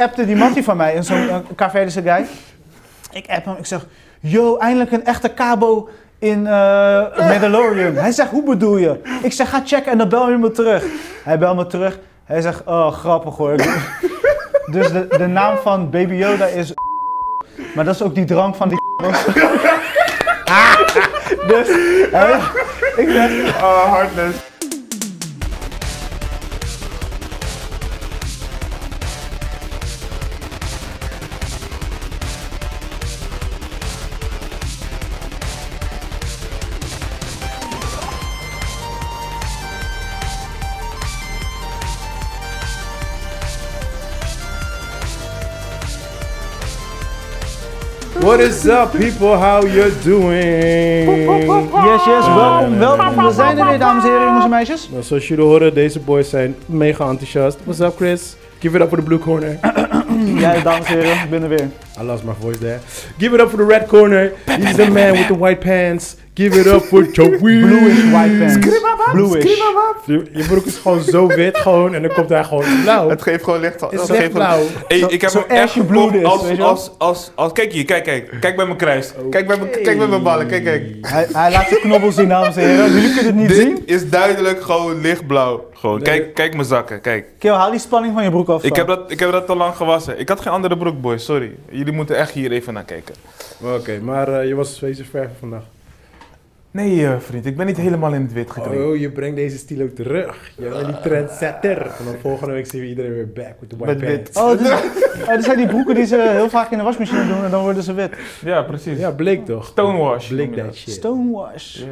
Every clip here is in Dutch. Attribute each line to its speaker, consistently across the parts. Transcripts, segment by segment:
Speaker 1: appte die Mattie van mij, een zo'n uh, Carverdische guy. Ik app hem, ik zeg, yo, eindelijk een echte cabo in eh Mandalorian. Hij zegt, hoe bedoel je? Ik zeg, ga checken en dan bel je me terug. Hij belt me terug. Hij zegt, oh, grappig hoor. dus de, de naam van Baby Yoda is... Maar dat is ook die drank van die... dus... hij- ik zeg,
Speaker 2: Oh, hardness. What is up, people? How you doing?
Speaker 1: yes, yes, welkom, welkom. We zijn er weer, dames en heren, jongens en meisjes.
Speaker 2: Nou, zoals jullie horen, deze boys zijn mega enthousiast. What's up, Chris? Give it up for the blue corner.
Speaker 1: Ja, dames en heren, ik ben er weer.
Speaker 2: I lost my voice there. Give it up for the red corner. He's the man with the white pants. Give it up for Joey.
Speaker 1: Bluish white pants. Bluish.
Speaker 2: Je je broek is gewoon zo wit gewoon en dan komt hij gewoon blauw.
Speaker 3: Het geeft gewoon licht.
Speaker 2: Het is
Speaker 3: het
Speaker 2: echt
Speaker 3: geeft
Speaker 2: blauw.
Speaker 4: Hey,
Speaker 1: Zo-
Speaker 4: ik heb
Speaker 1: nou. zo
Speaker 4: hem echt
Speaker 1: erg je bloed
Speaker 4: op-
Speaker 1: is,
Speaker 4: als,
Speaker 1: weet je wel?
Speaker 4: als, als, als, kijk hier, kijk, kijk. Kijk bij mijn kruis.
Speaker 3: gewoon- Kijk bij mijn- kijk bij mijn ballen, kijk, kijk.
Speaker 1: Hij, hij laat zijn knobbel zien, dames en heren. Jullie kunnen het niet zien.
Speaker 3: Dit is duidelijk gewoon lichtblauw.
Speaker 4: Gewoon, kijk, kijk mijn zakken, kijk.
Speaker 1: Keel, haal die spanning van je broek af.
Speaker 4: Ik heb, dat, ik heb dat te lang gewassen. Ik had geen andere broek, boy, sorry. Jullie moeten echt hier even naar kijken.
Speaker 2: Oké, maar eh, je was wezen verven vandaag.
Speaker 4: Nee, eh, vriend, ik ben niet helemaal in het wit gekleed.
Speaker 2: Oh, je brengt deze stilo terug. Je bent die trendsetter. En dan volgende week zien we iedereen weer back with the white
Speaker 3: Met wit.
Speaker 2: pants.
Speaker 1: Oh, dit, oh, dit zijn die broeken die ze heel vaak in de wasmachine doen en dan worden ze wit.
Speaker 4: Ja, precies.
Speaker 2: Ja, bleek toch?
Speaker 4: Stonewash.
Speaker 2: Bleek
Speaker 4: noem je
Speaker 2: dat shit.
Speaker 1: Stonewash.
Speaker 4: Ja,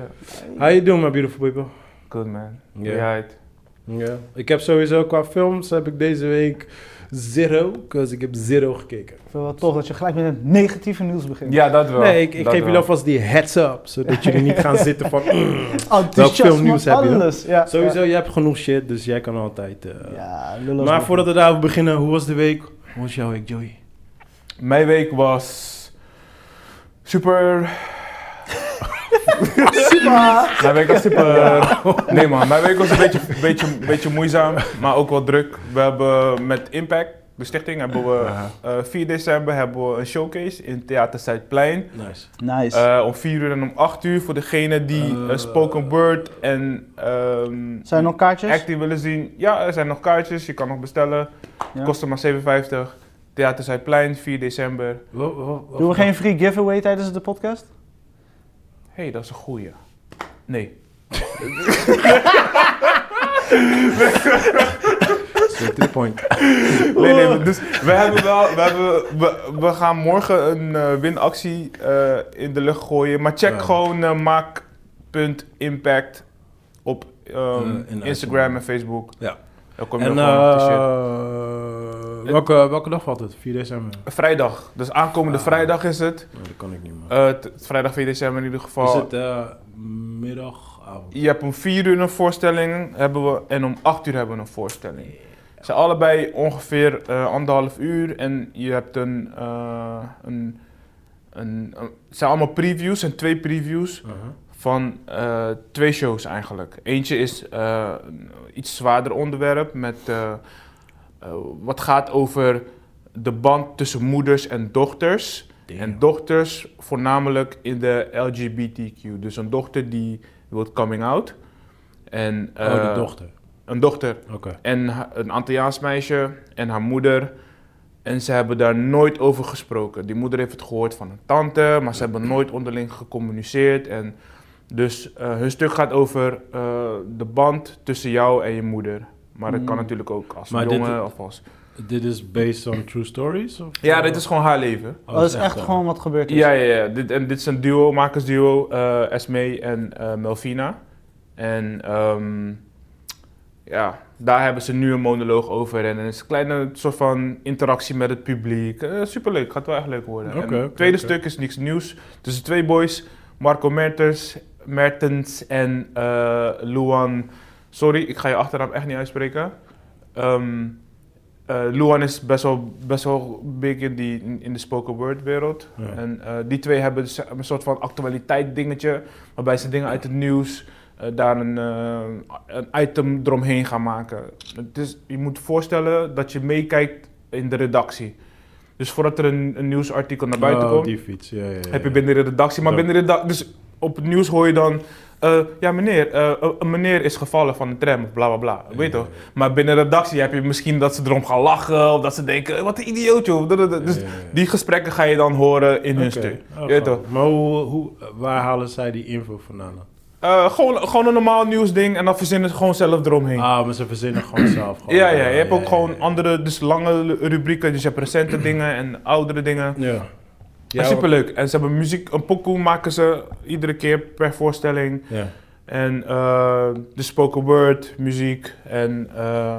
Speaker 2: How you doing, my beautiful people?
Speaker 4: good man.
Speaker 2: Ja.
Speaker 4: Ja, het-
Speaker 2: Ja. Ik heb sowieso qua films heb ik deze week zero, because ik heb zero gekeken.
Speaker 1: Ik vind het wel tof dat je gelijk met het negatieve nieuws begint.
Speaker 4: ja dat wel.
Speaker 2: nee, ik, ik
Speaker 4: Dat
Speaker 2: geef jullie
Speaker 4: wel.
Speaker 2: alvast die heads up, zodat jullie niet gaan zitten van... "Mm."
Speaker 1: Enthousiasme,
Speaker 2: Welk filmnieuws heb je dan?
Speaker 1: alles. Ja.
Speaker 2: Sowieso, je hebt genoeg shit, dus jij kan altijd... eh,
Speaker 1: Ja, lullig.
Speaker 2: Maar voordat we daarover beginnen, hoe was de week? Hoe was jouw week, Joey?
Speaker 4: Mijn week was super.
Speaker 1: Maar-
Speaker 4: Mijn week was super. Nee man, mijn week was een beetje, beetje, beetje moeizaam, maar ook wel druk. We hebben met Impact, de stichting, hebben we eh 4 december hebben we een showcase in Theater Zuidplein.
Speaker 2: Nice.
Speaker 1: Nice.
Speaker 4: Eh, om 4 uur en om 8 uur voor degenen die eh, spoken word en ehm,
Speaker 1: zijn er nog kaartjes?
Speaker 4: acting willen zien. Ja, er zijn nog kaartjes, je kan nog bestellen.
Speaker 1: Ja.
Speaker 4: Kosten maar 7,50. Theater Zuidplein, 4 december.
Speaker 1: Doen we geen free giveaway tijdens de podcast?
Speaker 4: Hé, hey, dat is een goeie. Nee.
Speaker 2: Straight to the point.
Speaker 4: Nee, nee,
Speaker 2: Oh.
Speaker 4: maar dus we hebben wel, we, hebben, we, we gaan morgen een eh, winactie eh, in de lucht gooien. Maar check
Speaker 2: Ja.
Speaker 4: gewoon eh, maak.impact op ehm,
Speaker 2: Eh, in
Speaker 4: Instagram en Facebook.
Speaker 2: Ja.
Speaker 4: Dan kom je
Speaker 2: En
Speaker 4: er gewoon op te shit.
Speaker 2: eh, welke, welke dag valt het? 4 december?
Speaker 4: Vrijdag, dus aankomende
Speaker 2: Ah.
Speaker 4: vrijdag is het.
Speaker 2: Nee, dat kan ik niet, man.
Speaker 4: Eh, t- vrijdag 4 december in ieder geval.
Speaker 2: Is het eh, middag, avond?
Speaker 4: Je hebt om 4 uur een voorstelling hebben we, en om 8 uur hebben we een voorstelling. Ze zijn allebei ongeveer eh, anderhalf uur en je hebt een, eh, een, een, een- Het zijn allemaal previews en twee previews
Speaker 2: Uh-huh.
Speaker 4: van eh, twee shows eigenlijk. Eentje is eh, een iets zwaarder onderwerp met eh, eh, wat gaat over de band tussen moeders en dochters.
Speaker 2: Oh,
Speaker 4: En dochters voornamelijk in de LGBTQ. Dus een dochter die wil coming out. En,
Speaker 2: oh,
Speaker 4: eh,
Speaker 2: de dochter.
Speaker 4: Een dochter.
Speaker 2: Oké.
Speaker 4: En ha- een Antilliaans meisje en haar moeder. En ze hebben daar nooit over gesproken. Die moeder heeft het gehoord van een tante, maar ze hebben nooit onderling gecommuniceerd. En dus eh, hun stuk gaat over eh, de band tussen jou en je moeder. Maar dat kan
Speaker 1: Mm.
Speaker 4: natuurlijk ook als
Speaker 2: Maar dit-
Speaker 4: jongen of als...
Speaker 2: Dit is based on true stories? Of,
Speaker 4: Ja, dit is gewoon haar leven.
Speaker 1: Oh, dat is echt gewoon wat gebeurd is.
Speaker 4: Ja, ja, ja. Dit, en dit is een duo, makersduo, eh Esme en eh, Melvina. En ehm, ja, daar hebben ze nu een monoloog over. En het is een kleine soort van interactie met het publiek. Eh, superleuk, gaat wel echt leuk worden.
Speaker 2: Oké,
Speaker 4: En
Speaker 2: oké,
Speaker 4: het tweede
Speaker 2: oké.
Speaker 4: stuk is niks nieuws. Tussen twee boys, Marco Mertens, Mertens en eh, Luan. Sorry, ik ga je achternaam echt niet uitspreken. Ehm, eh, Luan is best wel, best wel big in, die, in, in de spoken word wereld.
Speaker 2: Ja.
Speaker 4: En eh, die twee hebben dus een soort van actualiteit dingetje, waarbij ze dingen uit het nieuws eh, daar een, eh, een item eromheen gaan maken. Het is, je moet voorstellen dat je meekijkt in de redactie. Dus voordat er een, een nieuwsartikel naar buiten
Speaker 2: Buiten
Speaker 4: komt,
Speaker 2: Oh, die fiets, ja, ja, ja.
Speaker 4: heb je binnen de redactie. Maar
Speaker 2: Ja.
Speaker 4: binnen de redactie, dus op het nieuws hoor je dan, eh, ja meneer, eh, een- een meneer is gevallen van de tram, of bla bla bla, weet je toch? Maar binnen de redactie heb je misschien dat ze erom gaan lachen, of dat ze denken, eh, wat een idioot joh. Dat- dat- dat. Dus
Speaker 2: Ja, ja, ja.
Speaker 4: die gesprekken ga je dan horen in hun
Speaker 2: Oké.
Speaker 4: stuk.
Speaker 2: Oh,
Speaker 4: Je weet toch?
Speaker 2: Maar hoe, hoe, waar halen zij die info vandaan? dan?
Speaker 4: Eh, gewoon, gewoon een normaal nieuwsding en dan verzinnen ze gewoon zelf eromheen.
Speaker 2: Ah, maar ze verzinnen gewoon zelf. Gewoon,
Speaker 4: ja, ja, je hebt
Speaker 2: ja,
Speaker 4: ook
Speaker 2: ja,
Speaker 4: gewoon
Speaker 2: ja.
Speaker 4: andere, dus lange rubrieken. Dus je hebt recente dingen en oudere dingen.
Speaker 2: Ja.
Speaker 4: Ja, superleuk. En ze hebben muziek, een pokoe maken ze iedere keer per voorstelling.
Speaker 2: Ja.
Speaker 4: En eh, de spoken word, muziek en eh,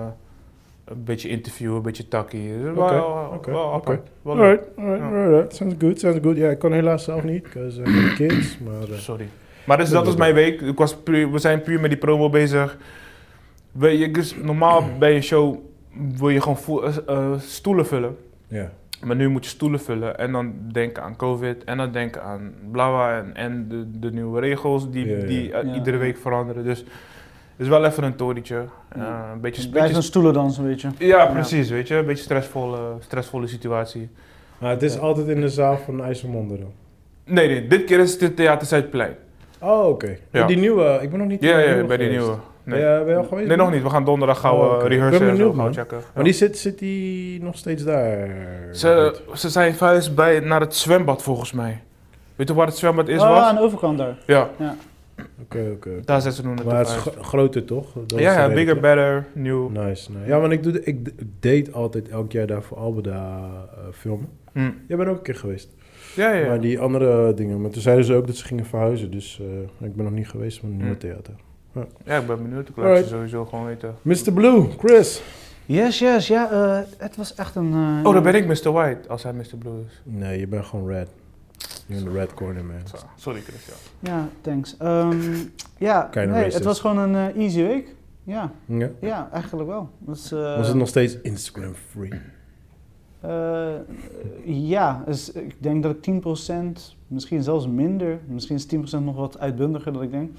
Speaker 4: een beetje interviewen, een beetje takkie. Oké,
Speaker 2: Oké,
Speaker 4: wel,
Speaker 2: oké,
Speaker 4: wel apart.
Speaker 2: oké.
Speaker 4: Wel leuk.
Speaker 2: Alright, alright, alright. Sounds good, sounds good. Ja, ik kon helaas zelf niet, because I have kids, maar... eh,
Speaker 4: Sorry. Maar dus dat was mijn week. Ik was puur- we zijn puur met die promo bezig. Weet je, dus normaal bij een show wil je gewoon vo- eh, eh, stoelen vullen.
Speaker 2: Ja.
Speaker 4: Maar nu moet je stoelen vullen en dan denken aan COVID en dan denken aan blauwa en, en de, de nieuwe regels die,
Speaker 2: Ja, ja.
Speaker 4: die eh,
Speaker 1: Ja.
Speaker 4: iedere week veranderen. Dus het is wel even een torentje. Eh, een beetje,
Speaker 1: Het blijft
Speaker 4: beetje
Speaker 1: een stoelendans een beetje.
Speaker 4: ja, precies, weet je. Een beetje stressvolle, stressvolle situatie.
Speaker 2: Maar het is altijd in de zaal van IJsselmonde dan.
Speaker 4: Nee, nee, dit keer is het in Theater Zuidplein.
Speaker 2: Oh, oké.
Speaker 4: Ja.
Speaker 2: Die nieuwe, ik ben nog niet
Speaker 4: Ja,
Speaker 2: bij
Speaker 4: ja,
Speaker 2: die nieuwe
Speaker 4: bij die
Speaker 2: geweest.
Speaker 4: nieuwe.
Speaker 2: Nee.
Speaker 4: Nee.
Speaker 2: Oh, Ja, ben je al geweest?
Speaker 4: Nee, nog niet. We gaan donderdag gauw
Speaker 2: Oh,
Speaker 4: eh,
Speaker 2: oké. Ik ben
Speaker 4: rehearsen en zo
Speaker 2: benieuwd,
Speaker 4: gaan
Speaker 2: man.
Speaker 4: checken. Ja.
Speaker 2: Maar die zit, zit die nog steeds daar?
Speaker 4: Ze, ze zijn vuist bij naar het zwembad volgens mij. Weet je waar het zwembad is?
Speaker 2: Ah,
Speaker 1: oh,
Speaker 4: was?
Speaker 1: aan de overkant daar.
Speaker 4: Ja,
Speaker 2: Oké, oké.
Speaker 4: daar zijn ze nu naartoe.
Speaker 2: Maar het is
Speaker 4: verhuisd.
Speaker 2: gro- groter toch? Dat is
Speaker 4: Ja, ja,
Speaker 2: de
Speaker 4: bigger,
Speaker 2: reden.
Speaker 4: better, nieuw.
Speaker 2: Nice, nice. Ja, want ik, doe de- ik d- deed altijd elk jaar daar voor Albeda eh, filmen.
Speaker 4: Hm.
Speaker 2: Jij bent ook een keer geweest.
Speaker 4: Ja, ja.
Speaker 2: Maar die andere dingen. Maar toen zeiden ze ook dat ze gingen verhuizen. Dus eh, ik ben nog niet geweest van het nieuwe
Speaker 4: Hmm.
Speaker 2: theater.
Speaker 4: ja, ik ben benieuwd. Ik laat
Speaker 2: Alright.
Speaker 4: je sowieso gewoon weten.
Speaker 2: Mr. Blue, Chris.
Speaker 1: Yes, yes, ja. eh, het was echt een... eh,
Speaker 4: Oh, dan ben ik Mr. White, als hij Mr. Blue is.
Speaker 2: Nee, je bent gewoon red. Je bent de red corner, man.
Speaker 4: Zo, Sorry, Chris. Ja.
Speaker 1: Ja, thanks. Ehm, ja,
Speaker 2: Kinda
Speaker 1: nee,
Speaker 2: racist.
Speaker 1: het was gewoon een eh, easy week. Ja,
Speaker 2: Ja?
Speaker 1: ja, eigenlijk wel. Dus, eh,
Speaker 2: Was het nog steeds Instagram free?
Speaker 1: eh, ja, dus ik denk dat ik 10%, misschien zelfs minder, misschien is 10% nog wat uitbundiger dan ik denk.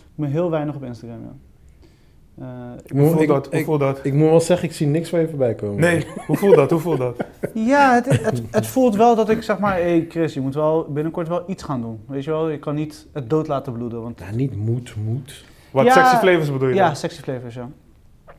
Speaker 1: Ik ben heel weinig op Instagram, ja. Eh,
Speaker 4: Hoe voel
Speaker 2: ik,
Speaker 4: dat? Hoe
Speaker 2: ik,
Speaker 4: voel dat?
Speaker 2: ik moet wel zeggen, ik zie niks van je voorbij komen.
Speaker 4: Nee, hoe voel dat? Hoe voel dat?
Speaker 1: ja, het, het, het voelt wel dat ik zeg maar, hé hey Chris, je moet wel binnenkort wel iets gaan doen. Weet je wel, je kan niet het dood laten bloeden. Want,
Speaker 2: Ja, niet moed, moed.
Speaker 4: Wat
Speaker 1: Ja.
Speaker 4: sexy flavors bedoel je?
Speaker 1: ja,
Speaker 4: Ja.
Speaker 1: sexy flavors, ja.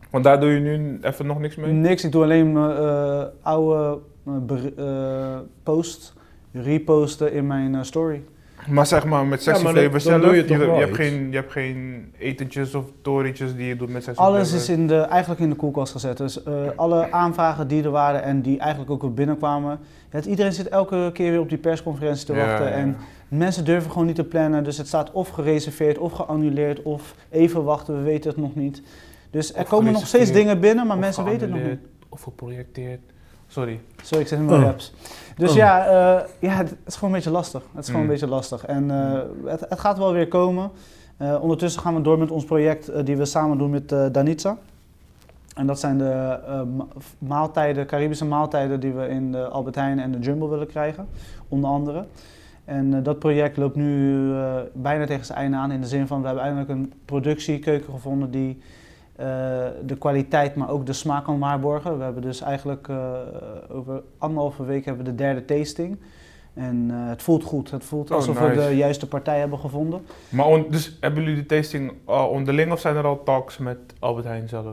Speaker 4: Want daar doe je nu even nog niks mee?
Speaker 1: Niks, ik doe alleen eh, eh, oude eh, ber- eh, post reposten in mijn eh, story.
Speaker 4: Maar zeg maar, met sexy
Speaker 2: Ja, maar dan-
Speaker 4: flavors
Speaker 2: dan
Speaker 4: zelf,
Speaker 2: doe je
Speaker 4: je,
Speaker 2: toch wel
Speaker 4: je, hebt
Speaker 2: iets.
Speaker 4: geen, je hebt geen etentjes of torentjes die je doet met sexy
Speaker 1: Alles
Speaker 4: flavors.
Speaker 1: is in de, eigenlijk in de koelkast gezet. Dus eh, alle aanvragen die er waren en die eigenlijk ook weer binnenkwamen. Het, iedereen zit elke keer weer op die persconferentie te
Speaker 4: Ja,
Speaker 1: wachten.
Speaker 4: ja.
Speaker 1: En mensen durven gewoon niet te plannen. Dus het staat of gereserveerd of geannuleerd of even wachten, we weten het nog niet. Dus er
Speaker 4: Of
Speaker 1: komen nog steeds
Speaker 4: gereserveerd,
Speaker 1: dingen binnen, maar
Speaker 4: Of
Speaker 1: mensen weten het nog niet.
Speaker 4: geannuleerd, Of geprojecteerd. Sorry.
Speaker 1: Sorry, ik zit in mijn
Speaker 2: Oh.
Speaker 1: raps. Dus
Speaker 2: Oh.
Speaker 1: ja, eh, ja, het is gewoon een beetje lastig. Het is gewoon
Speaker 4: Mm.
Speaker 1: een beetje lastig. En eh, het, het gaat wel weer komen. Eh, ondertussen gaan we door met ons project eh, die we samen doen met eh Danitza. En dat zijn de eh, ma- maaltijden, Caribische maaltijden die we in de Albert Heijn en de Jumbo willen krijgen, onder andere. En eh, dat project loopt nu eh, bijna tegen zijn einde aan in de zin van we hebben eindelijk een productiekeuken gevonden die eh, de kwaliteit, maar ook de smaak kan waarborgen. We hebben dus eigenlijk eh, over anderhalve week hebben we de derde tasting. En eh, het voelt goed. Het voelt
Speaker 4: Oh,
Speaker 1: alsof we
Speaker 4: nice.
Speaker 1: de juiste partij hebben gevonden.
Speaker 4: Maar on- dus hebben jullie de tasting al onderling of zijn er al talks met Albert Heijn zelf?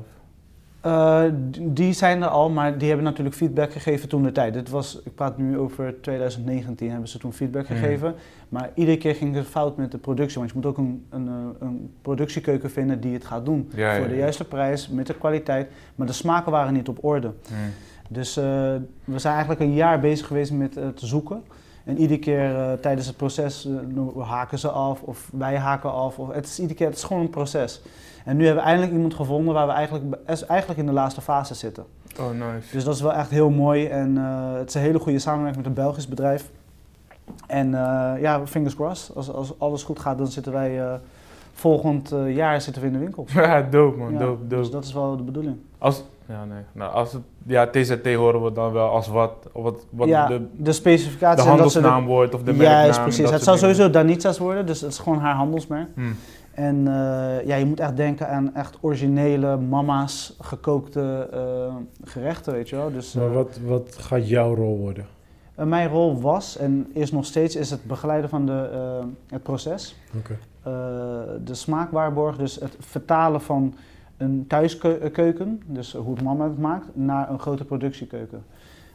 Speaker 1: Eh, d- die zijn er al, maar die hebben natuurlijk feedback gegeven toen de tijd. Dit was, ik praat nu over 2019, hebben ze toen feedback
Speaker 4: Hmm.
Speaker 1: gegeven. Maar iedere keer ging het fout met de productie, want je moet ook een, een, eh, een productiekeuken vinden die het gaat doen.
Speaker 4: Ja,
Speaker 1: voor
Speaker 4: ja,
Speaker 1: de
Speaker 4: ja.
Speaker 1: juiste prijs, met de kwaliteit. Maar de smaken waren niet op orde. Dus eh, we zijn eigenlijk een jaar bezig geweest met het zoeken. En iedere keer eh, tijdens het proces eh, no- haken ze af of wij haken af. Of, het is iedere keer, het is gewoon een proces. En nu hebben we eindelijk iemand gevonden waar we eigenlijk, be- is- eigenlijk in de laatste fase zitten.
Speaker 4: Oh, nice.
Speaker 1: Dus dat is wel echt heel mooi. En eh, het is een hele goede samenwerking met een Belgisch bedrijf. En eh, ja, fingers crossed. Als, als alles goed gaat, dan zitten wij eh, volgend eh, jaar zitten we in de winkel.
Speaker 4: Ja, dope man,
Speaker 1: Ja,
Speaker 4: dope, dope.
Speaker 1: Dus dat is wel de bedoeling.
Speaker 4: Als, ja, nee. Nou, als het, ja, TZT horen we dan wel als wat, wat, wat
Speaker 1: ja,
Speaker 4: de,
Speaker 1: de,
Speaker 4: de
Speaker 1: specificaties en dat ze de-
Speaker 4: handelsnaam wordt of de merknaam.
Speaker 1: Juist, precies.
Speaker 4: dat
Speaker 1: Het
Speaker 4: soort
Speaker 1: zou
Speaker 4: dingen.
Speaker 1: sowieso Danitsa's worden, dus het is gewoon haar handelsmerk.
Speaker 4: Hmm.
Speaker 1: En En eh, ja, je moet echt denken aan echt originele mama's gekookte eh, gerechten, weet je wel. Dus, eh,
Speaker 2: Maar wat, wat gaat jouw rol worden?
Speaker 1: eh, mijn rol was en is nog steeds is het begeleiden van de, eh, het proces.
Speaker 2: Oké.
Speaker 1: Eh, de smaakwaarborg, dus het vertalen van een thuiskeuken, dus hoe het mama het maakt, naar een grote productiekeuken.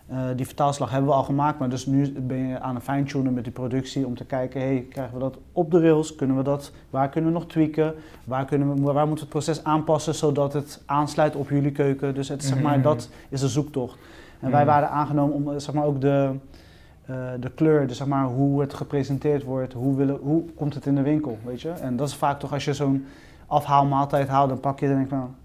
Speaker 1: Eh, die vertaalslag hebben we al gemaakt, maar dus nu ben je aan het fine-tunen met die productie om te kijken, hey, krijgen we dat op de rails, kunnen we dat, waar kunnen we nog tweaken, waar, kunnen we, waar moeten we het proces aanpassen zodat het aansluit op jullie keuken. Dus het, zeg maar,
Speaker 4: Mhm.
Speaker 1: dat is een zoektocht. En wij
Speaker 4: Mhm.
Speaker 1: waren aangenomen om eh, zeg maar, ook de, eh, de kleur, dus zeg maar hoe het gepresenteerd wordt, hoe, willen, hoe komt het in de winkel, weet je? En dat is vaak toch als je zo'n afhaalmaaltijd haalt, dan pak je het en denk van,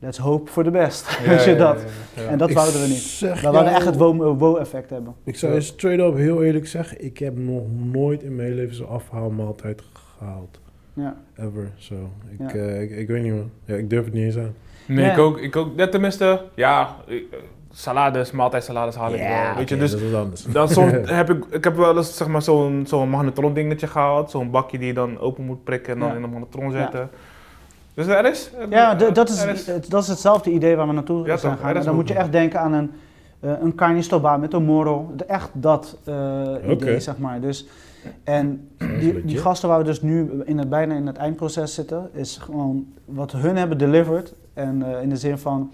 Speaker 1: let's hope for the best, weet je dat? En dat wouden we niet.
Speaker 2: Zeg
Speaker 1: We wilden echt het wo- wow-effect hebben.
Speaker 2: Ik zou je straight up heel eerlijk zeggen, ik heb nog nooit in mijn leven zo'n afhaalmaaltijd gehaald.
Speaker 1: Ja.
Speaker 2: Ever. Zo. Ik,
Speaker 1: Ja.
Speaker 2: eh, ik, ik weet niet man. Ja, ik durf het niet eens aan.
Speaker 4: Nee,
Speaker 1: Ja.
Speaker 4: ik ook. Ik ook. Ja, tenminste, ja, ik- eh, salades, maaltijdsalades haal ik wel. Weet je, dus
Speaker 2: dat is wat anders.
Speaker 4: dan soms heb ik, ik heb wel eens zeg maar zo'n zo'n magnetron dingetje gehaald. Zo'n bakje die je dan open moet prikken en dan
Speaker 1: Ja.
Speaker 4: in een magnetron
Speaker 1: Ja.
Speaker 4: zetten. Dus er is. er-
Speaker 1: Ja, d- dat
Speaker 4: er
Speaker 1: is, het- dat is hetzelfde idee waar we naartoe
Speaker 4: Ja,
Speaker 1: zijn
Speaker 4: toch? Ja,
Speaker 1: gaan.
Speaker 4: dat
Speaker 1: En
Speaker 4: is
Speaker 1: dan
Speaker 4: goed.
Speaker 1: moet je echt denken aan een, eh een carnistoba met een moro. De- Echt dat eh, idee,
Speaker 2: Oké.
Speaker 1: zeg maar. Dus, en die,
Speaker 2: legit.
Speaker 1: die gasten waar we dus nu in het, bijna in het eindproces zitten, is gewoon wat hun hebben delivered. En eh, in de zin van,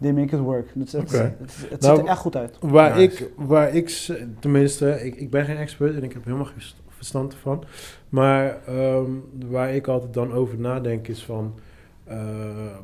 Speaker 1: they make it work. Het, het,
Speaker 2: Oké.
Speaker 1: het, het
Speaker 2: Nou,
Speaker 1: ziet er echt goed uit.
Speaker 2: Waar,
Speaker 4: Nice.
Speaker 2: ik, waar ik, s- tenminste, ik, ik ben geen expert en ik heb helemaal geen s- verstand ervan. Maar ehm, waar ik altijd dan over nadenk is van eh,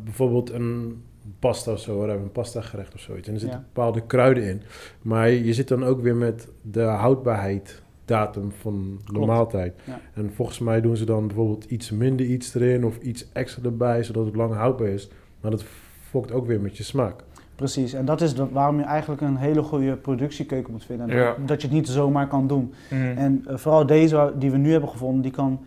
Speaker 2: bijvoorbeeld een pasta of zo, whatever, een pasta gerecht of zoiets. En er zitten
Speaker 1: Ja.
Speaker 2: bepaalde kruiden in. Maar je zit dan ook weer met de houdbaarheid datum van de
Speaker 1: Klopt.
Speaker 2: maaltijd.
Speaker 1: Ja.
Speaker 2: En volgens mij doen ze dan bijvoorbeeld iets minder iets erin of iets extra erbij, zodat het lang houdbaar is. Maar dat fokt ook weer met je smaak.
Speaker 1: Precies, en dat is de- waarom je eigenlijk een hele goede productiekeuken moet vinden.
Speaker 4: Ja.
Speaker 1: Dat je het niet zomaar kan doen.
Speaker 4: Mm.
Speaker 1: En eh, vooral deze wa- die we nu hebben gevonden, die kan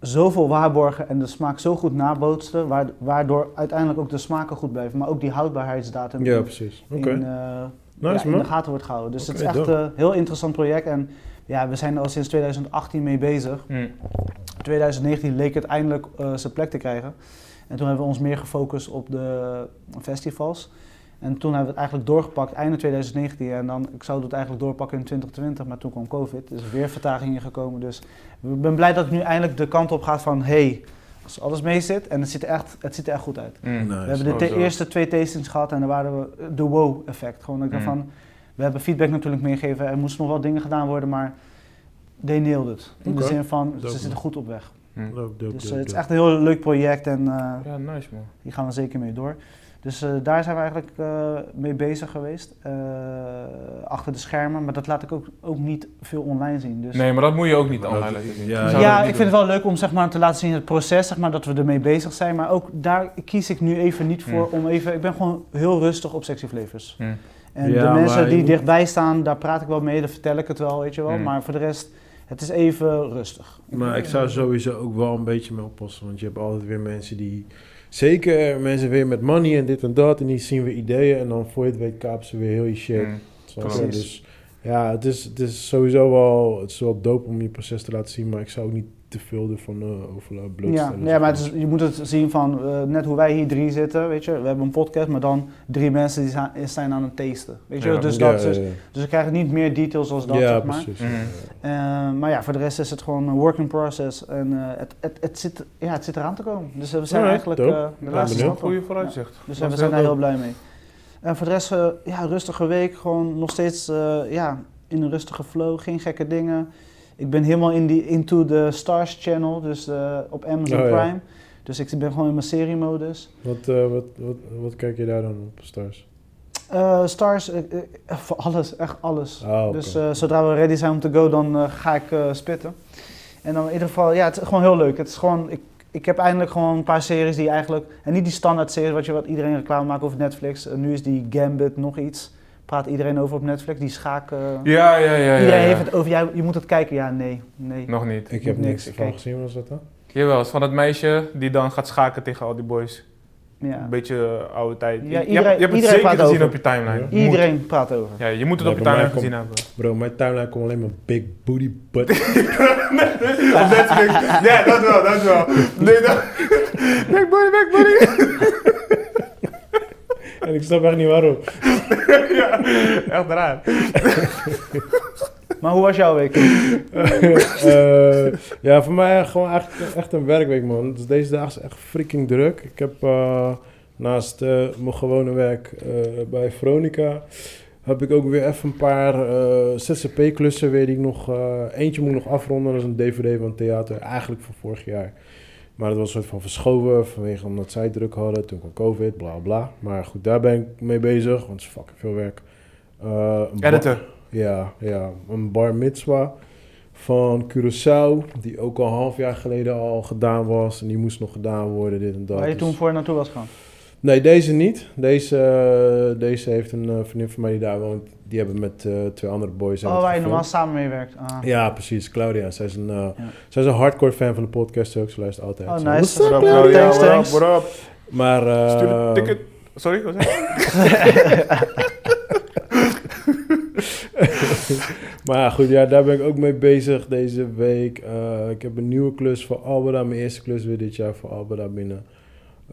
Speaker 1: zoveel waarborgen en de smaak zo goed nabootsen, waard- waardoor uiteindelijk ook de smaken goed blijven, maar ook die houdbaarheidsdatum
Speaker 2: Ja,
Speaker 1: in,
Speaker 2: precies. Oké.
Speaker 1: in, eh,
Speaker 2: Nice,
Speaker 1: ja, in de
Speaker 2: man.
Speaker 1: gaten wordt gehouden. Dus het
Speaker 2: Oké,
Speaker 1: is echt een heel interessant project en ja, we zijn er al sinds 2018 mee bezig.
Speaker 4: Mm.
Speaker 1: 2019 leek het eindelijk eh, zijn plek te krijgen. En toen hebben we ons meer gefocust op de festivals. En toen hebben we het eigenlijk doorgepakt einde 2019. En dan, ik zou het eigenlijk doorpakken in 2020, maar toen kwam COVID. Dus weer vertraging ingekomen. Dus ik ben blij dat het nu eindelijk de kant op gaat van... hey, als alles mee zit en het ziet er echt, het ziet er echt goed uit.
Speaker 4: Mm.
Speaker 2: Nice.
Speaker 1: We hebben de te-
Speaker 4: sowieso.
Speaker 1: eerste twee tastings gehad en daar waren we eh, de wow effect. Gewoon dat ik dacht
Speaker 4: Mm.
Speaker 1: van, we hebben feedback natuurlijk meegegeven. Er moesten nog wel dingen gedaan worden, maar they nailed it. In de
Speaker 2: Oké.
Speaker 1: zin van, ze
Speaker 2: Dope,
Speaker 1: zitten
Speaker 2: man.
Speaker 1: goed op weg.
Speaker 4: Mm.
Speaker 2: Dope, dope,
Speaker 1: Dus eh,
Speaker 2: dope,
Speaker 1: het is
Speaker 2: dope.
Speaker 1: echt een heel leuk project en eh,
Speaker 4: Ja, nice man.
Speaker 1: hier gaan we zeker mee door. Dus eh, daar zijn we eigenlijk eh, mee bezig geweest. eh, achter de schermen, maar dat laat ik ook, ook niet veel online zien. Dus.
Speaker 4: Nee, maar dat moet je ook niet
Speaker 2: Maar
Speaker 4: online
Speaker 2: dat-
Speaker 4: laten
Speaker 2: ja,
Speaker 4: zien. Je
Speaker 2: ja.
Speaker 4: zou dat
Speaker 1: Ja,
Speaker 4: niet
Speaker 1: ik
Speaker 4: doen.
Speaker 1: vind het wel leuk om zeg maar, te laten zien het proces, zeg maar, dat we ermee bezig zijn. Maar ook daar kies ik nu even niet voor.
Speaker 4: Hm.
Speaker 1: Om even, ik ben gewoon heel rustig op Sexy Flavors.
Speaker 4: Mm.
Speaker 1: En
Speaker 2: Ja,
Speaker 1: de
Speaker 2: maar
Speaker 1: mensen
Speaker 2: je
Speaker 1: die
Speaker 2: moet-
Speaker 1: dichtbij staan, daar praat ik wel mee, daar vertel ik het wel, weet je wel.
Speaker 4: Mm.
Speaker 1: Maar voor de rest, het is even rustig.
Speaker 2: Maar ik zou sowieso ook wel een beetje mee oppassen. Want je hebt altijd weer mensen die... Zeker mensen weer met money en dit en dat. En die zien weer ideeën. En dan voor je het weet kapen ze weer heel je shit.
Speaker 4: Mm.
Speaker 2: Snap je?
Speaker 1: precies.
Speaker 2: Dus ja, het is, het is sowieso wel... Het is wel dope om je proces te laten zien. Maar ik zou ook niet te veel ervan eh over eh,
Speaker 1: Ja,
Speaker 2: blootstellen.
Speaker 1: ja, maar het is, je moet het zien van eh, net hoe wij hier drie zitten, weet je. We hebben een podcast, maar dan drie mensen die zijn, zijn aan het tasten, weet je.
Speaker 4: Ja.
Speaker 1: dus,
Speaker 2: Ja,
Speaker 1: dat, dus,
Speaker 2: ja, ja.
Speaker 1: dus we krijgen niet meer details als dat,
Speaker 2: Ja,
Speaker 1: zeg maar.
Speaker 2: precies.
Speaker 4: Mm.
Speaker 2: ja.
Speaker 1: Eh, maar ja, voor de rest is het gewoon een work in process. En eh, het, het, het, zit, ja, het zit eraan te komen. Dus we zijn
Speaker 2: Alright,
Speaker 1: eigenlijk
Speaker 2: dope.
Speaker 1: eh, de
Speaker 4: Ja,
Speaker 1: laatste
Speaker 4: dat is een
Speaker 2: benieuwd.
Speaker 1: stap.
Speaker 4: goede
Speaker 1: al. Ja.
Speaker 4: vooruitzicht.
Speaker 1: Dus
Speaker 4: Dat
Speaker 1: we
Speaker 4: is
Speaker 1: zijn daar heel
Speaker 4: dope.
Speaker 1: blij mee. En voor de rest, eh, ja, rustige week. Gewoon nog steeds eh, ja, in een rustige flow. Geen gekke dingen. Ik ben helemaal in die Into the Stars channel. Dus eh, op Amazon
Speaker 2: Oh, ja.
Speaker 1: Prime. Dus ik ben gewoon in mijn seriemodus.
Speaker 2: Wat, eh, wat, wat, wat kijk je daar dan op, Stars?
Speaker 1: Eh, stars, eh, eh, voor alles, echt alles.
Speaker 2: Ah, oké.
Speaker 1: Dus eh, zodra we ready zijn om te go, dan eh, ga ik eh, spitten. En dan in ieder geval, ja, het is gewoon heel leuk. Het is gewoon, ik, ik heb eindelijk gewoon een paar series die eigenlijk, en niet die standaard series wat, je, wat iedereen reclame maakt over Netflix. Eh, nu is die Gambit nog iets, praat iedereen over op Netflix, die schaken.
Speaker 4: Ja, ja, ja. ja,
Speaker 1: Iedereen
Speaker 4: ja.
Speaker 1: heeft het over, ja, je moet het kijken. Ja, nee, nee.
Speaker 4: Nog niet.
Speaker 2: Ik heb
Speaker 1: Niks,
Speaker 2: niks, van
Speaker 1: kijk.
Speaker 2: gezien, was dat dan?
Speaker 4: Jawel, het is van dat meisje die dan gaat schaken tegen al die boys.
Speaker 1: Ja.
Speaker 4: Een beetje eh, oude tijd.
Speaker 1: Ja,
Speaker 4: Je- je,
Speaker 1: iedereen-
Speaker 4: hebt, je hebt het
Speaker 1: iedereen
Speaker 4: zeker
Speaker 1: praat
Speaker 4: gezien
Speaker 1: over.
Speaker 4: op je timeline.
Speaker 2: Ja.
Speaker 1: Iedereen praat over.
Speaker 4: Ja, je moet het
Speaker 2: Ja,
Speaker 4: op je
Speaker 2: bij mij
Speaker 4: timeline gezien hebben.
Speaker 2: Bro, mijn timeline komt alleen maar big booty butt.
Speaker 3: Op Netflix. Ja, dat wel, dat wel. Nee, dat... Back buddy, back buddy.
Speaker 2: en ik snap echt niet waarom.
Speaker 4: Echt raar.
Speaker 1: Maar hoe was jouw week?
Speaker 2: Eh, ja, voor mij gewoon echt, echt een werkweek, man. Dus deze dag is echt freaking druk. Ik heb eh, naast eh, mijn gewone werk eh, bij Veronica... heb ik ook weer even een paar eh, ZZP-klussen weer die ik nog... eh, eentje moet ik nog afronden, dat is een DVD van theater. Eigenlijk van vorig jaar. Maar dat was een soort van verschoven vanwege omdat zij het druk hadden. Toen kwam COVID, bla bla. Maar goed, daar ben ik mee bezig, want het is fucking veel werk. Eh, een ba-
Speaker 4: Editor.
Speaker 2: ja, ja, een bar mitzwa van Curaçao, die ook al een half jaar geleden al gedaan was. En die moest nog gedaan worden, dit en dat.
Speaker 1: Waar je
Speaker 2: Dus-
Speaker 1: toen voor naartoe was gegaan?
Speaker 2: Nee, deze niet. Deze, eh, deze heeft een eh, vriendin van mij die daar woont. Die hebben met eh, twee andere boys...
Speaker 1: Oh,
Speaker 2: hebben
Speaker 1: waar
Speaker 2: het
Speaker 1: je normaal
Speaker 2: gefilmd.
Speaker 1: samen mee werkt. Ah.
Speaker 2: Ja, precies. Claudia. Zij is een, eh,
Speaker 1: Ja.
Speaker 2: zij is een hardcore fan van de podcast ook. Ze luistert altijd.
Speaker 1: Oh,
Speaker 2: Zo,
Speaker 1: nice.
Speaker 2: "What's up,
Speaker 1: What up,
Speaker 2: Claudia?"
Speaker 1: Claudia? Thanks, thanks.
Speaker 4: What up?
Speaker 2: Maar... eh,
Speaker 4: Stuur een ticket. Sorry, wat zei je?
Speaker 2: Maar ja, goed, ja, daar ben ik ook mee bezig deze week. Eh, ik heb een nieuwe klus voor Albeda. Mijn eerste klus weer dit jaar voor Albeda binnen.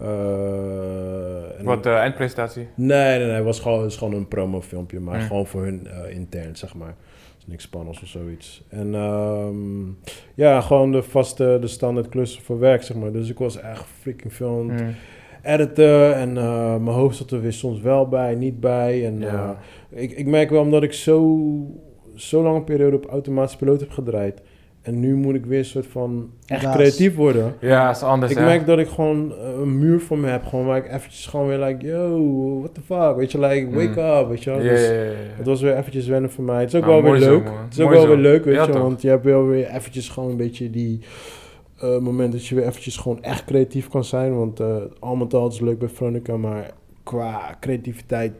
Speaker 2: Eh, en-
Speaker 4: Wat, eh, eindpresentatie.
Speaker 2: Nee, nee, nee. Het was gewoon, het is gewoon een promofilmpje. Maar
Speaker 4: Mm.
Speaker 2: gewoon voor hun eh, intern, zeg maar. Dus niks spannends of zoiets. En ehm, ja, gewoon de vaste, de standaard klussen voor werk, zeg maar. Dus ik was echt freaking veel aan het
Speaker 4: Mm.
Speaker 2: editen. En eh, mijn hoofd zat er weer soms wel bij, niet bij. En
Speaker 4: Ja.
Speaker 2: eh, ik, ik merk wel omdat ik zo, zo lang een periode op automatische piloot heb gedraaid. En nu moet ik weer een soort van echt
Speaker 1: Baas.
Speaker 2: creatief worden.
Speaker 4: Ja, is anders,
Speaker 2: ik
Speaker 4: hè?
Speaker 2: merk dat ik gewoon eh, een muur voor me heb. Gewoon waar ik eventjes gewoon weer like, yo, what the fuck. Weet je, like, wake up, weet je wel.
Speaker 4: Mm. Ja,
Speaker 2: Dus
Speaker 4: ja, ja, ja.
Speaker 2: Het was weer eventjes wennen voor mij. Het is ook
Speaker 4: Nou,
Speaker 2: wel weer
Speaker 4: mooi zo,
Speaker 2: leuk.
Speaker 4: man.
Speaker 2: het is ook
Speaker 4: Mooi
Speaker 2: wel
Speaker 4: zo.
Speaker 2: weer leuk, weet
Speaker 4: Ja,
Speaker 2: je wel.
Speaker 4: toch?
Speaker 2: Want je hebt wel weer eventjes gewoon een beetje die... eh, moment dat je weer eventjes gewoon echt creatief kan zijn. Want eh al met al het is leuk bij Veronica, maar qua creativiteit...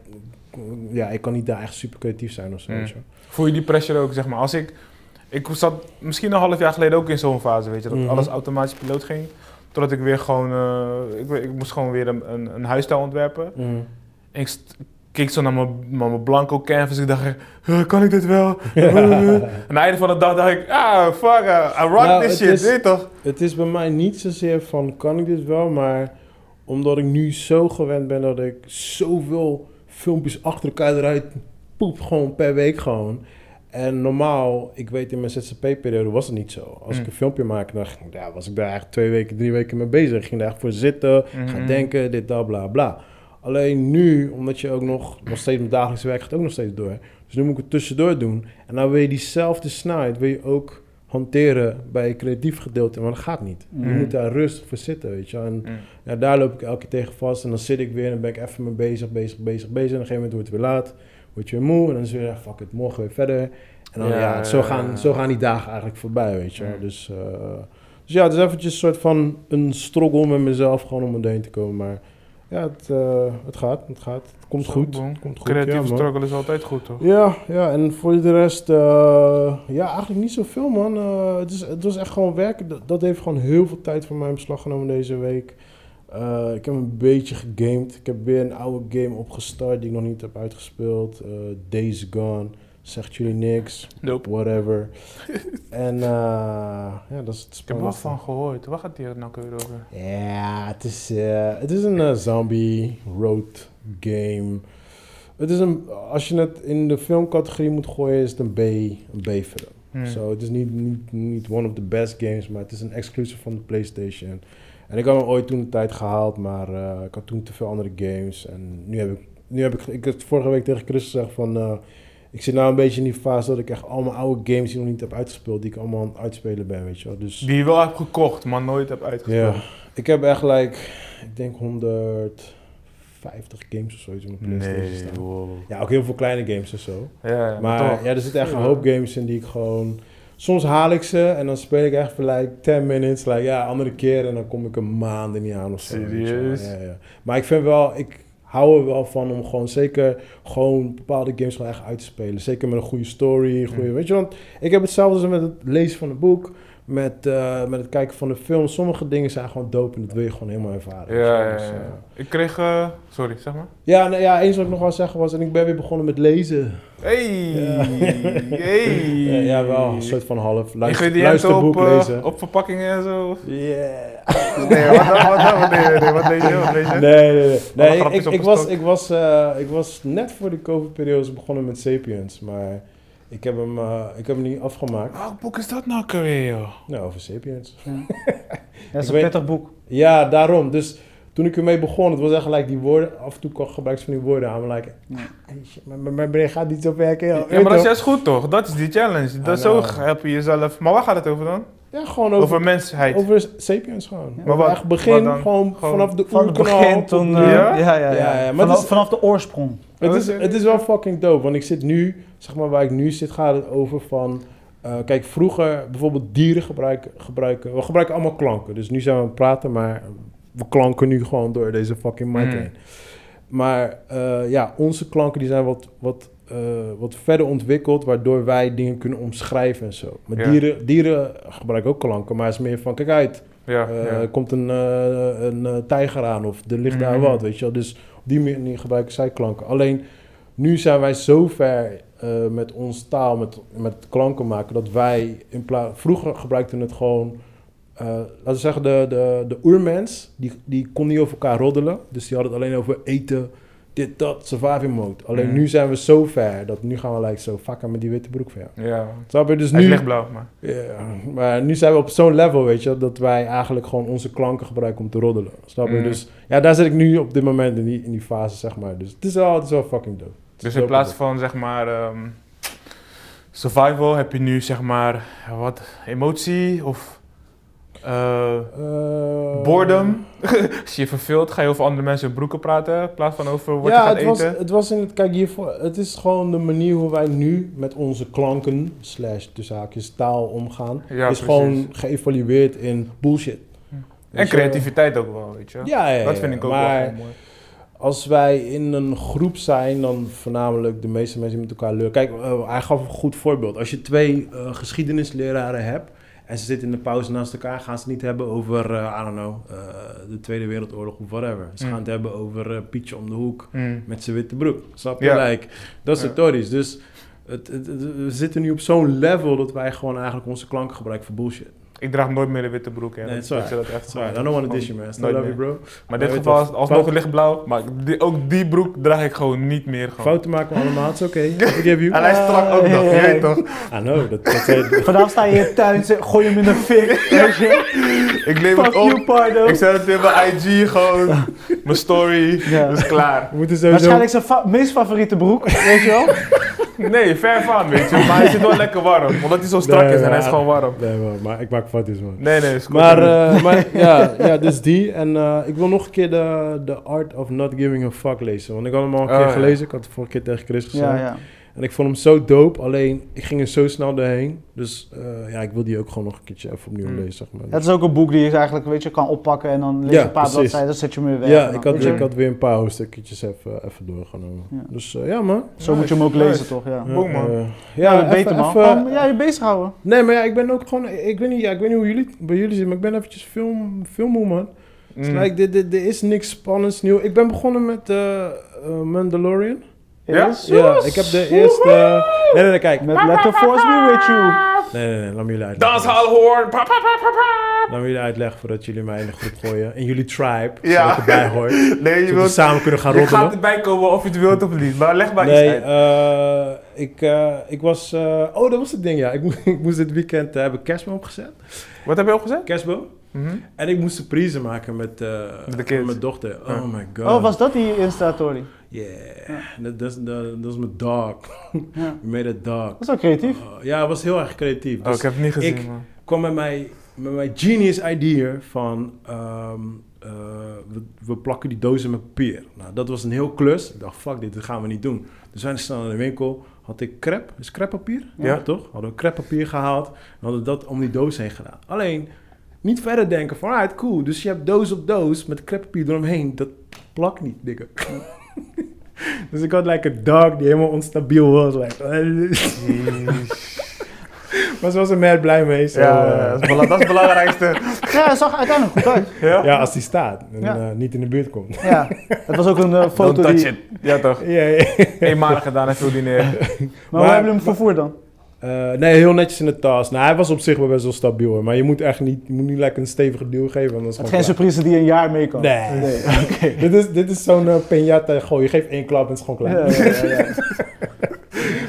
Speaker 2: mm, Ja, ik kan niet daar echt super creatief zijn of zo,
Speaker 4: Mm.
Speaker 2: weet je wel.
Speaker 4: Voel je die pressure ook, zeg maar. Als ik, ik zat misschien een half jaar geleden ook in zo'n fase, weet je, dat
Speaker 2: Mhm.
Speaker 4: alles automatisch piloot ging. Totdat ik weer gewoon, eh, ik, we- ik moest gewoon weer een, een, een huisstijl ontwerpen. En ik st- keek zo naar mijn, naar mijn blanco canvas, ik dacht, "Huh, kan ik dit wel? en aan het einde van de dag dacht ik, ah, fuck, I, I rock
Speaker 2: Nou,
Speaker 4: this
Speaker 2: het
Speaker 4: shit,
Speaker 2: is-
Speaker 4: weet je toch?
Speaker 2: Het is bij mij niet zozeer van kan ik dit wel, maar omdat ik nu zo gewend ben dat ik zoveel filmpjes achter elkaar eruit poep gewoon per week gewoon. En normaal, ik weet in mijn ZZP-periode was het niet zo. Als
Speaker 4: Mm.
Speaker 2: ik een filmpje maakte, dan ging- ja, was ik daar eigenlijk twee weken, drie weken mee bezig. Ik ging daar echt voor zitten, ga
Speaker 4: Mhm.
Speaker 2: denken, dit, dat, bla, bla. Alleen nu, omdat je ook nog, nog steeds mijn dagelijkse werk gaat ook nog steeds door. Dus nu moet ik het tussendoor doen. En dan wil je diezelfde snelheid, wil je ook hanteren bij je creatief gedeelte, maar dat gaat niet. Je
Speaker 1: Mm.
Speaker 2: moet daar rustig voor zitten, weet je. wel. En
Speaker 4: Mm.
Speaker 2: ja, daar loop ik elke keer tegen vast en dan zit ik weer en dan ben ik even mee bezig, bezig, bezig, bezig. En op een gegeven moment wordt het weer laat, word je weer moe en dan is het weer, ah, fuck it, morgen weer verder. En dan, ja,
Speaker 4: Ja,
Speaker 2: zo,
Speaker 4: ja,
Speaker 2: gaan,
Speaker 4: ja.
Speaker 2: zo gaan die dagen eigenlijk voorbij, weet je. wel.
Speaker 4: Mm.
Speaker 2: Dus, eh, dus ja, het is eventjes een soort van een struggle met mezelf, gewoon om er heen te komen. Maar ja, het, eh, het gaat, het gaat. Het komt goed,
Speaker 4: Zo, man.
Speaker 2: het komt goed. ja,
Speaker 4: Creatieve
Speaker 2: man.
Speaker 4: struggle is altijd goed, toch?
Speaker 2: Ja, ja, en voor de rest, eh, ja, eigenlijk niet zoveel, man. Eh, het, is, het was echt gewoon werken. Dat, dat heeft gewoon heel veel tijd van mij in beslag genomen deze week. Eh, ik heb een beetje gegamed. Ik heb weer een oude game opgestart die ik nog niet heb uitgespeeld. Eh, Days Gone. Zegt jullie niks.
Speaker 4: Nope.
Speaker 2: Whatever. en eh, ja, dat is het
Speaker 4: Ik heb er
Speaker 2: spannende.
Speaker 4: wel van gehoord. Waar gaat die nou weer over?
Speaker 2: Ja, het is, eh, het is een eh, zombie road game. Het is een, als je het in de filmcategorie moet gooien, is het een B, een B-film.
Speaker 4: Hmm.
Speaker 2: Zo, het is niet, niet, niet one of the best games, maar het is een exclusive van de PlayStation. En ik had hem ooit toen de tijd gehaald, maar eh, ik had toen te veel andere games. En nu heb ik, nu heb ik, ik had vorige week tegen Chris gezegd van, eh, ik zit nou een beetje in die fase dat ik echt al mijn oude games die ik nog niet heb uitgespeeld, die ik allemaal aan het uitspelen ben, weet je wel. Dus,
Speaker 4: Die je wel hebt gekocht, maar nooit hebt uitgespeeld.
Speaker 2: ja, ik heb echt like, ik denk 150 games of zoiets op mijn PlayStation
Speaker 4: Nee,
Speaker 2: staan.
Speaker 4: wow.
Speaker 2: Ja, ook heel veel kleine games en zo.
Speaker 4: Ja, ja,
Speaker 2: maar
Speaker 4: toch.
Speaker 2: ja, er zitten echt een
Speaker 4: Ja.
Speaker 2: hoop games in die ik gewoon... Soms haal ik ze en dan speel ik echt voor like 10 minutes. Like, ja, andere keer en dan kom ik een maand er niet aan of zo. weet je wel.
Speaker 4: Serieus?
Speaker 2: Ja, ja. Maar ik vind wel, ik hou er wel van om gewoon zeker gewoon bepaalde games gewoon echt uit te spelen. Zeker met een goede story, een goede... Weet je, want ik heb hetzelfde als met het lezen van een boek. met, eh, met het kijken van de film. Sommige dingen zijn gewoon dope en dat wil je gewoon helemaal ervaren.
Speaker 4: Ja, ja,
Speaker 2: Dus,
Speaker 4: ja.
Speaker 2: eh,
Speaker 4: Ik kreeg... eh, sorry, zeg maar.
Speaker 2: ja, nou ja, eens wat ik nog wel zeggen was, en ik ben weer begonnen met lezen.
Speaker 4: Hey!
Speaker 2: Ja.
Speaker 4: Hey!
Speaker 2: Ja, ja wel, een soort van half luister,
Speaker 4: Ingrediënten op,
Speaker 2: luisterboek
Speaker 4: eh,
Speaker 2: lezen.
Speaker 4: op verpakkingen en zo.
Speaker 2: Yeah.
Speaker 3: Nee, wat, wat, wat, wat, nee, nee, wat lees je? Wat lees je?
Speaker 2: Nee, nee, nee.
Speaker 4: Alle
Speaker 2: nee ik,
Speaker 4: grapjes
Speaker 2: ik, ik was,
Speaker 4: opgestoken.
Speaker 2: ik, was, eh, ik was net voor de COVID-periode begonnen met Sapiens, maar ik heb hem, eh, ik heb hem niet afgemaakt.
Speaker 4: Welk boek is dat nou ook alweer, joh?
Speaker 2: Nou, over Sapiens.
Speaker 1: dat is een
Speaker 2: Ik weet-
Speaker 1: prettig boek.
Speaker 2: Ja, daarom. Dus toen ik ermee begon, het was echt gelijk die woorden. Af en toe kwam gebruik van die woorden aan. Maar like,
Speaker 1: Ja.
Speaker 2: ah, shit, mijn- mijn mijn brein gaat niet zo werken. joh. Weet
Speaker 4: Ja, maar dat
Speaker 2: toch?
Speaker 4: is juist goed toch? Dat is die challenge. Dat
Speaker 2: I
Speaker 4: zo
Speaker 2: know.
Speaker 4: heb je jezelf. Maar waar gaat het over dan?
Speaker 2: ja, gewoon
Speaker 4: Over,
Speaker 2: over, over,
Speaker 4: mensheid.
Speaker 2: Sapiens gewoon.
Speaker 1: Ja.
Speaker 2: Maar
Speaker 4: Maar wat-
Speaker 2: echt begin,
Speaker 4: wat dan?
Speaker 2: gewoon,
Speaker 4: Gewoon
Speaker 2: vanaf de
Speaker 1: Van het
Speaker 2: oerknal
Speaker 1: begin
Speaker 2: tot
Speaker 1: toen...
Speaker 2: nu.
Speaker 1: eh, ja,
Speaker 4: Ja?
Speaker 1: ja, ja.
Speaker 2: Ja, ja, maar
Speaker 1: vanaf,
Speaker 2: het is-
Speaker 1: vanaf de oorsprong.
Speaker 2: Het
Speaker 4: Oh,
Speaker 2: is,
Speaker 4: oké.
Speaker 2: het is wel fucking dope, want ik zit nu, zeg maar waar ik nu zit, gaat het over van... eh, kijk, vroeger bijvoorbeeld dieren gebruiken, gebruiken... We gebruiken allemaal klanken, dus nu zijn we aan het praten, maar we klanken nu gewoon door deze fucking mic
Speaker 4: Mm.
Speaker 2: heen. Maar eh, ja, onze klanken die zijn wat, wat, eh, wat verder ontwikkeld, waardoor wij dingen kunnen omschrijven en zo. Maar
Speaker 4: Ja.
Speaker 2: dieren, dieren gebruiken ook klanken, maar het is meer van, kijk uit,
Speaker 4: ja,
Speaker 2: eh,
Speaker 4: ja.
Speaker 2: Er komt een, eh, een eh, tijger aan of er ligt daar
Speaker 4: Mhm.
Speaker 2: wat, weet je wel. Dus op die manier gebruiken zij klanken. Alleen nu zijn wij zo ver eh, met ons taal, met, met klanken maken, dat wij in plaats... Vroeger gebruikten het gewoon... eh, laten we zeggen, de, de, de oermens, die, die kon niet over elkaar roddelen. Dus die hadden het alleen over eten, dit, dat, survival mode. Alleen
Speaker 4: Mhm.
Speaker 2: nu zijn we zo ver, dat nu gaan we like, zo vakken met die witte broek van jou.
Speaker 4: ja.
Speaker 2: Snap je? Dus
Speaker 4: Hij is
Speaker 2: nu...
Speaker 4: lichtblauw, maar.
Speaker 2: Ja, maar nu zijn we op zo'n level, weet je, dat wij eigenlijk gewoon onze klanken gebruiken om te roddelen. Snap je?
Speaker 4: Mm.
Speaker 2: Dus ja, daar zit ik nu op dit moment in die, in die fase, zeg maar. Dus het is wel, het is wel fucking dope. Het is
Speaker 4: Dus in
Speaker 2: dope
Speaker 4: plaats
Speaker 2: dope.
Speaker 4: van zeg maar. ehm, survival heb je nu zeg maar. Wat? Emotie of. eh
Speaker 2: Eh,
Speaker 4: boredom. Als je je verveelt, ga je over andere mensen hun broeken praten. In plaats van over wat je
Speaker 2: Ja,
Speaker 4: gaat
Speaker 2: het was,
Speaker 4: eten.
Speaker 2: het was in het, kijk hiervoor, het is gewoon de manier hoe wij nu met onze klanken, slash tussen haakjes, taal omgaan.
Speaker 4: Ja,
Speaker 2: is
Speaker 4: precies.
Speaker 2: gewoon geëvalueerd in bullshit. Weet
Speaker 4: En
Speaker 2: je?
Speaker 4: creativiteit ook wel, weet je.
Speaker 2: Ja, ja, ja,
Speaker 4: dat vind ik ook
Speaker 2: maar,
Speaker 4: wel gewoon mooi.
Speaker 2: als wij in een groep zijn, dan voornamelijk de meeste mensen met elkaar leuren. Kijk, eh, hij gaf een goed voorbeeld. Als je twee eh, geschiedenisleraren hebt en ze zitten in de pauze naast elkaar, gaan ze het niet hebben over, eh I don't know, eh, de Tweede Wereldoorlog of whatever. Ze
Speaker 4: Mm.
Speaker 2: gaan het hebben over eh, Pietje om de hoek
Speaker 4: Mm.
Speaker 2: met zijn witte broek. Snap je?
Speaker 4: Ja.
Speaker 2: Like, dat
Speaker 4: Ja.
Speaker 2: soort stories. Dus het, het- het- we zitten nu op zo'n level dat wij gewoon eigenlijk onze klanken gebruiken voor bullshit.
Speaker 4: Ik draag nooit meer een witte broek. Hè.
Speaker 2: Nee,
Speaker 4: Dat-
Speaker 2: sorry.
Speaker 4: dat je dat echt
Speaker 2: Sorry, I
Speaker 4: gewoon-
Speaker 2: don't want to
Speaker 4: gewoon
Speaker 2: dish you, man. Still
Speaker 4: nooit
Speaker 2: love you,
Speaker 4: meer.
Speaker 2: bro.
Speaker 4: Maar in dit
Speaker 2: Weet
Speaker 4: geval
Speaker 2: wat?
Speaker 4: is alsnog
Speaker 2: Fout-
Speaker 4: lichtblauw. Maar die- ook die broek draag ik gewoon niet meer. Gewoon.
Speaker 2: Fouten maken we allemaal, het is oké. Ik heb you.
Speaker 4: En hij is strak ook nog, je weet toch?
Speaker 2: Ah, no, dat, dat zei
Speaker 1: Vanaf sta je in je tuin, ze- gooi hem in de fik. weet je.
Speaker 4: Ik neem
Speaker 1: Fuck
Speaker 4: het
Speaker 1: you,
Speaker 4: op.
Speaker 1: Pardo.
Speaker 4: Ik zet het in mijn IG gewoon. Mijn story.
Speaker 1: Ja.
Speaker 4: Dat is klaar.
Speaker 2: We moeten sowieso...
Speaker 1: Waarschijnlijk zijn fa- meest favoriete broek, weet je wel.
Speaker 4: Nee, ver van, weet je. Maar hij zit wel lekker warm. Omdat hij zo strak
Speaker 2: Nee,
Speaker 4: is en hij is
Speaker 2: maar-
Speaker 4: gewoon warm.
Speaker 2: Nee, man, maar ik maak foutjes, man.
Speaker 4: Nee, nee, is goed.
Speaker 2: Maar, eh, maar ja, ja, dus die. En eh, ik wil nog een keer de, de Art of Not Giving a Fuck lezen. Want ik had hem al een
Speaker 4: Oh,
Speaker 2: keer
Speaker 4: ja.
Speaker 2: gelezen. Ik had het vorige keer tegen Chris gezegd.
Speaker 1: Ja, ja.
Speaker 2: En ik vond hem zo dope. Alleen, ik ging er zo snel doorheen. Dus eh, ja, ik wil die ook gewoon nog een keertje even opnieuw
Speaker 4: Hmm.
Speaker 2: lezen, zeg maar.
Speaker 1: Het is ook een boek die je eigenlijk weet je, kan oppakken en dan lees je
Speaker 2: Ja,
Speaker 1: een paar
Speaker 2: precies.
Speaker 1: bladzijden, dan zet je hem weer weg. en
Speaker 2: ja,
Speaker 1: dan,
Speaker 2: ik had,
Speaker 1: weet je,
Speaker 2: ik had weer een paar hoofdstukjes even, even doorgenomen.
Speaker 1: Ja.
Speaker 2: Dus eh, ja, man.
Speaker 1: Zo moet je hem ook lezen, toch? Ja,
Speaker 4: Boom, man.
Speaker 2: Eh,
Speaker 1: ja,
Speaker 2: ja,
Speaker 1: beter man.
Speaker 2: even-
Speaker 1: Gewoon, ja, je bezighouden.
Speaker 2: Nee, maar ja, ik ben ook gewoon... Ik weet niet, ja, ik weet niet hoe jullie, bij jullie zitten, maar ik ben eventjes film, filmmoe, man.
Speaker 4: Mm.
Speaker 2: Het lijkt, er- er- er is niks spannends nieuw. Ik ben begonnen met eh, eh, Mandalorian.
Speaker 4: Ja?
Speaker 1: Yes.
Speaker 2: Ja, ik heb de eerste... Nee, nee, nee, kijk. Nee,
Speaker 1: Met Let the Force Be With You.
Speaker 2: nee, nee, laat me jullie uitleggen.
Speaker 4: Danshaalhoorn. pa, pa, pa, pa, pa.
Speaker 2: Laat me jullie uitleggen voordat jullie mij in de groep gooien. In jullie tribe,
Speaker 4: Ja.
Speaker 2: zodat ik erbij hoor.
Speaker 4: Nee, je
Speaker 2: Zodat we
Speaker 4: wilt...
Speaker 2: samen kunnen gaan
Speaker 4: Je gaat
Speaker 2: roddelen.
Speaker 4: erbij komen of je het wilt of niet. Maar leg maar
Speaker 2: Nee,
Speaker 4: iets uit.
Speaker 2: eh, ik, eh, ik was... eh, oh, dat was het ding, ja. Ik, mo- ik moest dit weekend eh, hebben kerstboom opgezet.
Speaker 4: Wat heb je al gezegd?
Speaker 2: Kerstboom.
Speaker 4: Mhm.
Speaker 2: En ik moest surprise maken met, eh,
Speaker 4: Met de kids.
Speaker 2: mijn dochter.
Speaker 4: Ja.
Speaker 2: Oh my god.
Speaker 1: Oh, was dat die Insta-story?
Speaker 2: Yeah. Dat- Dat is- dat- dat is mijn dog.
Speaker 1: Ja.
Speaker 2: We made a dog.
Speaker 1: Dat is wel creatief.
Speaker 2: Oh, ja, het was heel erg creatief.
Speaker 4: Oh,
Speaker 2: Dus
Speaker 4: ik heb het niet gezien,
Speaker 2: ik-
Speaker 4: man.
Speaker 2: kwam met mijn, met mijn genius idea van... ehm, eh, we, we plakken die dozen met papier. Nou, dat was een heel klus. Ik dacht, fuck dit, dat gaan we niet doen. Dus wij staan in de winkel. Had ik krep, is kreppapier?
Speaker 1: Ja.
Speaker 2: toch? Hadden we kreppapier gehaald. En hadden dat om die doos heen gedaan. Alleen, niet verder denken van, right, cool. Dus je hebt doos op doos met kreppapier eromheen. Dat plakt niet, dikke. dus ik had like een dog die helemaal onstabiel was. Like, Maar ze was er meer blij mee. zo,
Speaker 4: Ja,
Speaker 2: eh.
Speaker 4: dat is bela- dat is het belangrijkste.
Speaker 1: Ja, het zag er uiteindelijk goed uit.
Speaker 4: Ja?
Speaker 2: Ja, als die staat en
Speaker 1: Ja.
Speaker 2: eh, niet in de buurt komt.
Speaker 1: Ja, het was ook een eh,
Speaker 4: Don't
Speaker 1: foto
Speaker 4: touch
Speaker 1: die...
Speaker 4: it. Ja toch.
Speaker 2: Ja, ja.
Speaker 4: Eenmalig gedaan en viel die neer.
Speaker 1: Maar,
Speaker 2: Maar-
Speaker 1: hoe hebben we hem vervoerd dan?
Speaker 2: Eh, nee, heel netjes in de tas. Nou, hij was op zich wel best wel stabiel. hoor. Maar je moet echt niet, je moet niet lekker een stevige duw geven. want dat
Speaker 1: Het
Speaker 2: is
Speaker 1: is geen
Speaker 2: gewoon
Speaker 1: surprise die een jaar mee kan.
Speaker 2: klaar. Nee. dit is, dit is zo'n eh, piñata. Goh, je geeft één klap en het is gewoon
Speaker 1: Ja,
Speaker 2: klaar.
Speaker 1: ja, ja.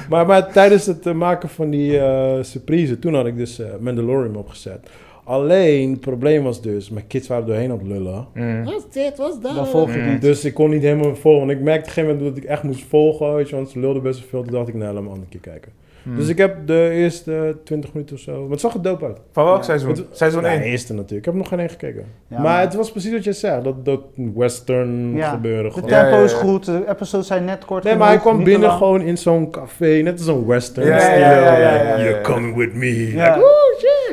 Speaker 2: Maar, maar tijdens het eh, maken van die eh, surprise, toen had ik dus eh, Mandalorian opgezet. Alleen, het probleem was dus, mijn kids waren doorheen aan het lullen.
Speaker 4: Mm.
Speaker 1: Dan volg je die.
Speaker 2: Dus ik kon niet helemaal volgen. Want ik merkte op een gegeven moment dat ik echt moest volgen. Weet je, want ze lulden best wel veel. Toen dacht ik, nou, laat me een andere keer kijken. Dus ik heb de eerste 20 minuten of zo. Maar het zag er dope uit.
Speaker 4: Van welk seizoen? Seizoen
Speaker 2: Ja,
Speaker 4: 1.
Speaker 2: de eerste natuurlijk. Ik heb er nog geen één gekeken.
Speaker 1: Ja,
Speaker 2: maar,
Speaker 1: maar-
Speaker 2: het was precies wat je zei. Dat, dat western
Speaker 1: Ja,
Speaker 2: gebeuren
Speaker 1: De
Speaker 2: gewoon.
Speaker 4: Ja, ja,
Speaker 1: tempo
Speaker 4: ja.
Speaker 1: is goed, de episodes zijn net kort.
Speaker 2: Nee, maar hij
Speaker 1: genoeg,
Speaker 2: kwam
Speaker 1: niet te
Speaker 2: binnen
Speaker 1: lang.
Speaker 2: gewoon in zo'n café. Net als een western.
Speaker 4: Ja, ja,
Speaker 2: stijl,
Speaker 4: ja, ja, ja,
Speaker 2: like,
Speaker 4: ja, ja.
Speaker 2: You're coming with me.
Speaker 1: Ja.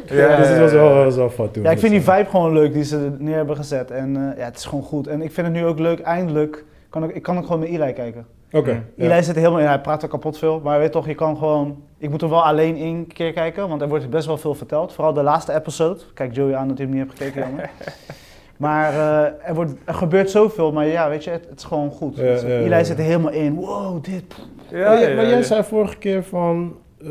Speaker 2: Ja, dus het was wel, was wel fat toen.
Speaker 1: Ja, ik vind die vibe gewoon leuk die ze er neer hebben gezet. En eh, ja, het is gewoon goed. En ik vind het nu ook leuk, eindelijk. Kan ik, ik kan ook gewoon met Eli kijken.
Speaker 2: Oké. ja.
Speaker 1: Eli zit er helemaal in, hij praat er kapot veel. Maar weet toch, je kan gewoon... Ik moet er wel alleen één keer kijken, want er wordt best wel veel verteld. Vooral de laatste episode. Kijk Joey aan dat hij hem niet hebt gekeken, jammer. Maar eh, er, wordt, er gebeurt zoveel, maar ja, weet je, het, het is gewoon goed. Dus
Speaker 2: Ja, ja, ja.
Speaker 1: Eli zit er helemaal in. Wow, dit. pff.
Speaker 4: Ja,
Speaker 2: Maar jij-
Speaker 4: ja,
Speaker 2: maar
Speaker 4: ja,
Speaker 2: jij
Speaker 4: ja.
Speaker 2: zei vorige keer van... eh,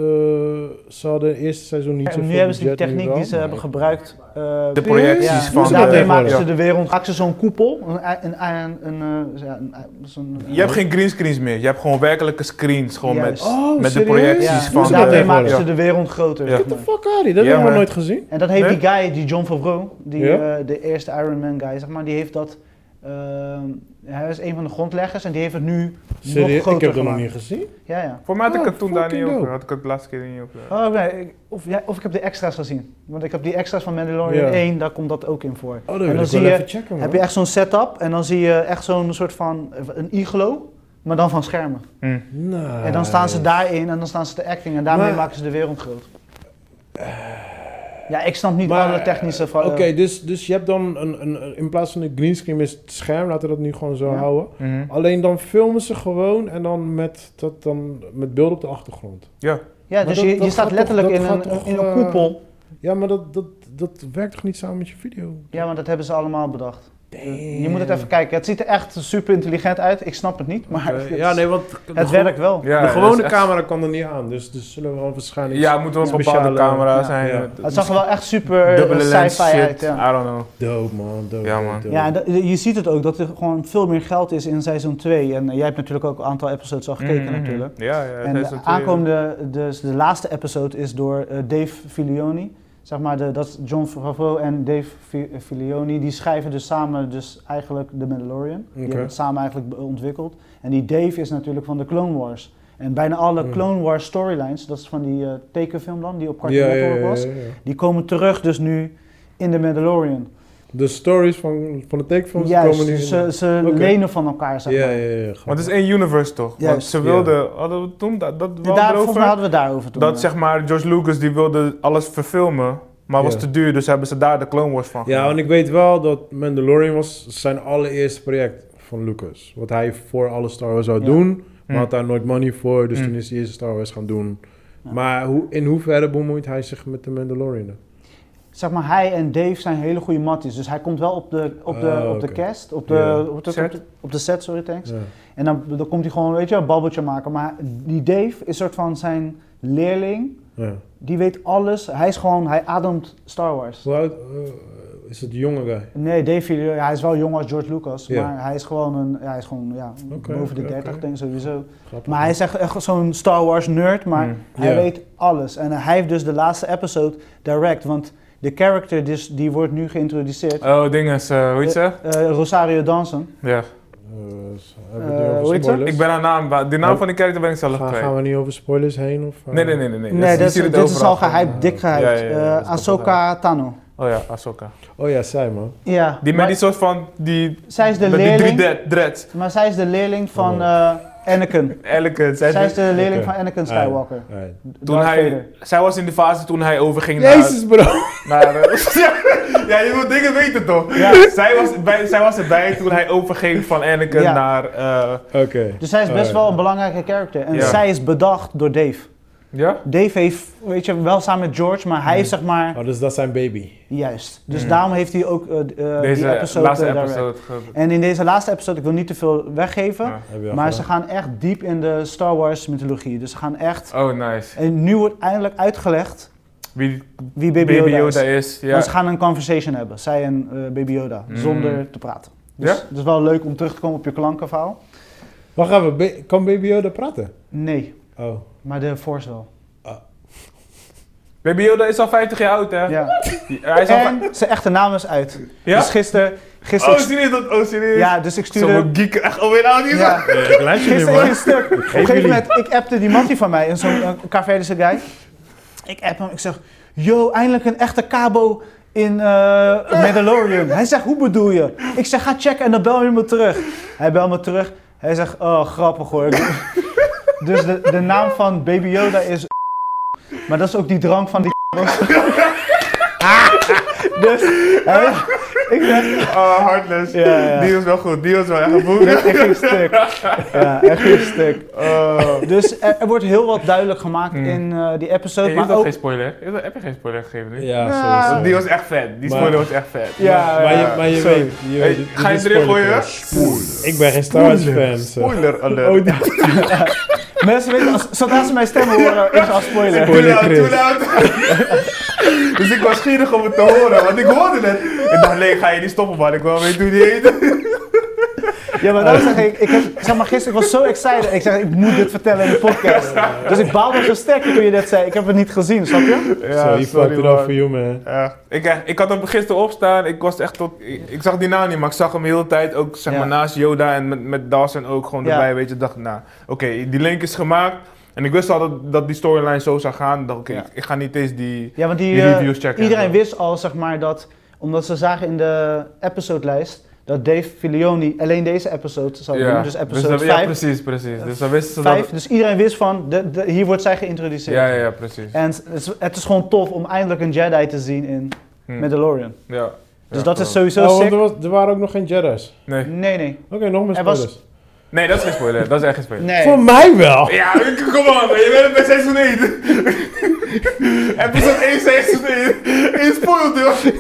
Speaker 2: ze hadden het eerste seizoen niet
Speaker 1: En
Speaker 2: zoveel
Speaker 1: nu hebben ze die
Speaker 2: budget, nu
Speaker 1: techniek die
Speaker 2: wel.
Speaker 1: ze hebben gebruikt. eh,
Speaker 4: De projecties
Speaker 1: Ja,
Speaker 4: van
Speaker 1: dus
Speaker 4: de-
Speaker 1: daarmee maken
Speaker 2: ja.
Speaker 1: ze de wereld. Maken ze zo'n koepel, een, ei- een, ei- een, eh, ja, een, ei- zo'n-
Speaker 4: Je hebt geen greenscreens meer. Je hebt gewoon werkelijke screens. Gewoon met,
Speaker 1: Juist.
Speaker 2: Oh,
Speaker 4: met de
Speaker 2: serieus?
Speaker 4: projecties
Speaker 1: Ja,
Speaker 4: van
Speaker 1: dus
Speaker 4: de...
Speaker 1: daarmee maken
Speaker 4: ja.
Speaker 1: ze de wereld groter.
Speaker 4: Ja.
Speaker 1: zeg
Speaker 2: What
Speaker 1: maar.
Speaker 2: the fuck, Harry? Dat
Speaker 4: Ja,
Speaker 2: hebben we nog
Speaker 4: maar-
Speaker 2: nooit gezien.
Speaker 1: En dat heeft
Speaker 4: Nee?
Speaker 1: die guy, die John Favreau, die,
Speaker 2: Ja.
Speaker 1: eh, de eerste Iron Man guy, zeg maar, die heeft dat. ehm, hij is een van de grondleggers en die heeft het nu nog
Speaker 2: Serieus?
Speaker 1: groter
Speaker 2: Ik heb dat nog
Speaker 1: gemaakt.
Speaker 2: niet gezien.
Speaker 1: Ja, ja.
Speaker 4: Voor mij had ik
Speaker 2: Oh,
Speaker 4: het toen daar niet
Speaker 2: fucking
Speaker 4: over.
Speaker 2: dope.
Speaker 4: Had ik het de laatste keer niet over.
Speaker 1: Oh, nee, ik- of, ja, of ik heb de extra's gezien. Want ik heb die extra's van Mandalorian
Speaker 2: Ja.
Speaker 1: 1, daar komt dat ook in voor.
Speaker 2: Oh,
Speaker 1: en
Speaker 2: dat wil
Speaker 1: dan
Speaker 2: ik
Speaker 1: zie
Speaker 2: wel
Speaker 1: je,
Speaker 2: even checken, man.
Speaker 1: heb je echt zo'n setup en dan zie je echt zo'n soort van, eh, een iglo, maar dan van schermen.
Speaker 2: Nice.
Speaker 1: En dan staan ze daarin en dan staan ze te acting en daarmee
Speaker 2: Ah, Maar-
Speaker 1: maken ze de wereld groot. Ja, ik snap niet
Speaker 2: Maar,
Speaker 1: alle technische
Speaker 2: Oké,
Speaker 1: vragen.
Speaker 2: dus, dus je hebt dan een, een, een- in plaats van een greenscreen is het scherm, laten we dat nu gewoon zo
Speaker 1: Ja.
Speaker 2: houden.
Speaker 4: Mhm.
Speaker 2: Alleen dan filmen ze gewoon en dan met, dat dan met beeld op de achtergrond.
Speaker 4: Ja.
Speaker 1: ja,
Speaker 2: maar
Speaker 1: dus
Speaker 2: dat-
Speaker 1: je,
Speaker 2: dat
Speaker 1: je staat
Speaker 2: gaat
Speaker 1: letterlijk
Speaker 2: toch-
Speaker 1: in,
Speaker 2: dat
Speaker 1: een,
Speaker 2: gaat toch,
Speaker 1: in een
Speaker 2: eh,
Speaker 1: koepel.
Speaker 2: Ja, maar dat, dat, dat werkt toch niet samen met je video?
Speaker 1: Ja, maar dat hebben ze allemaal bedacht. Je moet het even kijken. Het ziet er echt super intelligent uit. Ik snap het niet, maar
Speaker 2: Eh,
Speaker 1: het,
Speaker 2: ja, nee, want de
Speaker 1: het
Speaker 2: gewo-
Speaker 1: werkt wel.
Speaker 4: Ja,
Speaker 2: de
Speaker 4: dat
Speaker 2: gewone
Speaker 4: is echt-
Speaker 2: camera kan er niet aan, dus, dus zullen we gewoon waarschijnlijk...
Speaker 4: Ja, moet wel een bepaalde
Speaker 2: speciale-
Speaker 4: camera
Speaker 1: ja.
Speaker 4: zijn.
Speaker 2: Ja.
Speaker 4: met
Speaker 1: Het zag er wel echt super eh,
Speaker 4: Dubbele lens
Speaker 1: sci-fi uit.
Speaker 4: shit.
Speaker 1: Ja.
Speaker 4: I don't know.
Speaker 2: Dope man, dope.
Speaker 4: Ja,
Speaker 2: dope,
Speaker 4: man.
Speaker 2: dope.
Speaker 1: Ja, en dat- je ziet het ook dat er gewoon veel meer geld is in seizoen 2. En eh, jij hebt natuurlijk ook een aantal episodes al gekeken
Speaker 4: Mhm, mhm.
Speaker 1: natuurlijk.
Speaker 4: Ja, ja.
Speaker 1: En de aankomende, dus de laatste episode is door eh, Dave Filioni. Zeg maar, de, dat is John Favreau en Dave Fi- Filioni. Die schrijven dus samen dus eigenlijk The Mandalorian. Die hebben het samen eigenlijk be- ontwikkeld. En die Dave is natuurlijk van de Clone Wars. En bijna alle
Speaker 2: Hmm.
Speaker 1: Clone Wars storylines, dat is van die eh, tekenfilm dan, die op Cartoon
Speaker 2: Ja, ja,
Speaker 1: Network
Speaker 2: ja,
Speaker 1: was.
Speaker 2: ja, ja.
Speaker 1: Die komen terug dus nu in The Mandalorian.
Speaker 2: De stories van, van de takefilms komen
Speaker 1: Juist,
Speaker 2: nu... in-
Speaker 1: dus ze, ze
Speaker 2: Oké.
Speaker 1: lenen van elkaar, zeg
Speaker 2: ja, ja,
Speaker 1: maar.
Speaker 2: ja, ja,
Speaker 4: Want
Speaker 2: grappig.
Speaker 4: het is één universe toch? Want
Speaker 1: Juist.
Speaker 4: ze wilden... Hadden we toen dat, dat
Speaker 1: Daar,
Speaker 4: wel
Speaker 1: volgens
Speaker 4: erover?
Speaker 1: mij hadden we het daarover toen.
Speaker 4: Dat
Speaker 1: ja.
Speaker 4: zeg maar, George Lucas die wilde alles verfilmen, maar was
Speaker 2: Ja.
Speaker 4: te duur, dus hebben ze daar de Clone Wars van
Speaker 2: Ja, en
Speaker 4: gemaakt.
Speaker 2: ik weet wel dat Mandalorian was zijn allereerste project van Lucas. Wat hij voor alle Star Wars zou
Speaker 1: Ja.
Speaker 2: doen, maar
Speaker 4: Hm.
Speaker 2: had daar nooit money voor. Dus
Speaker 4: Hm.
Speaker 2: toen is hij eerst Star Wars gaan doen.
Speaker 1: Ja.
Speaker 2: Maar hoe, in hoeverre bemoeit hij zich met de Mandalorian?
Speaker 1: zeg maar, hij en Dave zijn hele goede matties. Dus hij komt wel op de, op de,
Speaker 2: Ah,
Speaker 1: op de
Speaker 2: oké.
Speaker 1: cast, op de,
Speaker 2: Ja.
Speaker 1: op, de,
Speaker 4: Set.
Speaker 1: op, de, op de set, sorry, thanks.
Speaker 2: Ja.
Speaker 1: En dan, dan komt hij gewoon, weet je, een babbeltje maken. Maar die Dave is soort van zijn leerling.
Speaker 2: Ja.
Speaker 1: Die weet alles. Hij is gewoon, hij ademt Star Wars.
Speaker 2: Hoe oud eh, is het de jonge guy?
Speaker 1: Nee, Dave, Filoni, hij is wel jong als George Lucas.
Speaker 2: Ja.
Speaker 1: Maar hij is gewoon, een, ja, hij is gewoon ja,
Speaker 2: Oké,
Speaker 1: boven de
Speaker 2: oké,
Speaker 1: 30,
Speaker 2: oké.
Speaker 1: denk ik sowieso.
Speaker 2: Grappig.
Speaker 1: Maar hij is echt, echt zo'n Star Wars nerd, maar
Speaker 4: Mm.
Speaker 1: hij
Speaker 2: Ja.
Speaker 1: weet alles. En hij heeft dus de laatste episode direct, want de character dus, die wordt nu geïntroduceerd.
Speaker 4: Oh, dinges, eh, hoe heet ze?
Speaker 1: Eh, dus? Rosario Dansen.
Speaker 4: Ja.
Speaker 2: Eh, s- hebben we het nu
Speaker 1: Eh
Speaker 2: over
Speaker 1: hoe heet ze?
Speaker 2: spoilers?
Speaker 4: Ik ben haar naam, maar die naam
Speaker 2: Oh.
Speaker 4: van die character ben ik zelf
Speaker 2: Gaan,
Speaker 4: kwijt.
Speaker 2: gaan we niet over spoilers heen? Of, eh?
Speaker 4: Nee, nee, nee, nee. nee.
Speaker 1: Nee,
Speaker 4: Je
Speaker 1: dat is,
Speaker 4: ziet het
Speaker 1: dit is
Speaker 4: overal.
Speaker 1: al gehyped, dik gehyped.
Speaker 4: Ja, ja, ja, ja, dat
Speaker 1: Eh,
Speaker 4: is
Speaker 1: Ahsoka Tano.
Speaker 4: Oh ja, Ahsoka.
Speaker 2: Oh ja, zij man.
Speaker 1: Ja,
Speaker 4: Die met
Speaker 1: maar
Speaker 4: die soort van, die,
Speaker 1: zij is de
Speaker 4: met die drie
Speaker 1: leerling,
Speaker 4: dread- dreads.
Speaker 1: maar zij is de leerling van
Speaker 2: Oh.
Speaker 1: eh, Anakin.
Speaker 4: Elke, zij,
Speaker 1: Zij is de leerling
Speaker 2: Oké.
Speaker 1: van Anakin Skywalker.
Speaker 2: Alright.
Speaker 4: toen
Speaker 1: Darth
Speaker 4: hij,
Speaker 1: Vader.
Speaker 4: zij was in de fase toen hij overging
Speaker 2: Jezus bro!
Speaker 4: naar... naar eh, ja, ja, je wil dingen weten toch?
Speaker 1: Ja.
Speaker 4: Zij, was bij, zij was erbij toen hij overging van Anakin
Speaker 1: Ja.
Speaker 4: naar... eh,
Speaker 2: Oké.
Speaker 1: Dus zij is best
Speaker 2: Alright.
Speaker 1: wel een belangrijke character. En
Speaker 4: Oh, Ja.
Speaker 1: zij is bedacht door Dave.
Speaker 4: Ja?
Speaker 1: Dave heeft, weet je, wel samen met George, maar hij
Speaker 4: Hmm.
Speaker 1: heeft zeg maar,
Speaker 2: Oh, dus dat is zijn baby.
Speaker 1: juist. Dus
Speaker 4: Mm.
Speaker 1: daarom heeft hij ook eh, d- eh, die
Speaker 4: Deze
Speaker 1: episode
Speaker 4: laatste
Speaker 1: eh, direct.
Speaker 4: episode. ge-
Speaker 1: En in deze laatste episode, ik wil niet te veel weggeven,
Speaker 4: Ja.
Speaker 2: Heb je al
Speaker 1: maar ze
Speaker 2: gedaan.
Speaker 1: gaan echt diep in de Star Wars mythologie. Dus ze gaan echt,
Speaker 4: Oh, nice.
Speaker 1: en nu wordt eindelijk uitgelegd
Speaker 4: Wie
Speaker 1: wie
Speaker 4: Baby Yoda is.
Speaker 1: is.
Speaker 4: ja.
Speaker 1: Want ze gaan een conversation hebben, zij en eh, Baby Yoda,
Speaker 4: Mm.
Speaker 1: zonder te praten. Dus
Speaker 4: Ja?
Speaker 1: het is wel leuk om terug te komen op je klankenverhaal.
Speaker 2: Wacht even, ba- kan Baby Yoda praten?
Speaker 1: Nee,
Speaker 2: Oh.
Speaker 1: maar de Force wel.
Speaker 4: Baby Yoda is al 50 jaar oud, hè?
Speaker 1: Ja.
Speaker 4: Hij is al vij-
Speaker 1: En zijn echte naam is uit.
Speaker 4: Ja?
Speaker 1: Dus gisteren, gisteren
Speaker 3: Oh, serieus? dat- Oh, serieus?
Speaker 1: ja, dus ik stuurde...
Speaker 3: Sommige geeken echt alweer aan die
Speaker 1: Ja,
Speaker 2: Ik luister
Speaker 1: gisteren ging een stuk. Op een gegeven
Speaker 2: jullie.
Speaker 1: moment, ik appte die mattie van mij, en zo'n eh, Carverische guy. Ik app hem, ik zeg, yo, eindelijk een echte cabo in eh Mandalorian. Hij zegt, hoe bedoel je? Ik zeg, ga checken en dan bel je me terug. Hij belt me terug, hij zegt, oh, grappig hoor. dus de, de naam van Baby Yoda is maar dat is ook die drank van die Dus, hij- ik zeg,
Speaker 3: Oh, Heartless.
Speaker 1: Ja, ja.
Speaker 3: Die was wel goed. Die was wel echt een Oh. boek.
Speaker 1: echt een stuk. Ja, echt een stuk.
Speaker 3: Oh.
Speaker 1: Dus er, er wordt heel wat duidelijk gemaakt
Speaker 4: Hmm.
Speaker 1: in eh, die episode.
Speaker 4: Hey, Heeft
Speaker 1: maar
Speaker 4: dat
Speaker 1: ook,
Speaker 4: geen spoiler? Is dat- Heb je geen spoiler gegeven nu?
Speaker 2: Ja,
Speaker 1: Ja.
Speaker 2: sorry. sorry.
Speaker 3: Die was echt vet. Die
Speaker 2: Maar-
Speaker 3: spoiler was echt vet.
Speaker 1: ja,
Speaker 2: Ah. maar
Speaker 1: ja.
Speaker 2: je, maar je
Speaker 1: sorry.
Speaker 2: weet, je
Speaker 3: Hey,
Speaker 2: weet, dit-
Speaker 3: ga je
Speaker 2: dit is
Speaker 3: erin gooien?
Speaker 2: spoilercast. Ik ben geen Star Wars fan. zo.
Speaker 3: Spoiler alert.
Speaker 2: Oh, die-
Speaker 1: Mensen weten, als, zodra ze mijn stem horen, is het al spoiler.
Speaker 3: Too
Speaker 2: Spoiler
Speaker 3: loud, too
Speaker 2: Chris.
Speaker 3: loud. dus ik was gierig om het te horen, want ik hoorde het. Ik dacht, nee, ik ga je niet stoppen, man. Ik wil weten hoe die heet.
Speaker 1: Ja, maar dan zeg ik, ik heb, zeg maar, gisteren ik was zo excited. Ik zeg, ik moet dit vertellen in de podcast. Dus ik baalde zo sterk toen je dat zei. Ik heb het niet gezien, snap je?
Speaker 2: Zo, je fucked it
Speaker 3: man.
Speaker 2: up for you, man.
Speaker 3: Ja.
Speaker 4: Ik, eh, ik had hem gisteren opstaan, ik was echt tot... Ik, ik zag die naam niet, maar ik zag hem de hele tijd ook, zeg
Speaker 1: Ja.
Speaker 4: maar, naast Yoda en met, met Dawson ook gewoon
Speaker 1: Ja.
Speaker 4: erbij, weet je. Ik dacht, nou, oké, die link is gemaakt. En ik wist al dat, dat die storyline zo zou gaan. Ik dacht, oké,
Speaker 1: Ja.
Speaker 4: ik, ik ga niet eens die...
Speaker 1: Ja, want die,
Speaker 4: Die
Speaker 1: eh,
Speaker 4: reviews checken,
Speaker 1: iedereen
Speaker 4: ja.
Speaker 1: wist al, zeg maar, dat... Omdat ze zagen in de episodelijst dat Dave Filioni alleen deze episode zou doen. Dus episode
Speaker 4: dat- ja,
Speaker 1: 5.
Speaker 4: precies, precies. Dus dan wisten ze dat...
Speaker 1: dus iedereen wist van, de, de- hier wordt zij geïntroduceerd.
Speaker 4: Ja, ja, ja, precies.
Speaker 1: En het is, het is gewoon tof om eindelijk een Jedi te zien in
Speaker 4: Hm.
Speaker 1: Mandalorian.
Speaker 4: Ja.
Speaker 1: Dus
Speaker 4: Ja,
Speaker 1: dat is
Speaker 4: klopt.
Speaker 1: sowieso
Speaker 2: Oh, want
Speaker 1: sick.
Speaker 2: er, was- er waren ook nog geen Jedi's.
Speaker 4: Nee.
Speaker 1: Nee, nee.
Speaker 2: Oké, nog meer
Speaker 1: Er was-
Speaker 2: spoilers.
Speaker 4: nee, dat is geen spoiler. dat is echt geen spoiler.
Speaker 1: Nee.
Speaker 2: Voor mij wel.
Speaker 3: Ja, ik- kom op, man. je bent bij seizoen 1. Episode 1, seizoen 1. Is spoiled, joh.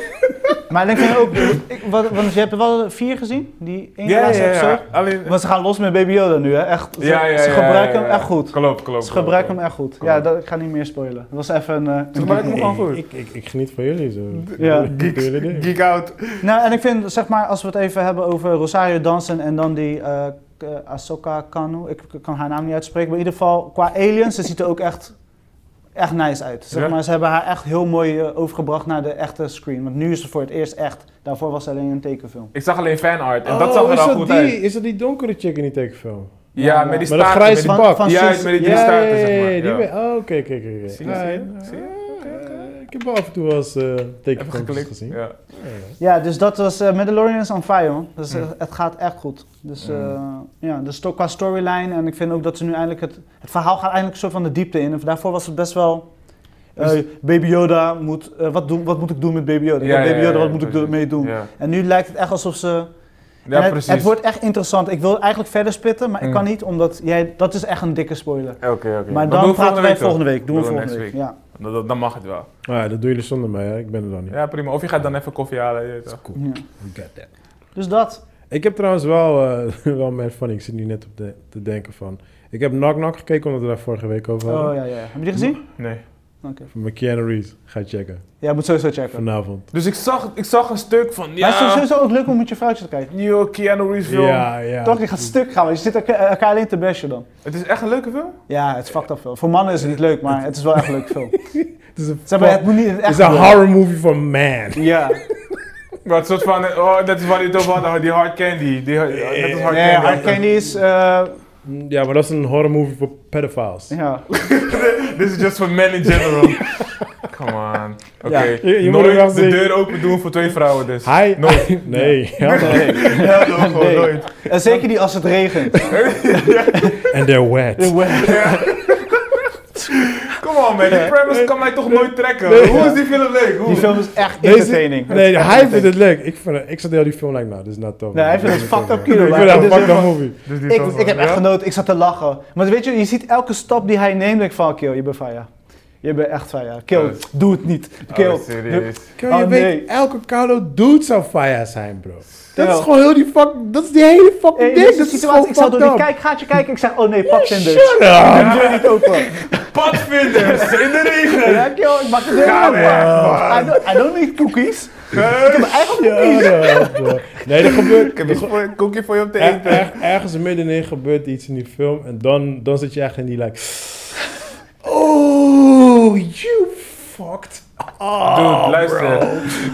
Speaker 1: Maar dan kan je ook... Ik, wat, want je hebt er wel vier gezien, die ene
Speaker 4: Ja,
Speaker 1: laatste
Speaker 4: ja, ja.
Speaker 1: episode.
Speaker 4: Alleen...
Speaker 1: Want ze gaan los met Baby Yoda nu, hè. Echt, ze,
Speaker 4: Ja, ja,
Speaker 1: ze
Speaker 4: ja,
Speaker 1: gebruiken
Speaker 4: ja, ja.
Speaker 1: hem echt goed.
Speaker 4: Klopt, klopt.
Speaker 1: Ze gebruiken hem echt goed.
Speaker 4: Klopt.
Speaker 1: Ja, dat, ik ga niet meer spoilen. Dat was even een... eh, een
Speaker 4: Ze gebruiken hem
Speaker 1: geek.
Speaker 4: gewoon goed.
Speaker 2: Ik, ik, ik geniet van jullie zo.
Speaker 1: Ja.
Speaker 2: Doe jullie ding.
Speaker 3: Geek out.
Speaker 1: Nou, en ik vind, zeg maar, als we het even hebben over Rosario Dansen en dan die eh, K- eh, Ahsoka Kano. Ik ik kan haar naam niet uitspreken, maar in ieder geval, qua aliens, ze ziet er ook echt, echt nice uit. Zeg
Speaker 4: Ja.
Speaker 1: maar, ze hebben haar echt heel mooi eh, overgebracht naar de echte screen. Want nu is ze voor het eerst echt. Daarvoor was ze alleen een tekenfilm.
Speaker 4: Ik zag alleen fanart en
Speaker 2: Oh,
Speaker 4: dat zag er
Speaker 2: is
Speaker 4: al
Speaker 2: dat
Speaker 4: goed
Speaker 2: die,
Speaker 4: uit.
Speaker 2: Is dat die donkere chick in die tekenfilm?
Speaker 4: Ja, met die
Speaker 2: Maar dat
Speaker 4: staarten.
Speaker 2: grijze
Speaker 4: met die-
Speaker 2: pak.
Speaker 1: van
Speaker 4: Juist,
Speaker 1: sinds-
Speaker 4: met die drie
Speaker 2: Ja,
Speaker 4: staarten,
Speaker 2: ja,
Speaker 4: zeg maar.
Speaker 2: ja, die
Speaker 4: Ja.
Speaker 2: ben- Oh, oké, oké, oké, oké.
Speaker 4: Zie je,
Speaker 2: Ah,
Speaker 4: zie je,
Speaker 2: ja,
Speaker 4: zie
Speaker 2: eh, Ik heb wel af en toe wel eens eh,
Speaker 4: Even
Speaker 2: tekenfilmpjes
Speaker 4: geklikt.
Speaker 2: gezien.
Speaker 4: Ja.
Speaker 1: Ja, dus dat was eh Mandalorian's on Fire, man. Dus eh,
Speaker 4: Mm.
Speaker 1: het gaat echt goed. Dus eh,
Speaker 4: Mm.
Speaker 1: ja, dus to- qua storyline en ik vind ook dat ze nu eindelijk het... Het verhaal gaat eindelijk zo van de diepte in. En daarvoor was het best wel... eh, Baby Yoda moet... eh, wat, doen, wat moet ik doen met Baby Yoda? Ja,
Speaker 4: Dus- Ja, ja,
Speaker 1: Baby
Speaker 4: ja,
Speaker 1: Yoda,
Speaker 4: ja,
Speaker 1: wat moet ik
Speaker 4: precies.
Speaker 1: ermee doen?
Speaker 4: Ja,
Speaker 1: En nu lijkt het echt alsof ze... en
Speaker 4: ja
Speaker 1: het,
Speaker 4: precies.
Speaker 1: het wordt echt interessant. Ik wil eigenlijk verder splitten, maar ik
Speaker 4: Mm.
Speaker 1: kan niet, omdat jij... Dat is echt een dikke spoiler.
Speaker 4: Oké, oké.
Speaker 1: Maar
Speaker 4: Dat doen
Speaker 1: dan
Speaker 4: we
Speaker 1: praten wij
Speaker 4: toch?
Speaker 1: volgende week. Doen we
Speaker 4: Doen we
Speaker 1: volgende week.
Speaker 4: next
Speaker 1: Ja.
Speaker 4: Dan- Dan, dan mag het wel.
Speaker 2: Maar Ah, ja, dat doen jullie zonder mij, hè? ik ben er dan niet.
Speaker 4: Ja, prima. Of je gaat dan even koffie halen. je weet toch.
Speaker 1: ja.
Speaker 2: We got that.
Speaker 1: Dus dat.
Speaker 2: Ik heb trouwens wel, eh wel mad funny, ik zit nu net op de, te denken van... Ik heb Knock Knock gekeken, omdat we daar vorige week over hadden.
Speaker 1: Oh ja, ja. ja. Heb je die gezien?
Speaker 4: Nee.
Speaker 1: Oké.
Speaker 2: Van mijn Keanu Reeves, ga checken.
Speaker 1: Ja, moet sowieso checken.
Speaker 2: Vanavond.
Speaker 4: Dus ik zag, ik zag een stuk van.
Speaker 1: Maar het is
Speaker 4: Ja,
Speaker 1: sowieso ook leuk om met je vrouwtje te kijken.
Speaker 4: nieuwe Keanu Reeves film.
Speaker 2: Ja, ja.
Speaker 1: Toch, je gaat stuk gaan, want je zit elka- elkaar alleen te bashen dan.
Speaker 4: Het is echt een leuke film.
Speaker 1: Ja, het is fucked up film. Voor mannen is het niet leuk, maar het is wel echt een leuk film.
Speaker 2: Het is een,
Speaker 1: Zeg maar, het moet niet in het
Speaker 2: het
Speaker 1: echt
Speaker 2: is een
Speaker 1: gebeuren.
Speaker 2: horror movie for man.
Speaker 1: Ja,
Speaker 4: Maar het soort van. Oh, dat is waar je het over had. oh, Die hard candy. Die, hard- ja, dat is hard
Speaker 1: nee,
Speaker 4: candy.
Speaker 1: Hard Candy is... eh,
Speaker 4: Mm.
Speaker 2: Ja, maar dat is een horror movie voor pedophiles.
Speaker 1: ja.
Speaker 4: This is just for men in general. Come on. Oké.
Speaker 2: je- je moet er wel
Speaker 4: Nooit de
Speaker 2: zien.
Speaker 4: deur open doen voor twee vrouwen dus.
Speaker 2: Hij...
Speaker 4: Nooit.
Speaker 2: Nee.
Speaker 3: Ja, toch, gewoon
Speaker 1: Nee.
Speaker 3: nooit.
Speaker 1: En Eh, zeker niet als het regent.
Speaker 2: And they're wet.
Speaker 1: Kom
Speaker 3: Kom
Speaker 4: come on man, die premise kan mij toch nooit trekken.
Speaker 2: Nee.
Speaker 4: Hoe is die film leuk? Hoe?
Speaker 1: Die film is echt
Speaker 2: Deze-
Speaker 1: entertaining. Het
Speaker 2: Nee,
Speaker 1: is echt
Speaker 2: hij vindt
Speaker 1: entertaining.
Speaker 2: het leuk. Ik, vind het, ik zat heel die film like, nou, dit is not tof.
Speaker 1: Nee, hij vindt het fucked up kilo.
Speaker 2: Ik
Speaker 1: maar
Speaker 2: vind
Speaker 1: ik-
Speaker 2: dat een
Speaker 1: dus-
Speaker 2: fucked up movie.
Speaker 3: Dus die
Speaker 1: Ik,
Speaker 3: film,
Speaker 1: ik heb
Speaker 3: ja?
Speaker 1: echt genoten, ik zat te lachen. Maar weet je, je ziet elke stap die hij neemt, denk ik van, kill, je bent faya. Je bent echt faya. Kill,
Speaker 3: Oh.
Speaker 1: doe het niet. Kill.
Speaker 3: Oh, serieus.
Speaker 2: Kill,
Speaker 1: Oh,
Speaker 2: je
Speaker 1: nee.
Speaker 2: weet, elke Carlo dude zou Faya zijn, bro. Dat
Speaker 1: Ja.
Speaker 2: is gewoon heel die fuck... Dat is die hele fucking
Speaker 1: Hey,
Speaker 2: ding.
Speaker 1: deze
Speaker 2: Dat is
Speaker 1: situatie,
Speaker 2: gewoon
Speaker 1: ik zou door
Speaker 2: fucked
Speaker 1: die
Speaker 2: up.
Speaker 1: kijkgaatje kijken, ik zeg, oh nee, pak zijn
Speaker 2: Shut
Speaker 1: deur.
Speaker 2: up!
Speaker 1: Ik doe het niet open.
Speaker 4: Padvinders in de regen.
Speaker 1: Ja, kill, ik maak het deur
Speaker 4: Ga
Speaker 1: open.
Speaker 4: weg,
Speaker 1: I don't, I don't need cookies. Ik heb mijn eigen cookies.
Speaker 2: Shut up, bro. Nee, dat gebeurt...
Speaker 3: Ik heb iets voor, een koekje voor je op te
Speaker 2: Er,
Speaker 3: eten.
Speaker 2: er- ergens middenin gebeurt iets in die film en dan, dan zit je echt in die like... Oh, you fucked up.
Speaker 1: Oh,
Speaker 4: Dude, luister.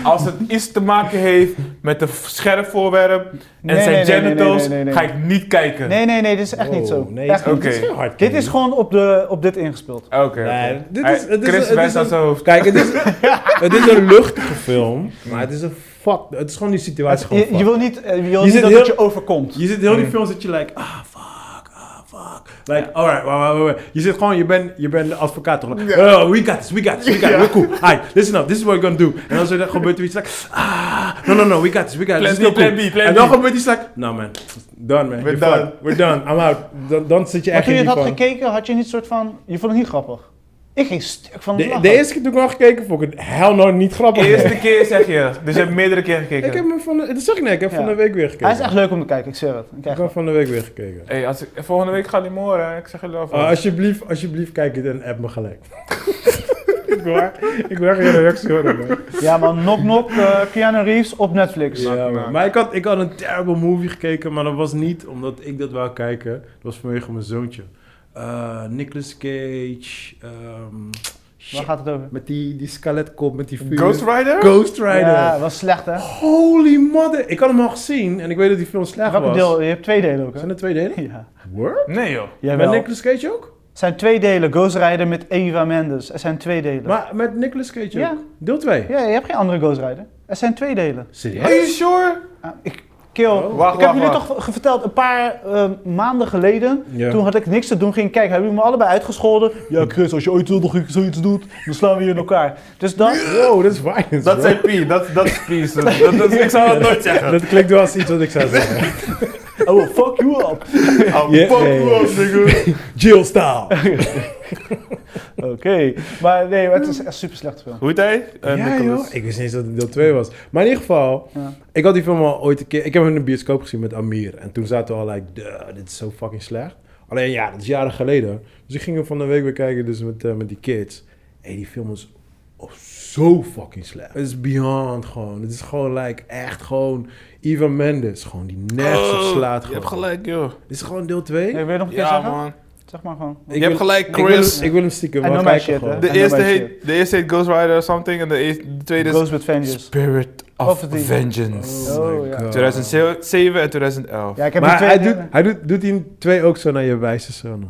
Speaker 4: Als het iets te maken heeft met een scherp voorwerp en
Speaker 1: Nee,
Speaker 4: zijn
Speaker 1: nee, nee, nee,
Speaker 4: genitals,
Speaker 1: nee, nee, nee.
Speaker 4: ga ik niet kijken.
Speaker 1: Nee, nee, nee, dit is echt niet zo.
Speaker 2: Wow, Oh, Nee,
Speaker 1: Echt niet.
Speaker 2: dit is
Speaker 4: Oké.
Speaker 2: geen hard
Speaker 1: Dit is gewoon op, de, op dit ingespeeld.
Speaker 4: Oké. oké.
Speaker 2: Nee, dit
Speaker 4: Hij-
Speaker 2: is- het is een-
Speaker 4: Chris
Speaker 2: het is
Speaker 4: wijst aan
Speaker 2: een-
Speaker 4: zijn hoofd.
Speaker 2: Kijk, het is, het is een luchtige film, maar het is een fuck. Het is gewoon die situatie. Gewoon
Speaker 1: Je, je
Speaker 2: fuck.
Speaker 1: wil niet, eh, je wil
Speaker 2: Je
Speaker 1: niet
Speaker 2: zit
Speaker 1: dat
Speaker 2: heel-
Speaker 1: het je overkomt.
Speaker 2: Je zit heel die film zit je like, ah fuck, ah fuck. Like, alright, wait, wait, wait, wait. Je zit gewoon, je bent je bent de advocaat toch? Like, oh, we got this, we got this, we got this, we're cool. Hi, listen up, this is what we're gonna do. En dan zo- dan gebeurt er iets like, ah, no, no, no, we got this, we got this.
Speaker 4: Plan
Speaker 2: this is
Speaker 4: B,
Speaker 2: not cool.
Speaker 4: plan B, plan
Speaker 2: En dan
Speaker 4: B.
Speaker 2: gebeurt iets like, no man, done man,
Speaker 3: We're
Speaker 2: You're fucked.
Speaker 3: done.
Speaker 2: we're done, I'm out. Dan, dan zit je
Speaker 1: Maar
Speaker 2: echt
Speaker 1: toen
Speaker 2: in
Speaker 1: je het
Speaker 2: die
Speaker 1: had
Speaker 2: van.
Speaker 1: gekeken, had je niet soort van, je vond het niet grappig. Ik ging stuk van het
Speaker 2: De,
Speaker 1: lachen.
Speaker 2: de eerste keer toen ik hem had gekeken, vond ik het hell no niet grappig.
Speaker 4: Eerste keer zeg je. Dus je hebt meerdere keer gekeken.
Speaker 2: Ik heb hem van de, dat zeg ik net, ik heb
Speaker 1: Ja.
Speaker 2: van de week weer gekeken.
Speaker 1: Hij is echt leuk om te kijken, ik zeg het. Ik
Speaker 2: Ik
Speaker 1: krijg-
Speaker 2: heb van de week weer gekeken.
Speaker 4: Hey, als ik, volgende week gaat die moren, hè. ik zeg jullie af.
Speaker 2: Ah, alsjeblieft, alsjeblieft, kijk het en app me gelijk. ik wil echt- ik wil echt geen reactie horen, man.
Speaker 1: Ja man, Knock Knock, eh, Keanu Reeves op Netflix.
Speaker 2: Ja,
Speaker 4: Knock,
Speaker 2: man.
Speaker 4: knock.
Speaker 2: Maar ik had, ik had een terrible movie gekeken, maar dat was niet omdat ik dat wou kijken. Dat was vanwege mijn zoontje. Eh, Nicolas Cage, ehm,
Speaker 1: Waar
Speaker 2: shit,
Speaker 1: gaat het over?
Speaker 2: met die, die skeletkop, met die vuur.
Speaker 4: Ghost Rider?
Speaker 2: Ghost Rider.
Speaker 1: Ja, was slecht
Speaker 2: Oh,
Speaker 1: hè?
Speaker 2: Holy mother. Ik had hem al gezien en ik weet dat die film slecht
Speaker 1: Welke
Speaker 2: was.
Speaker 1: deel? Je hebt twee delen ook hè?
Speaker 2: Zijn er twee delen?
Speaker 1: Ja.
Speaker 2: Word?
Speaker 4: Nee joh.
Speaker 2: Met
Speaker 1: Jawel.
Speaker 2: Nicolas Cage ook?
Speaker 1: Het zijn twee delen, Ghost Rider met Eva Mendes. Er zijn twee delen.
Speaker 2: Maar met Nicolas Cage ook?
Speaker 1: Ja.
Speaker 2: Deel 2?
Speaker 1: Ja, je hebt geen andere Ghost Rider. Er zijn twee delen.
Speaker 2: Serieus?
Speaker 4: Are you sure?
Speaker 1: Ah, ik, kill.
Speaker 2: Oh.
Speaker 4: Wacht,
Speaker 1: ik heb
Speaker 4: wacht,
Speaker 1: jullie
Speaker 4: wacht.
Speaker 1: toch ge- verteld, een paar eh, maanden geleden,
Speaker 2: Ja.
Speaker 1: toen had ik niks te doen, ging ik kijken, hebben jullie me allebei uitgescholden? Ja Chris, als je ooit nog zoiets doet, dan slaan we je in elkaar. Dus dan,
Speaker 2: Wow, Oh, dat is violence,
Speaker 3: Dat
Speaker 2: bro.
Speaker 3: zijn P, dat, dat is P. Dat, dat is, ik zou dat nooit zeggen.
Speaker 2: Dat klinkt wel als iets wat ik zou zeggen.
Speaker 1: oh fuck you up.
Speaker 3: Oh,
Speaker 2: Yeah.
Speaker 3: fuck you up, nigga.
Speaker 2: Jill style.
Speaker 1: Oké, maar nee, maar het is echt super slecht film.
Speaker 4: Hoe heet hij? Eh,
Speaker 2: ja
Speaker 4: Nicholas.
Speaker 2: joh, ik wist niet eens dat het deel 2 was. Maar in ieder geval,
Speaker 1: Ja.
Speaker 2: ik had die film al ooit een keer... Ik heb hem in de bioscoop gezien met Amir. En toen zaten we al like, duh, dit is zo fucking slecht. Alleen ja, dat is jaren geleden. Dus ik ging hem van de week weer kijken, dus met, eh, met die kids. En die film was oh, zo fucking slecht. Het is beyond gewoon. Het is gewoon like, echt gewoon... Ivan Mendes, gewoon die nergens op slaat.
Speaker 4: Oh, Je hebt
Speaker 2: gewoon.
Speaker 4: gelijk joh.
Speaker 2: Dit is gewoon deel 2.
Speaker 1: Nee, wil je nog een keer
Speaker 4: Ja
Speaker 1: zeggen?
Speaker 4: man.
Speaker 1: Zeg maar gewoon.
Speaker 4: Je hebt gelijk
Speaker 2: Ik wil, hem-
Speaker 4: Chris.
Speaker 2: ik wil hem stiekem
Speaker 1: I
Speaker 2: wel
Speaker 1: know my
Speaker 2: kijken
Speaker 1: shit,
Speaker 2: gewoon.
Speaker 1: hè.
Speaker 4: De
Speaker 1: I know
Speaker 4: eerste,
Speaker 1: my
Speaker 4: heet,
Speaker 1: shit.
Speaker 4: de eerste heet Ghost Rider of something en de, eerste- de tweede is
Speaker 1: Ghost with Vengeance.
Speaker 4: Spirit
Speaker 1: Of
Speaker 4: of,
Speaker 1: the-
Speaker 4: Vengeance.
Speaker 1: Oh.
Speaker 2: my
Speaker 1: ja.
Speaker 2: God.
Speaker 4: 2007 en 2011.
Speaker 1: Ja, ik heb
Speaker 2: maar
Speaker 1: die
Speaker 2: hij,
Speaker 1: twee
Speaker 2: doet, hij doet, doet die in twee ook zo naar je wijze zoon.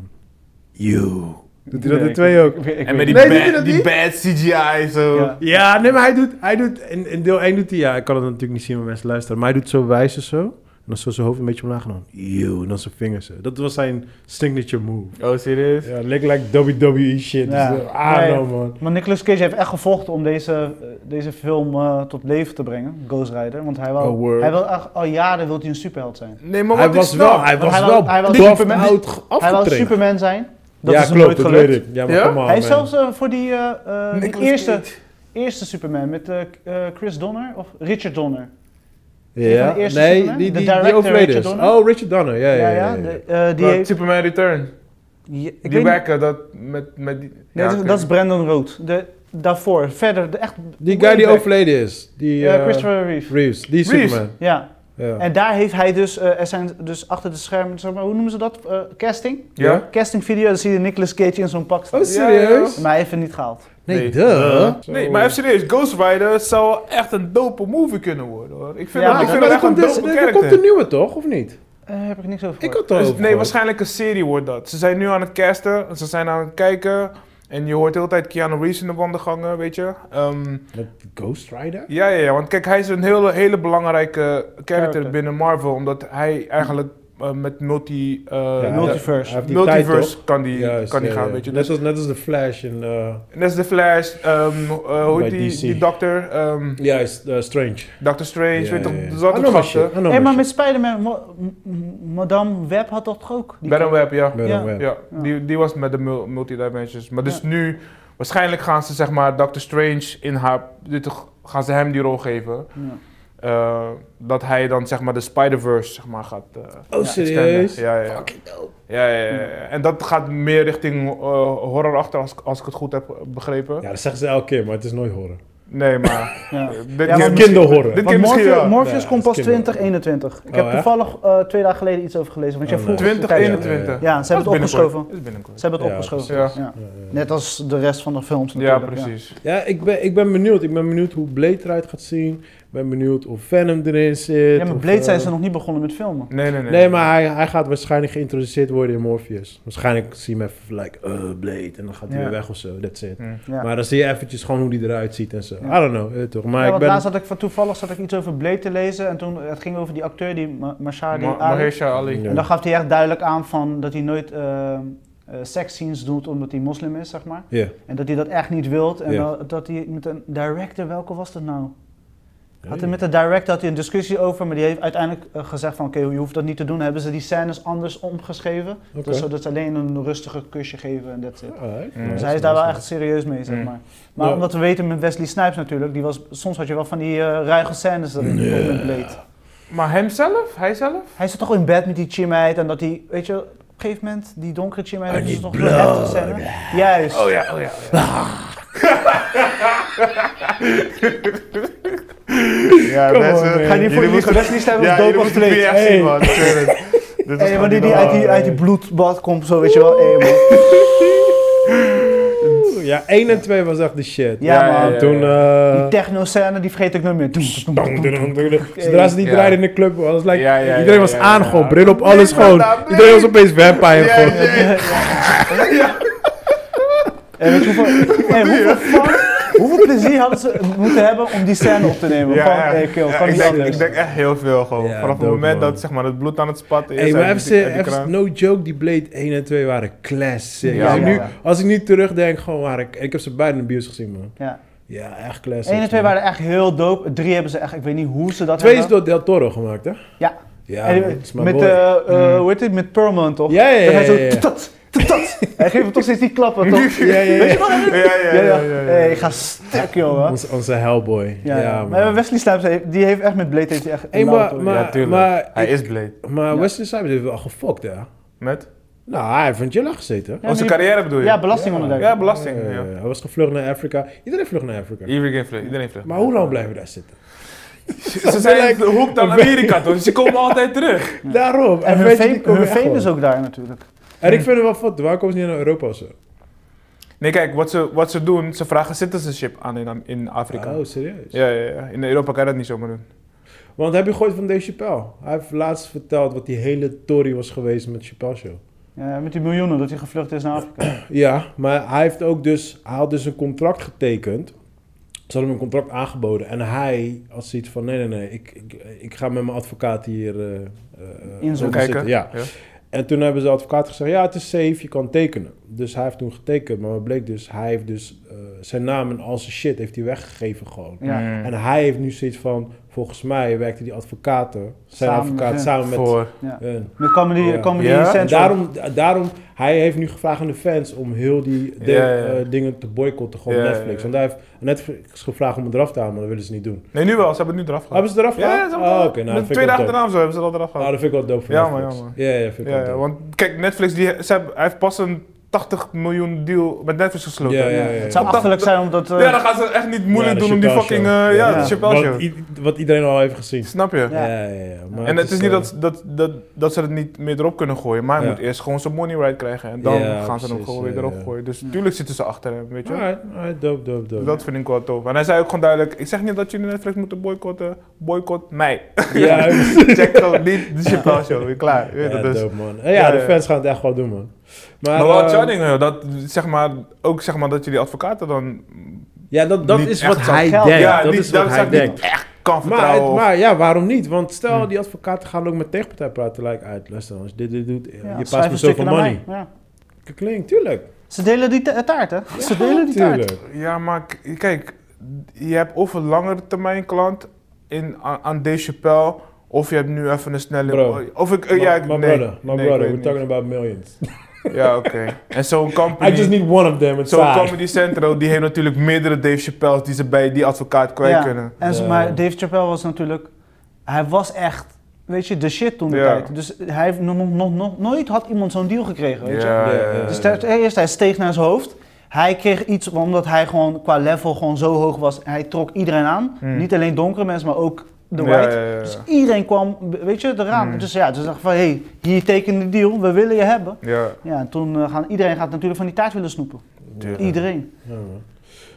Speaker 2: You. Doet hij dat
Speaker 1: Nee,
Speaker 2: in twee ook?
Speaker 1: ik weet- ik
Speaker 4: en
Speaker 1: weet
Speaker 4: met die,
Speaker 1: niet.
Speaker 2: Nee, doet hij
Speaker 4: bad,
Speaker 2: dat
Speaker 4: die
Speaker 2: niet?
Speaker 4: bad CGI zo.
Speaker 1: Ja.
Speaker 2: Ja, nee, maar hij doet, hij doet in, in deel 1 doet hij, ja, ik kan het natuurlijk niet zien, maar mensen luisteren, maar hij doet zo wijze zo. En dan zo zijn hoofd een beetje omlaag en dan, you, en dan zijn vingers zo. Dat was zijn signature move.
Speaker 4: Oh, serieus?
Speaker 2: Ja, leek like WWE shit.
Speaker 1: Ja.
Speaker 2: Dus, eh, I
Speaker 1: Nee.
Speaker 2: don't know, man.
Speaker 1: Maar Nicolas Cage heeft echt gevochten om deze, eh, deze film eh, tot leven te brengen, Ghost Rider. Want hij wil,
Speaker 2: Oh, word.
Speaker 1: hij wil echt- al jaren wil hij een superheld zijn.
Speaker 4: Nee, maar wat
Speaker 2: Hij
Speaker 4: ik
Speaker 2: was
Speaker 4: snap-
Speaker 2: wel, hij was
Speaker 1: hij
Speaker 2: wel
Speaker 1: wou- hij wou
Speaker 2: buffed
Speaker 1: Superman-
Speaker 2: out ge-
Speaker 1: Hij wil
Speaker 2: afgetraind.
Speaker 1: Superman zijn. Dat
Speaker 2: ja,
Speaker 1: is hem
Speaker 2: klopt,
Speaker 1: nooit
Speaker 2: dat
Speaker 1: gelukt.
Speaker 2: weet ik. Ja, maar
Speaker 4: Ja?
Speaker 2: come on,
Speaker 1: hij is
Speaker 2: man.
Speaker 1: zelfs eh, voor die eh, eh, die
Speaker 4: Nicolas
Speaker 1: eerste,
Speaker 4: Cage.
Speaker 1: eerste Superman met eh, k- eh, Chris Donner of Richard Donner.
Speaker 2: Ja,
Speaker 1: van de eerste
Speaker 2: nee, die,
Speaker 1: Superman?
Speaker 2: die,
Speaker 1: De
Speaker 2: die,
Speaker 1: director
Speaker 2: overleden
Speaker 1: Richard
Speaker 2: is.
Speaker 1: Donner?
Speaker 2: Oh, Richard Donner, ja, ja, ja. ja, ja.
Speaker 1: de- eh, die
Speaker 4: Wat,
Speaker 1: heeft.
Speaker 4: Superman Return.
Speaker 1: Ja, ik weet
Speaker 4: Die
Speaker 1: niet-
Speaker 4: werken dat met, met die...
Speaker 1: Nee,
Speaker 4: Ja,
Speaker 1: dat,
Speaker 4: oké.
Speaker 1: dat is Brandon Rood. De, daarvoor, verder, de, echt.
Speaker 2: Die
Speaker 1: way
Speaker 2: guy die
Speaker 1: back.
Speaker 2: overleden is. Die,
Speaker 1: Ja,
Speaker 2: eh,
Speaker 1: Christopher Reeve.
Speaker 2: Reeves. Die is
Speaker 4: Reeves.
Speaker 2: Superman.
Speaker 1: Ja,
Speaker 2: Ja.
Speaker 1: en daar heeft hij dus, eh, er zijn dus achter de schermen, zeg maar, hoe noemen ze dat? Eh, casting?
Speaker 4: Ja?
Speaker 1: Casting video, dan zie je Nicolas Cage in zo'n pak staan.
Speaker 2: Oh, serieus?
Speaker 1: Maar hij heeft het niet gehaald.
Speaker 2: Nee,
Speaker 4: Nee.
Speaker 2: duh.
Speaker 4: Nee, maar even serieus, Ghost Rider zou echt een dope movie kunnen worden hoor. Ik vind
Speaker 1: Ja,
Speaker 4: dat,
Speaker 1: maar
Speaker 4: ik
Speaker 2: maar
Speaker 4: vind
Speaker 2: er
Speaker 4: dat echt een
Speaker 2: komt, dus,
Speaker 4: dope
Speaker 2: er komt
Speaker 4: character.
Speaker 2: een nieuwe toch, of niet?
Speaker 1: Eh heb ik niks over
Speaker 2: Ik
Speaker 1: gehoord.
Speaker 2: had het al
Speaker 4: Dus-
Speaker 2: over
Speaker 4: nee,
Speaker 2: gehoord.
Speaker 4: waarschijnlijk een serie wordt dat. Ze zijn nu aan het casten, ze zijn aan het kijken. En je hoort de hele tijd Keanu Reeves in de wandelgangen, weet je. Ehm,
Speaker 2: Met Ghost Rider?
Speaker 4: ja, ja, ja, want kijk, hij is een hele, hele belangrijke character,
Speaker 1: Character.
Speaker 4: binnen Marvel. Omdat hij eigenlijk eh, met multi, eh,
Speaker 2: Ja,
Speaker 1: Multiverse.
Speaker 2: hij heeft die tijd, toch?
Speaker 4: multiverse kan die,
Speaker 2: Juist,
Speaker 4: kan die
Speaker 2: ja,
Speaker 4: gaan,
Speaker 2: ja.
Speaker 4: weet je.
Speaker 2: Net
Speaker 4: Dus,
Speaker 2: als, net als de Flash in... eh,
Speaker 4: net als de Flash, ehm, eh, hoe
Speaker 2: Bij
Speaker 4: heet die,
Speaker 2: DC.
Speaker 4: die dokter? ehm,
Speaker 2: juist, eh, Strange.
Speaker 4: Doctor Strange,
Speaker 2: Ja,
Speaker 4: weet
Speaker 2: ja,
Speaker 4: toch,
Speaker 2: ja.
Speaker 4: er zat
Speaker 2: Anomaly
Speaker 4: gasten.
Speaker 2: shit, anomaly
Speaker 1: Hé, maar
Speaker 2: shit.
Speaker 1: met Spider-Man, mo- m- m- Madame Web had dat toch ook? Die
Speaker 4: Madam Web, ja.
Speaker 2: Madam
Speaker 1: Ja.
Speaker 2: Web.
Speaker 4: Ja,
Speaker 1: Ja.
Speaker 4: Die, die was met de mul- multidimensions. Maar dus
Speaker 1: Ja.
Speaker 4: nu, waarschijnlijk gaan ze zeg maar Doctor Strange in haar, dit, gaan ze hem die rol geven.
Speaker 1: Ja.
Speaker 4: Eh, dat hij dan zeg maar de Spider-Verse zeg maar gaat eh,
Speaker 2: Oh, serieus?
Speaker 4: Ja, ja, ja. Ja, ja, ja, ja. En dat gaat meer richting eh, horror achter als, ik- als ik het goed heb eh, begrepen.
Speaker 2: Ja, dat zeggen ze elke keer, maar het is nooit horror.
Speaker 4: Nee, maar
Speaker 1: Ja.
Speaker 4: eh,
Speaker 1: Ja,
Speaker 4: dit keer
Speaker 1: maar-
Speaker 4: misschien-
Speaker 2: kinderhorror.
Speaker 4: Dit
Speaker 1: Want
Speaker 4: keer misschien
Speaker 1: Morpheus,
Speaker 4: wel.
Speaker 1: Morpheus
Speaker 2: Ja,
Speaker 1: komt
Speaker 2: dat
Speaker 1: pas
Speaker 2: is kinderlijk.
Speaker 1: 2021. Ik
Speaker 2: Oh,
Speaker 1: heb
Speaker 2: hè?
Speaker 1: toevallig eh, twee dagen geleden iets over gelezen, want jij
Speaker 2: Oh,
Speaker 1: vroeg...
Speaker 2: hè?
Speaker 4: 2021.
Speaker 1: Ja, ze hebben
Speaker 4: Dat
Speaker 1: het
Speaker 4: is
Speaker 1: opgeschoven.
Speaker 4: binnenkort. Dat is binnenkort.
Speaker 1: Ze hebben het
Speaker 2: Ja,
Speaker 1: opgeschoven.
Speaker 4: precies.
Speaker 1: Ja. Net als de rest van de films
Speaker 4: Ja,
Speaker 1: natuurlijk.
Speaker 4: precies.
Speaker 2: Ja, ik ben, ik ben benieuwd. Ik ben benieuwd hoe Blade eruit gaat zien. Ik ben benieuwd of Venom erin zit.
Speaker 1: Ja, maar
Speaker 2: of,
Speaker 1: Blade zijn
Speaker 2: eh,
Speaker 1: ze nog niet begonnen met filmen.
Speaker 4: Nee, nee, nee.
Speaker 2: Nee, maar hij, hij gaat waarschijnlijk geïntroduceerd worden in Morpheus. Waarschijnlijk zie je hem even like, eh, Blade, en dan gaat hij
Speaker 1: Ja.
Speaker 2: weer weg of zo, that's it.
Speaker 4: Hm.
Speaker 1: Ja.
Speaker 2: Maar dan zie je eventjes gewoon hoe die eruit ziet en zo.
Speaker 1: Ja.
Speaker 2: I don't know, eh, toch? Maar
Speaker 1: ja,
Speaker 2: ik
Speaker 1: want
Speaker 2: ben...
Speaker 1: laatst had ik van toevallig zat ik iets over Blade te lezen en toen het ging over die acteur die Ma Mashadi
Speaker 4: Ma-
Speaker 1: Ali.
Speaker 4: Mahershala Ali.
Speaker 2: Ja.
Speaker 1: En dan gaf hij echt duidelijk aan van dat hij nooit eh, eh, seksscenes doet omdat hij moslim is, zeg maar.
Speaker 2: Ja.
Speaker 1: En dat hij dat echt niet wilt. En
Speaker 2: Ja.
Speaker 1: dat, dat hij met een director, welke was dat nou? Had hij
Speaker 2: Hey.
Speaker 1: met de director had hij een discussie over, maar die heeft uiteindelijk eh, gezegd van oké, je hoeft dat niet te doen. Dan hebben ze die scènes anders omgeschreven.
Speaker 2: Oké.
Speaker 1: Dus zodat ze alleen een rustiger kusje geven en that's it.
Speaker 2: Alright.
Speaker 4: Mm.
Speaker 1: Dus
Speaker 4: Nice,
Speaker 1: hij is daar wel
Speaker 2: nice.
Speaker 1: echt serieus mee, zeg
Speaker 4: Mm.
Speaker 1: maar. Maar
Speaker 2: Ja.
Speaker 1: omdat we weten met Wesley Snipes natuurlijk, die was, soms had je wel van die eh, ruige scènes dat
Speaker 2: Ja.
Speaker 1: yeah. met Blade.
Speaker 4: Maar hemzelf? Hij zelf?
Speaker 1: Hij zat toch al in bed met die chimheid en dat die, weet je, op een gegeven moment, die donkere chimheid,
Speaker 2: I
Speaker 1: dat is
Speaker 2: need
Speaker 1: nog een heftige
Speaker 2: blood.
Speaker 1: scène. Juist.
Speaker 4: Oh ja, oh ja. oh ja.
Speaker 3: Ja, mensen.
Speaker 1: Ga je niet voor
Speaker 3: jullie
Speaker 1: liegen,
Speaker 3: moeten-
Speaker 1: Wesley Snipes
Speaker 3: Ja,
Speaker 1: was
Speaker 3: jullie
Speaker 1: dope als
Speaker 3: moeten het
Speaker 1: Blade.
Speaker 3: weer echt
Speaker 2: Hey.
Speaker 3: zien, man. Ik zweer het. Dit was
Speaker 1: Hé,
Speaker 3: gewoon
Speaker 1: maar die,
Speaker 3: niet
Speaker 1: die uit,
Speaker 3: normaal.
Speaker 1: die uit die bloedbad komt zo, weet je wel. Hé, man.
Speaker 2: Oeh, Ja, 1 en 2 was echt de shit.
Speaker 1: Ja,
Speaker 4: Ja, ja,
Speaker 1: man.
Speaker 4: ja.
Speaker 2: Toen... eh,
Speaker 1: Die techno-scène, die vergeet ik nooit meer. Doem, doem, doem,
Speaker 2: Dong,
Speaker 1: doem.
Speaker 2: dong, dong, dong. Zodra ze die
Speaker 4: Ja.
Speaker 2: draaiden in de club, was like,
Speaker 4: Ja, ja,
Speaker 2: iedereen
Speaker 4: ja,
Speaker 2: was
Speaker 4: ja,
Speaker 2: aan
Speaker 4: ja.
Speaker 2: gewoon, bril op alles
Speaker 3: Nee,
Speaker 2: gewoon.
Speaker 3: maar dan-
Speaker 2: Iedereen was opeens vampire
Speaker 3: Ja,
Speaker 2: gewoon.
Speaker 3: ja, ja.
Speaker 1: Hé, weet je hoeveel, hé, hoeveel, fun- hoeveel plezier hadden ze moeten hebben om die scène op te nemen?
Speaker 3: Ja,
Speaker 1: van,
Speaker 3: ja.
Speaker 1: hé, kill,
Speaker 3: Ja,
Speaker 1: van
Speaker 3: ik,
Speaker 1: die
Speaker 3: denk,
Speaker 1: anders.
Speaker 3: ik denk echt heel veel gewoon.
Speaker 2: Ja,
Speaker 3: Vanaf het
Speaker 2: dope,
Speaker 3: moment
Speaker 2: man.
Speaker 3: dat zeg maar, het bloed aan het spatten is.
Speaker 2: Hey, maar
Speaker 3: uit
Speaker 2: even,
Speaker 3: die- uit die
Speaker 2: even-
Speaker 3: kraan.
Speaker 2: no joke, die Blade 1 en 2 waren classic.
Speaker 4: Ja,
Speaker 2: als, ik
Speaker 1: ja,
Speaker 2: nu,
Speaker 1: ja.
Speaker 2: als ik nu terugdenk, gewoon waren... Ik, ik heb ze beide in de bios gezien, man.
Speaker 1: Ja.
Speaker 2: Ja, echt classic.
Speaker 1: 1 en 2
Speaker 2: man.
Speaker 1: waren echt heel dope. 3 hebben ze echt, ik weet niet hoe ze dat
Speaker 2: Twee is
Speaker 1: hebben.
Speaker 2: door Del Toro gemaakt, hè?
Speaker 1: Ja.
Speaker 2: Ja,
Speaker 1: En,
Speaker 2: man, dat is mijn
Speaker 1: met,
Speaker 2: boy.
Speaker 1: eh
Speaker 3: Hmm.
Speaker 1: eh hoe heet dit? Met Permanent, toch?
Speaker 2: Ja, ja, ja,
Speaker 1: Dat hij zo...
Speaker 2: ja, ja.
Speaker 1: tutat, tutat. Hij geeft hem toch steeds die klappen, toch?
Speaker 2: ja, ja, ja.
Speaker 3: Ja, ja, ja. ja, ja, ja.
Speaker 1: Hé, ik ga stuk, jongen.
Speaker 2: Onze, onze Hellboy.
Speaker 1: Ja, ja. Maar
Speaker 2: man.
Speaker 1: Wesley Snipes, hij- die heeft echt met Blade heeft hij echt...
Speaker 2: Hey,
Speaker 1: lauw
Speaker 2: maar,
Speaker 1: door.
Speaker 2: maar,
Speaker 4: Ja, tuurlijk.
Speaker 2: maar,
Speaker 4: Hij
Speaker 2: ik-
Speaker 4: is Blade.
Speaker 2: maar
Speaker 1: Ja.
Speaker 2: Wesley Snipes heeft wel gefokt, hè?
Speaker 4: Met?
Speaker 2: Nou, hij heeft van Jilla
Speaker 1: Ja,
Speaker 2: gezeten.
Speaker 4: Oh, zijn
Speaker 1: maar die-
Speaker 4: carrière bedoel je?
Speaker 1: Ja, belastingonderduiking.
Speaker 4: Ja, belasting.
Speaker 2: Eh,
Speaker 4: Ja.
Speaker 2: Hij was gevlucht naar Afrika. Iedereen vlucht naar Afrika.
Speaker 4: Iedereen heeft vlucht. Iedereen vlucht.
Speaker 2: Maar hoe lang blijven we daar zitten?
Speaker 4: Ze zijn like, hoek aan Amerika, toch? Dus ze komen altijd terug.
Speaker 2: Daarom.
Speaker 1: En
Speaker 2: weet
Speaker 1: hun
Speaker 2: je,
Speaker 1: fame,
Speaker 2: die komen
Speaker 1: hun
Speaker 2: echt
Speaker 1: fame
Speaker 2: wel.
Speaker 1: is ook daar natuurlijk.
Speaker 2: En ik vind het wel fout. Waarom komen ze niet naar Europa of zo?
Speaker 4: Nee, kijk, wat ze, wat ze doen, ze vragen citizenship aan in, in Afrika.
Speaker 2: Oh, serieus?
Speaker 4: Ja, ja, ja. In Europa kan je dat niet zomaar doen.
Speaker 2: Want heb je gehoord van Dave Chappelle? Hij heeft laatst verteld wat die hele tory was geweest met Chappelle Show.
Speaker 1: Ja, met die miljoenen dat hij gevlucht is naar Afrika.
Speaker 2: Ja, maar hij heeft ook dus... Hij had dus een contract getekend. Ze hadden hem een contract aangeboden. En hij had zoiets van... Nee, nee, nee. Ik, ik, ik ga met mijn advocaat hier... eh, eh,
Speaker 1: In zo'n
Speaker 2: over
Speaker 4: Kijken.
Speaker 2: zitten. Ja. En toen hebben ze advocaat gezegd, ja, het is safe, je kan tekenen. Dus hij heeft toen getekend, maar wat bleek dus, hij heeft dus eh, zijn naam en al zijn shit heeft hij weggegeven gewoon.
Speaker 1: Ja.
Speaker 4: Mm.
Speaker 2: En hij heeft nu zoiets van, volgens mij werkten die advocaten, zijn
Speaker 1: Samen
Speaker 2: advocaat
Speaker 1: met hen.
Speaker 2: samen met eh,
Speaker 4: Voor.
Speaker 1: Ja.
Speaker 2: hen.
Speaker 1: Met Comedy,
Speaker 2: Ja.
Speaker 1: comedy
Speaker 4: Ja, en
Speaker 2: En
Speaker 1: Central.
Speaker 2: daarom, daarom, hij heeft nu gevraagd aan de fans om heel die de-
Speaker 4: Ja, ja.
Speaker 2: eh, dingen te boycotten, gewoon
Speaker 4: Ja, ja,
Speaker 2: Netflix.
Speaker 4: ja.
Speaker 2: Want hij heeft Netflix gevraagd om het eraf te halen, maar dat willen ze niet doen.
Speaker 4: Nee, nu wel. Ze hebben het nu eraf gehaald.
Speaker 2: Hebben ze het eraf
Speaker 4: Ja, ja,
Speaker 2: gehaald?
Speaker 4: ze
Speaker 2: oh,
Speaker 4: hebben
Speaker 2: oké,
Speaker 4: het
Speaker 2: nou, dat vind ik
Speaker 4: Twee
Speaker 2: wel
Speaker 4: dagen
Speaker 2: dope.
Speaker 4: daarna of zo hebben ze dat eraf
Speaker 2: Ah,
Speaker 4: gehaald.
Speaker 2: dat vind ik wel dope van
Speaker 4: Ja,
Speaker 2: Netflix.
Speaker 4: maar, ja,
Speaker 2: Ja, ja, vind ik wel
Speaker 4: Ja, ja,
Speaker 2: dope.
Speaker 4: want kijk, Netflix die, ze hebben, hij heeft pas een 80 miljoen deal met Netflix gesloten.
Speaker 2: Ja, ja, ja.
Speaker 1: Het zou
Speaker 4: Want dat-
Speaker 1: achterlijk zijn omdat... eh,
Speaker 4: Ja, dan gaan ze echt niet moeilijk
Speaker 2: Ja, de
Speaker 4: doen om die
Speaker 2: Chappelle
Speaker 4: fucking...
Speaker 2: Show.
Speaker 4: eh, ja,
Speaker 1: Ja.
Speaker 4: de Chappelle
Speaker 2: wat,
Speaker 4: show.
Speaker 2: i- wat iedereen al heeft gezien.
Speaker 4: Snap je?
Speaker 1: Ja.
Speaker 2: Ja, ja, ja. Maar
Speaker 4: En het is niet
Speaker 2: eh,
Speaker 4: dat, dat, dat, dat ze het niet meer erop kunnen gooien, maar hij
Speaker 2: Ja.
Speaker 4: moet eerst gewoon zijn money right krijgen. En dan
Speaker 2: Ja,
Speaker 4: gaan ze hem
Speaker 2: precies,
Speaker 4: gewoon weer
Speaker 2: ja,
Speaker 4: erop
Speaker 2: ja.
Speaker 4: gooien. Dus tuurlijk zitten ze achter hem, weet je. wel.
Speaker 2: eh, Alright, alright, dope, dope, dope.
Speaker 4: Dus dat vind ik wel tof. En hij zei ook gewoon duidelijk, ik zeg niet dat jullie Netflix moeten boycotten, boycott mij.
Speaker 2: ja,
Speaker 4: Check gewoon niet de Chappelle Show, weer klaar. Je Weet
Speaker 2: ja,
Speaker 4: het dus.
Speaker 2: dope, man. Eh, Ja,
Speaker 4: Ja,
Speaker 2: de
Speaker 4: ja.
Speaker 2: fans gaan het echt wel doen, man. Maar,
Speaker 4: Maar wat
Speaker 2: eh,
Speaker 4: zou dingen, dat zeg maar, ook zeg maar dat je die advocaten dan
Speaker 2: ja, dat, dat
Speaker 4: Niet
Speaker 2: is
Speaker 4: echt
Speaker 2: wat
Speaker 4: zou
Speaker 2: hij
Speaker 1: gelden.
Speaker 2: denkt.
Speaker 1: Ja,
Speaker 2: dat
Speaker 4: niet-
Speaker 2: is wat
Speaker 4: dat
Speaker 2: hij
Speaker 4: zou ik niet
Speaker 2: denkt.
Speaker 4: kan
Speaker 2: Maar,
Speaker 4: vertrouwen.
Speaker 2: het- maar ja, waarom niet? Want stel,
Speaker 4: Hm.
Speaker 2: die advocaten gaan ook met tegenpartij praten. Like, uit, luister, als je dit, dit doet, eh,
Speaker 1: Ja,
Speaker 2: je
Speaker 1: schrijf
Speaker 2: paast
Speaker 1: een
Speaker 2: me
Speaker 1: stukje
Speaker 2: zoveel
Speaker 1: naar
Speaker 2: money.
Speaker 1: mij. Ja.
Speaker 2: Klinkt, tuurlijk.
Speaker 1: Ze delen die ta- taart, hè? Ze delen die taart.
Speaker 2: Tuurlijk.
Speaker 4: Ja, maar k- kijk, je hebt of een langere termijn klant in, aan, aan Dave Chappelle, of je hebt nu even een snelle...
Speaker 2: Bro.
Speaker 4: Of ik... eh,
Speaker 2: My,
Speaker 4: ja,
Speaker 2: my
Speaker 4: ik- nee,
Speaker 2: brother, my
Speaker 4: nee, ik
Speaker 2: brother,
Speaker 4: weet
Speaker 2: we're
Speaker 4: niet.
Speaker 2: talking about millions.
Speaker 4: Ja, oké. En zo'n
Speaker 2: I just
Speaker 4: company...
Speaker 2: need one of them, it's
Speaker 4: Zo'n
Speaker 2: time.
Speaker 4: Comedy Central, die heeft natuurlijk meerdere Dave Chappelle's die ze bij die advocaat kwijt
Speaker 1: Ja.
Speaker 4: kunnen.
Speaker 1: En ze-
Speaker 2: Ja.
Speaker 1: Maar Dave Chappelle was natuurlijk... Hij was echt, weet je, de shit toen de
Speaker 4: Ja.
Speaker 1: tijd. Dus hij heeft nog, nog, nog- nooit had iemand zo'n deal gekregen, weet je.
Speaker 4: Ja,
Speaker 2: Ja,
Speaker 4: ja.
Speaker 1: Dus ter- eerst, hij steeg naar zijn hoofd. Hij kreeg iets, omdat hij gewoon qua level gewoon zo hoog was. Hij trok iedereen aan.
Speaker 4: Hmm.
Speaker 1: Niet alleen donkere mensen, maar ook de
Speaker 4: Ja,
Speaker 1: white.
Speaker 4: ja, ja, ja.
Speaker 1: Dus iedereen kwam, weet je, eraan.
Speaker 4: Hmm.
Speaker 1: Dus ja, ze dachten van, hé, hey, hier teken de deal, we willen je hebben.
Speaker 4: Ja,
Speaker 1: Ja, en toen eh, gaan, iedereen gaat natuurlijk van die taart willen snoepen.
Speaker 4: tuurlijk.
Speaker 1: Iedereen.
Speaker 2: Ja, man.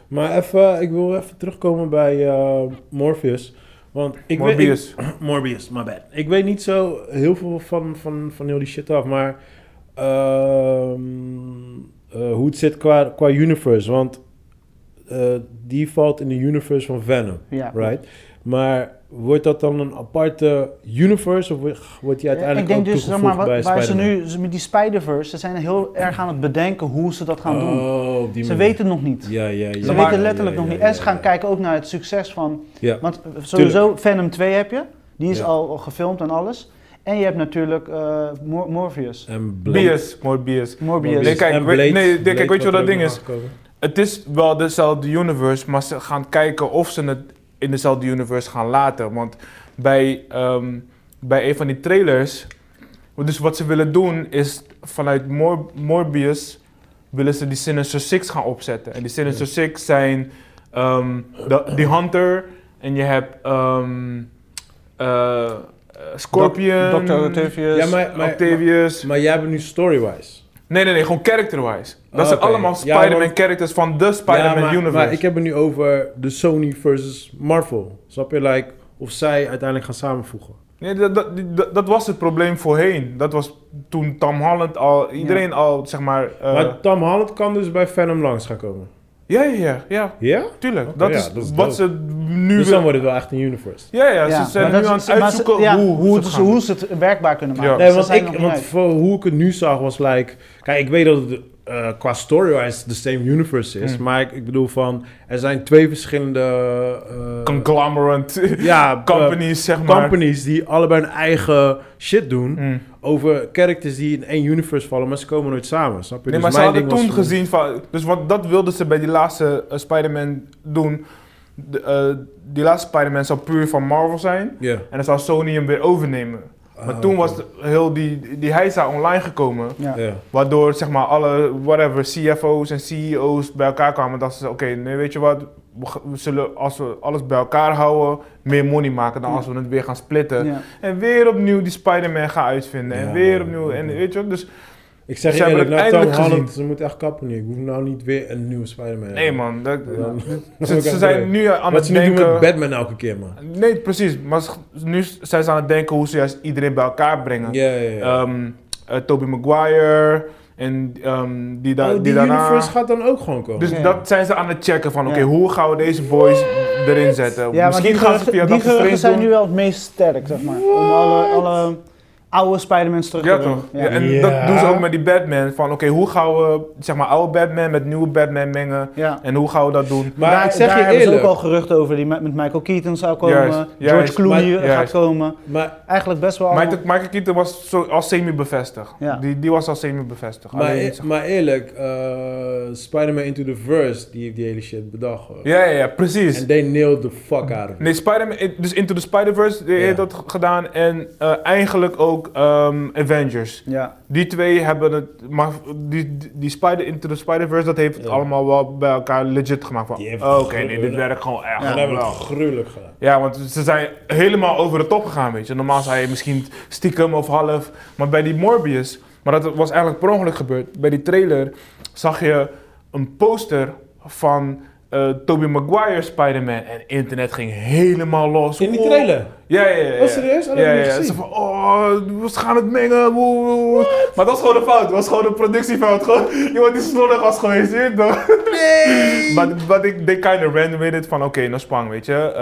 Speaker 2: Maar even, ik wil even terugkomen bij eh, Morpheus. Want ik weet,
Speaker 4: Morbius.
Speaker 2: ik- Morbius, my bad. Ik weet niet zo heel veel van, van, van heel die shit af, maar ehm, eh, hoe het zit qua, qua universe. Want eh, die valt in de universe van Venom,
Speaker 1: Ja.
Speaker 2: right? Maar wordt dat dan een aparte universe of wordt die
Speaker 1: Ja, ik
Speaker 2: uiteindelijk
Speaker 1: denk
Speaker 2: ook
Speaker 1: dus, zeg
Speaker 2: toegevoegd
Speaker 1: maar, wat-
Speaker 2: bij
Speaker 1: waar ze
Speaker 2: Spider-Man?
Speaker 1: nu, ze met die Spider-Verse, ze zijn heel erg aan het bedenken hoe ze dat gaan doen.
Speaker 2: Oh, op die
Speaker 1: Ze
Speaker 2: manier.
Speaker 1: weten het nog niet.
Speaker 2: Ja, ja, ja.
Speaker 1: Ze
Speaker 4: maar-
Speaker 1: weten letterlijk
Speaker 2: ja,
Speaker 1: nog
Speaker 2: ja,
Speaker 1: niet.
Speaker 2: ja,
Speaker 1: En ze gaan
Speaker 2: ja.
Speaker 1: kijken ook naar het succes van
Speaker 2: Ja.
Speaker 1: Want eh, sowieso Venom 2 heb je. Die is
Speaker 2: Ja.
Speaker 1: al, al gefilmd en alles. En je hebt natuurlijk eh, Mor- Morpheus.
Speaker 2: En
Speaker 4: Bias,
Speaker 1: Morbius.
Speaker 4: Morbius. Morbius. kijk,
Speaker 2: En
Speaker 4: weet-
Speaker 2: Blade.
Speaker 4: nee,
Speaker 2: Blade
Speaker 4: kijk, weet je wat
Speaker 2: wordt
Speaker 4: dat
Speaker 2: ook
Speaker 4: ding
Speaker 2: nog
Speaker 4: is?
Speaker 2: aangekomen.
Speaker 4: Het is wel dezelfde universe, maar ze gaan kijken of ze het in dezelfde universe gaan laten. Want bij, ehm, bij een van die trailers, dus wat ze willen doen is vanuit Mor- Morbius willen ze die Sinister Six gaan opzetten. En die Sinister Six zijn ehm, de, die Hunter en je hebt ehm, eh, Scorpion,
Speaker 1: Dr. Octavius.
Speaker 2: Ja, maar, maar,
Speaker 4: Octavius.
Speaker 2: maar jij hebt nu storywise.
Speaker 4: Nee, nee, nee, gewoon character-wise. Dat
Speaker 2: Oh,
Speaker 4: zijn
Speaker 2: oké.
Speaker 4: allemaal
Speaker 2: Ja,
Speaker 4: Spider-Man
Speaker 2: want-
Speaker 4: characters van de
Speaker 2: Ja,
Speaker 4: Spider-Man
Speaker 2: maar,
Speaker 4: universe.
Speaker 2: Maar ik heb het nu over de Sony versus Marvel. Snap je? Like, of zij uiteindelijk gaan samenvoegen.
Speaker 4: Nee, dat, dat, die- dat, dat was het probleem voorheen. Dat was toen Tom Holland al, iedereen al, zeg maar... eh,
Speaker 2: maar Tom Holland kan dus bij Venom langs gaan komen.
Speaker 4: ja, ja, ja, ja,
Speaker 2: Ja?
Speaker 4: tuurlijk.
Speaker 2: Oké,
Speaker 4: dat
Speaker 2: ja,
Speaker 4: is
Speaker 2: dat is
Speaker 4: wat
Speaker 2: dope.
Speaker 4: ze nu
Speaker 2: dus dan
Speaker 4: willen.
Speaker 2: wordt het wel echt een universe.
Speaker 4: Ja, ja,
Speaker 1: Ja,
Speaker 4: ze zijn
Speaker 1: maar
Speaker 4: nu
Speaker 1: dat
Speaker 4: aan
Speaker 1: is-
Speaker 4: het
Speaker 1: maar ze-
Speaker 4: uitzoeken
Speaker 1: ja,
Speaker 4: hoe,
Speaker 1: hoe,
Speaker 4: ze
Speaker 1: het-
Speaker 4: gaan
Speaker 1: hoe
Speaker 4: doen.
Speaker 1: ze het werkbaar kunnen maken.
Speaker 4: Ja.
Speaker 2: Nee,
Speaker 1: Ze
Speaker 2: want,
Speaker 1: zijn
Speaker 2: ik,
Speaker 1: nog
Speaker 2: want
Speaker 1: niet uit.
Speaker 2: voor hoe ik het nu zag was like... Kijk, ik weet dat het eh, qua storywise de same universe is.
Speaker 4: Hmm.
Speaker 2: Maar ik, ik bedoel van... Er zijn twee verschillende... eh,
Speaker 4: Conglomerate
Speaker 2: ja, eh,
Speaker 4: companies, zeg maar.
Speaker 2: companies die allebei hun eigen shit doen.
Speaker 4: Mm.
Speaker 2: Over characters die in één universe vallen, maar ze komen nooit samen. Snap je?
Speaker 4: Nee, maar
Speaker 2: Dus
Speaker 4: ze
Speaker 2: mijn
Speaker 4: hadden
Speaker 2: ding
Speaker 4: toen
Speaker 2: was
Speaker 4: gezien van... Dus wat, dat wilden ze bij die laatste eh, Spider-Man doen. De, eh, die laatste Spider-Man zou puur van Marvel zijn.
Speaker 2: Ja.
Speaker 4: En dan zou Sony hem weer overnemen. Maar
Speaker 2: Ah,
Speaker 4: toen
Speaker 2: oké.
Speaker 4: was de- heel die, die heisa online gekomen.
Speaker 1: Ja.
Speaker 2: Ja.
Speaker 4: Waardoor zeg maar alle whatever, CFO's en CEO's bij elkaar kwamen. Dat ze oké, nee, weet je wat, we, ga- we zullen als we alles bij elkaar houden, meer money maken dan
Speaker 1: Ja.
Speaker 4: als we het weer gaan splitten.
Speaker 1: Ja.
Speaker 4: En weer opnieuw die Spider-Man gaan uitvinden. en
Speaker 2: Ja,
Speaker 4: weer
Speaker 2: man.
Speaker 4: opnieuw. En weet je wat, dus
Speaker 2: Ik zeg
Speaker 4: Ze
Speaker 2: je
Speaker 4: hebben
Speaker 2: eerlijk, nou
Speaker 4: het
Speaker 2: Tom
Speaker 4: eindelijk
Speaker 2: Holland, ze moeten echt kappen nu. Ik hoef nou niet weer een nieuwe Spider-Man.
Speaker 4: nee man, dat,
Speaker 2: Dan-
Speaker 4: ze, ze zijn nu aan
Speaker 2: Wat
Speaker 4: het
Speaker 2: ze nu doen met
Speaker 4: denken.
Speaker 2: Batman elke keer, man.
Speaker 4: Nee, precies. Maar ze- nu zijn ze aan het denken hoe ze juist iedereen bij elkaar brengen.
Speaker 2: Ja, ja, ja.
Speaker 4: ehm eh, Tobey Maguire en ehm, die, da
Speaker 2: Oh,
Speaker 4: die
Speaker 2: die
Speaker 4: daarna.
Speaker 2: universe gaat dan ook gewoon komen.
Speaker 4: Dus
Speaker 1: Ja.
Speaker 4: dat zijn ze aan het checken van, oké,
Speaker 1: Ja.
Speaker 4: hoe gaan we deze boys erin zetten?
Speaker 1: Ja, maar
Speaker 4: Misschien
Speaker 1: die
Speaker 4: gaan ze
Speaker 1: geruchten,
Speaker 4: via
Speaker 1: die
Speaker 4: Doctor Strange
Speaker 1: geruchten zijn nu
Speaker 4: doen.
Speaker 1: wel het meest sterk, zeg maar. Om alle, alle oude Spider-Mans terug
Speaker 4: Ja
Speaker 1: te doen.
Speaker 4: toch? Ja, en
Speaker 2: Ja.
Speaker 4: dat doen ze ook met die Batman. Van oké, hoe gaan we zeg maar oude Batman met nieuwe Batman mengen?
Speaker 1: Ja.
Speaker 4: En hoe gaan we dat doen?
Speaker 2: maar
Speaker 1: daar,
Speaker 2: ik zeg
Speaker 1: daar
Speaker 2: je
Speaker 1: hebben ze
Speaker 2: eerlijk,
Speaker 1: ook al geruchten over die met met Michael Keaton zou komen,
Speaker 4: Juist,
Speaker 1: George
Speaker 4: juist,
Speaker 1: Clooney
Speaker 4: maar-
Speaker 1: gaat
Speaker 4: juist.
Speaker 1: komen.
Speaker 2: maar,
Speaker 4: Ah,
Speaker 1: Eigenlijk best wel allemaal-
Speaker 4: Michael, Michael Keaton was zo, al semi-bevestigd.
Speaker 1: Oh. Ja.
Speaker 4: Die, die was al semi-bevestigd.
Speaker 2: maar,
Speaker 4: Alleen,
Speaker 2: e-
Speaker 4: zeg-
Speaker 2: maar eerlijk, eh, Spider-Man Into the Verse, die heeft die hele shit bedacht. hoor.
Speaker 4: ja, ja, ja, precies.
Speaker 2: En they nailed the fuck out of it.
Speaker 4: Nee, Spider-Man, dus Into the Spider-Verse die
Speaker 2: Ja.
Speaker 4: heeft dat g- gedaan en eh, eigenlijk ook ehm, Avengers.
Speaker 1: Ja.
Speaker 4: Die twee hebben het, maar die, die- die Spider Into the Spider-Verse, dat heeft het
Speaker 2: Ja.
Speaker 4: allemaal wel bij elkaar legit gemaakt. Van,
Speaker 2: Die heeft
Speaker 4: oh,
Speaker 2: het
Speaker 4: oké,
Speaker 2: goed
Speaker 4: nee, dit
Speaker 2: gedaan.
Speaker 4: werkt gewoon echt
Speaker 2: En dan
Speaker 4: wel.
Speaker 2: hebben we het gruwelijk gedaan.
Speaker 4: Ja, want ze zijn helemaal over de top gegaan, weet je. Normaal zei je misschien stiekem of half, maar bij die Morbius, maar dat was eigenlijk per ongeluk gebeurd. Bij die trailer zag je een poster van eh Tobey Maguire Spider-Man en internet ging helemaal los.
Speaker 2: In die
Speaker 4: Oh,
Speaker 2: trailer.
Speaker 4: ja, ja, ja. ja.
Speaker 2: Oh, serieus? Oh, dat
Speaker 4: ja,
Speaker 2: heb ik
Speaker 4: ja.
Speaker 2: niet
Speaker 4: Ze
Speaker 2: gezien.
Speaker 4: van, oh, we gaan het mengen. woe, woe, woe. Maar dat was gewoon een fout. Dat was gewoon een productiefout. Gewoon, iemand die slordig was geweest. je weet toch?
Speaker 2: Nee,
Speaker 4: But, but ik, they kind of ran with it van oké, nou spang, weet je.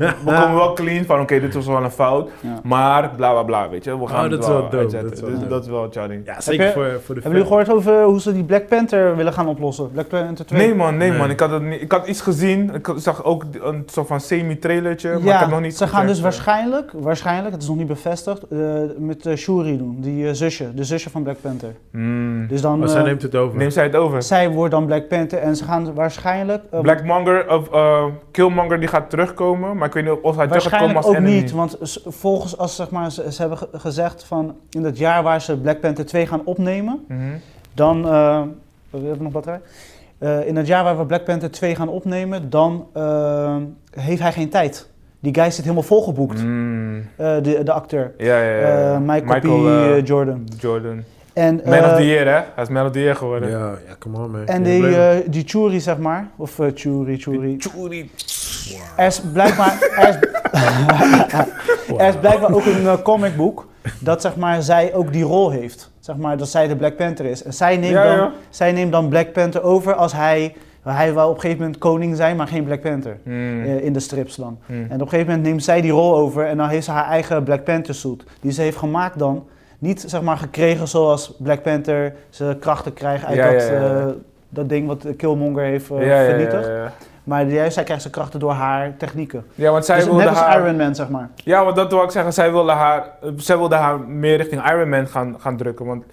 Speaker 4: Eh, we komen wel clean van oké, dit was wel een fout.
Speaker 1: Ja.
Speaker 4: Maar bla bla bla, weet je. We gaan
Speaker 2: Oh,
Speaker 4: het
Speaker 2: dat is wel dope,
Speaker 4: uitzetten.
Speaker 2: dat is wel
Speaker 4: Dus
Speaker 1: dope.
Speaker 4: dat is wel charming.
Speaker 2: Ja, zeker
Speaker 1: je-
Speaker 2: voor, voor de
Speaker 1: Hebben jullie gehoord over hoe ze die Black Panther willen gaan oplossen? Black Panther 2?
Speaker 4: Nee man, nee,
Speaker 2: Nee.
Speaker 4: man. Ik had, het niet, ik had iets gezien. Ik zag ook een soort van semi-trailertje, maar ik
Speaker 1: Ja,
Speaker 4: heb nog niet
Speaker 1: ze gaan
Speaker 4: gecheckt.
Speaker 1: dus waarschijnlijk, waarschijnlijk, het is nog niet bevestigd, eh, met eh, Shuri doen, die eh, zusje, de zusje van Black Panther.
Speaker 4: Hmm.
Speaker 1: Dus dan,
Speaker 2: Oh, zij
Speaker 1: eh,
Speaker 2: neemt het over.
Speaker 4: Neem zij het over.
Speaker 1: zij wordt dan Black Panther en ze gaan waarschijnlijk... eh,
Speaker 4: Blackmonger of eh, Killmonger die gaat terugkomen, maar ik weet niet of hij terug gaat komen
Speaker 1: Waarschijnlijk
Speaker 4: als
Speaker 1: ook
Speaker 4: enemy.
Speaker 1: niet, want s- volgens als zeg maar, ze, ze hebben ge- gezegd van in het jaar waar ze Black Panther 2 gaan opnemen,
Speaker 4: Mhm.
Speaker 1: dan. eh we hebben nog batterij. Eh, in het jaar waar we Black Panther 2 gaan opnemen, dan eh, heeft hij geen tijd. Die guy zit helemaal volgeboekt,
Speaker 4: Mm.
Speaker 1: eh, de, de acteur.
Speaker 4: Ja, ja, ja.
Speaker 1: Eh, Michael, P.
Speaker 4: eh,
Speaker 1: eh, Jordan.
Speaker 4: Jordan.
Speaker 1: En,
Speaker 4: Man
Speaker 1: eh,
Speaker 4: of the Year, hè? Hij is Man of the Year geworden.
Speaker 2: Ja, ja, come on man.
Speaker 1: en
Speaker 2: Geen
Speaker 1: die,
Speaker 2: probleem.
Speaker 1: eh, die Churi, zeg maar. Of eh, Churi, Churi. Er is blijkbaar, er is, er is blijkbaar ook een eh, comicboek dat zeg maar, zij ook die rol heeft. Zeg maar, dat zij de Black Panther is. En zij neemt,
Speaker 4: Ja,
Speaker 1: dan,
Speaker 4: ja.
Speaker 1: Zij neemt dan Black Panther over als hij... Hij wil op een gegeven moment koning zijn, maar geen Black Panther.
Speaker 4: Mm.
Speaker 1: eh, in de strips dan.
Speaker 4: Mm.
Speaker 1: En op een gegeven moment neemt zij die rol over en dan heeft ze haar eigen Black Panther suit. Die ze heeft gemaakt dan. Niet zeg maar gekregen zoals Black Panther zijn krachten krijgt uit
Speaker 4: Ja,
Speaker 1: dat,
Speaker 4: ja, ja.
Speaker 1: eh, dat ding wat Killmonger heeft eh,
Speaker 4: ja, ja,
Speaker 1: vernietigd.
Speaker 4: ja, ja.
Speaker 1: Maar juist, zij krijgt zijn krachten door haar technieken.
Speaker 4: Ja, want zij
Speaker 1: Dus
Speaker 4: wilde
Speaker 1: net als
Speaker 4: haar...
Speaker 1: Iron Man, zeg maar.
Speaker 4: Ja, want dat wil ik zeggen. Zij wilde haar, eh, zij wilde haar meer richting Iron Man gaan, gaan drukken. Want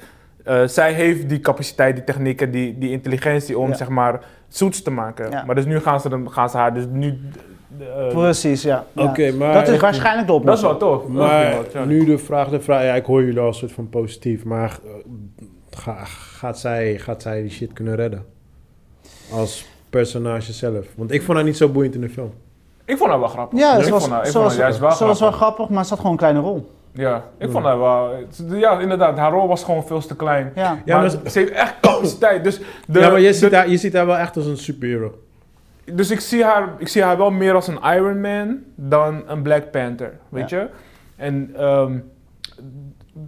Speaker 4: eh, zij heeft die capaciteit, die technieken, die, die intelligentie om
Speaker 1: Ja.
Speaker 4: zeg maar zoets te maken.
Speaker 1: Ja.
Speaker 4: Maar dus nu gaan ze, hem- gaan ze haar dus nu... eh,
Speaker 1: Precies, ja. ja.
Speaker 2: Oké, maar...
Speaker 1: dat is waarschijnlijk de
Speaker 4: dat is
Speaker 1: oplossing.
Speaker 4: wel tof. Dat is wel
Speaker 2: Maar
Speaker 4: tof, ja.
Speaker 2: nu de vraag, de vraag, ja, ik hoor jullie al een soort van positief, maar eh, ga, gaat, zij, gaat zij die shit kunnen redden? Als personage zelf. Want ik vond haar niet zo boeiend in de film.
Speaker 4: Ik vond haar wel grappig.
Speaker 1: Ja,
Speaker 4: ik
Speaker 1: ze was,
Speaker 4: vond haar, ik
Speaker 1: ze
Speaker 4: vond
Speaker 1: was,
Speaker 4: haar juist wel
Speaker 1: ze was wel
Speaker 4: grappig.
Speaker 1: grappig, maar ze had gewoon een kleine rol.
Speaker 4: Ja, ik vond haar wel... Ja, inderdaad. Haar rol was gewoon veel te klein.
Speaker 1: Ja.
Speaker 2: Ja,
Speaker 4: maar
Speaker 2: maar dat-
Speaker 4: ze heeft echt capaciteit. Dus, de,
Speaker 2: ja, maar je
Speaker 4: de-
Speaker 2: ziet, haar, je ziet haar wel echt als een superhero.
Speaker 4: dus ik, zie haar, ik zie haar wel meer als een Iron Man dan een Black Panther, weet
Speaker 1: Ja.
Speaker 4: je? En ehm,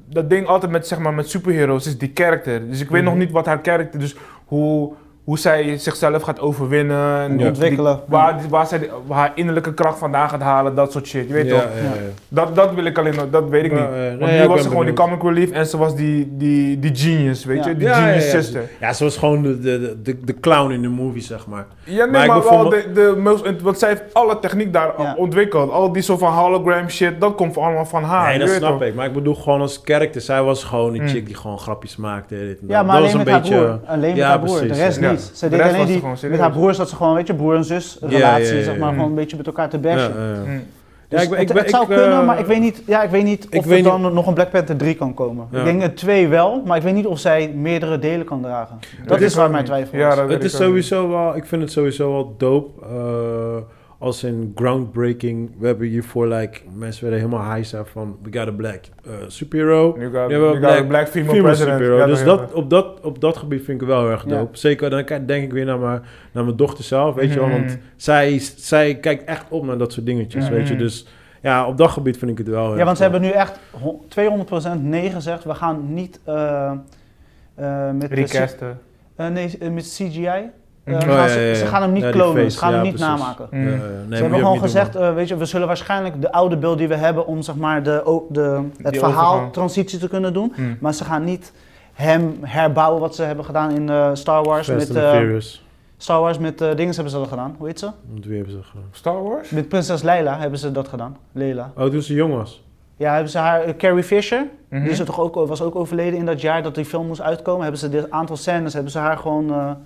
Speaker 4: dat ding altijd met, zeg maar, met superheroes is die karakter. Dus ik weet nog
Speaker 2: Mhm.
Speaker 4: niet wat haar karakter, dus hoe, hoe zij zichzelf gaat overwinnen. en die-
Speaker 1: Ontwikkelen.
Speaker 4: waar, waar zij die- haar innerlijke kracht vandaan gaat halen, dat soort shit. Je weet toch?
Speaker 2: Ja, ja, ja.
Speaker 4: Dat, dat wil ik alleen nog, dat weet ik
Speaker 2: Maar,
Speaker 4: niet.
Speaker 2: eh,
Speaker 4: Want
Speaker 2: nee,
Speaker 4: nu
Speaker 2: ja, ik
Speaker 4: was
Speaker 2: ben
Speaker 4: ze gewoon die
Speaker 2: benieuwd.
Speaker 4: comic relief en ze was die, die, die genius, weet
Speaker 1: Ja.
Speaker 4: je? Die
Speaker 2: Ja, ja,
Speaker 4: genius
Speaker 2: ja.
Speaker 4: sister.
Speaker 2: Ja, ze was gewoon de, de, de, de clown in de movie, zeg maar.
Speaker 4: Ja, nee,
Speaker 2: Maar
Speaker 4: maar,
Speaker 2: ik
Speaker 4: wel
Speaker 2: bijvoorbeeld-
Speaker 4: de, de most, int- want zij heeft alle techniek daar
Speaker 1: Ja.
Speaker 4: ontwikkeld. Al die soort van hologram shit, dat komt allemaal van
Speaker 1: Ah,
Speaker 4: haar.
Speaker 2: nee,
Speaker 4: je
Speaker 2: dat
Speaker 4: weet
Speaker 2: snap
Speaker 4: toch?
Speaker 2: ik. Maar ik bedoel gewoon als karakter. Zij was gewoon een
Speaker 4: Hmm.
Speaker 2: chick die gewoon grapjes maakte. Dit en
Speaker 1: Ja,
Speaker 2: dat.
Speaker 1: maar
Speaker 2: dat
Speaker 1: alleen met
Speaker 2: was een
Speaker 1: haar
Speaker 2: beetje...
Speaker 1: broer. Alleen met
Speaker 2: Ja,
Speaker 1: haar broer,
Speaker 2: precies,
Speaker 1: de rest
Speaker 4: ja.
Speaker 1: niet.
Speaker 4: De
Speaker 1: Ze deed
Speaker 4: rest was
Speaker 1: alleen
Speaker 4: ze
Speaker 1: die,
Speaker 4: gewoon serieus.
Speaker 1: met haar broer zat ze gewoon, weet je, broer en zus
Speaker 2: Ja, ja,
Speaker 1: relatie,
Speaker 2: ja,
Speaker 1: zeg
Speaker 2: ja.
Speaker 1: maar,
Speaker 4: Mm.
Speaker 1: gewoon een beetje met elkaar te
Speaker 2: Ja,
Speaker 1: bashen.
Speaker 2: ja, ja.
Speaker 4: Hm.
Speaker 2: Ja,
Speaker 1: Dus
Speaker 2: ik ben-
Speaker 1: het,
Speaker 2: ik ben-
Speaker 1: het zou
Speaker 2: ik, eh,
Speaker 1: kunnen, maar ik weet niet, ja, ik weet niet
Speaker 2: ik
Speaker 1: of
Speaker 2: weet
Speaker 1: er dan nog een Black Panther 3 kan komen.
Speaker 2: Ja.
Speaker 1: Ik denk het 2 wel, maar ik weet niet of zij meerdere delen kan dragen. Dat
Speaker 4: weet
Speaker 1: is
Speaker 4: ik
Speaker 1: waar
Speaker 4: ook
Speaker 1: mijn
Speaker 4: niet.
Speaker 1: twijfel
Speaker 4: Ja,
Speaker 1: is.
Speaker 4: dat weet
Speaker 2: Het
Speaker 4: ik
Speaker 2: is
Speaker 4: ook niet.
Speaker 2: sowieso wel, ik vind het sowieso wel dope. eh, als in groundbreaking. We hebben hiervoor, like, mensen werden helemaal high staan van, we got a black eh, superhero.
Speaker 4: Nu gaat
Speaker 2: Ja, wel
Speaker 4: nu gaat
Speaker 2: black-
Speaker 4: black female,
Speaker 2: Female
Speaker 4: president.
Speaker 2: superhero.
Speaker 4: Ja,
Speaker 2: dus
Speaker 4: ja,
Speaker 2: dat, op, dat, op dat gebied vind ik wel heel erg
Speaker 1: Ja.
Speaker 2: dope. Zeker, dan kijk- denk ik weer naar mijn, naar mijn dochter zelf, weet je wel.
Speaker 4: Mhm.
Speaker 2: Want zij, zij kijkt echt op naar dat soort dingetjes,
Speaker 4: Mhm.
Speaker 2: weet je. Dus ja, op dat gebied vind ik het wel heel
Speaker 1: Ja,
Speaker 2: erg
Speaker 1: want ze
Speaker 2: dope.
Speaker 1: hebben nu echt hon- 200% nee gezegd. We gaan niet eh, eh, met, de C-
Speaker 4: Recasten.
Speaker 1: eh, nee, eh, met CGI. eh,
Speaker 4: Mhm.
Speaker 1: gaan
Speaker 2: Oh, ja,
Speaker 1: ze,
Speaker 2: ja, ja.
Speaker 1: ze gaan hem niet
Speaker 2: Ja, die
Speaker 1: klonen,
Speaker 2: face,
Speaker 1: ze gaan
Speaker 2: ja,
Speaker 1: hem niet
Speaker 2: precies.
Speaker 1: namaken.
Speaker 4: Mm.
Speaker 2: Ja, ja, Eh, nee,
Speaker 1: ze
Speaker 2: moet je
Speaker 1: hebben
Speaker 2: ook
Speaker 1: gewoon
Speaker 2: niet doen,
Speaker 1: gezegd,
Speaker 2: man.
Speaker 1: eh, weet je, we zullen waarschijnlijk de oude beeld die we hebben om zeg maar de, o- de, het
Speaker 4: Die
Speaker 1: verhaal
Speaker 4: overgang.
Speaker 1: transitie te kunnen doen.
Speaker 4: Hm.
Speaker 1: Maar ze gaan niet hem herbouwen wat ze hebben gedaan in eh, Star Wars.
Speaker 2: Fast
Speaker 1: met,
Speaker 2: and
Speaker 1: eh,
Speaker 2: the Furious.
Speaker 1: Star Wars met eh dingen hebben ze dat gedaan. Hoe heet ze?
Speaker 2: Want wie hebben ze gedaan?
Speaker 4: Star Wars?
Speaker 1: Met prinses Leila hebben ze dat gedaan. Leila.
Speaker 2: Oh, toen ze jong was.
Speaker 1: Ja, hebben ze haar eh, Carrie Fisher.
Speaker 4: Mhm.
Speaker 1: Die is er Dus toch ook, was ook overleden in dat jaar dat die film moest uitkomen. Hebben ze dit aantal scènes hebben ze haar gewoon eh,
Speaker 4: Ja,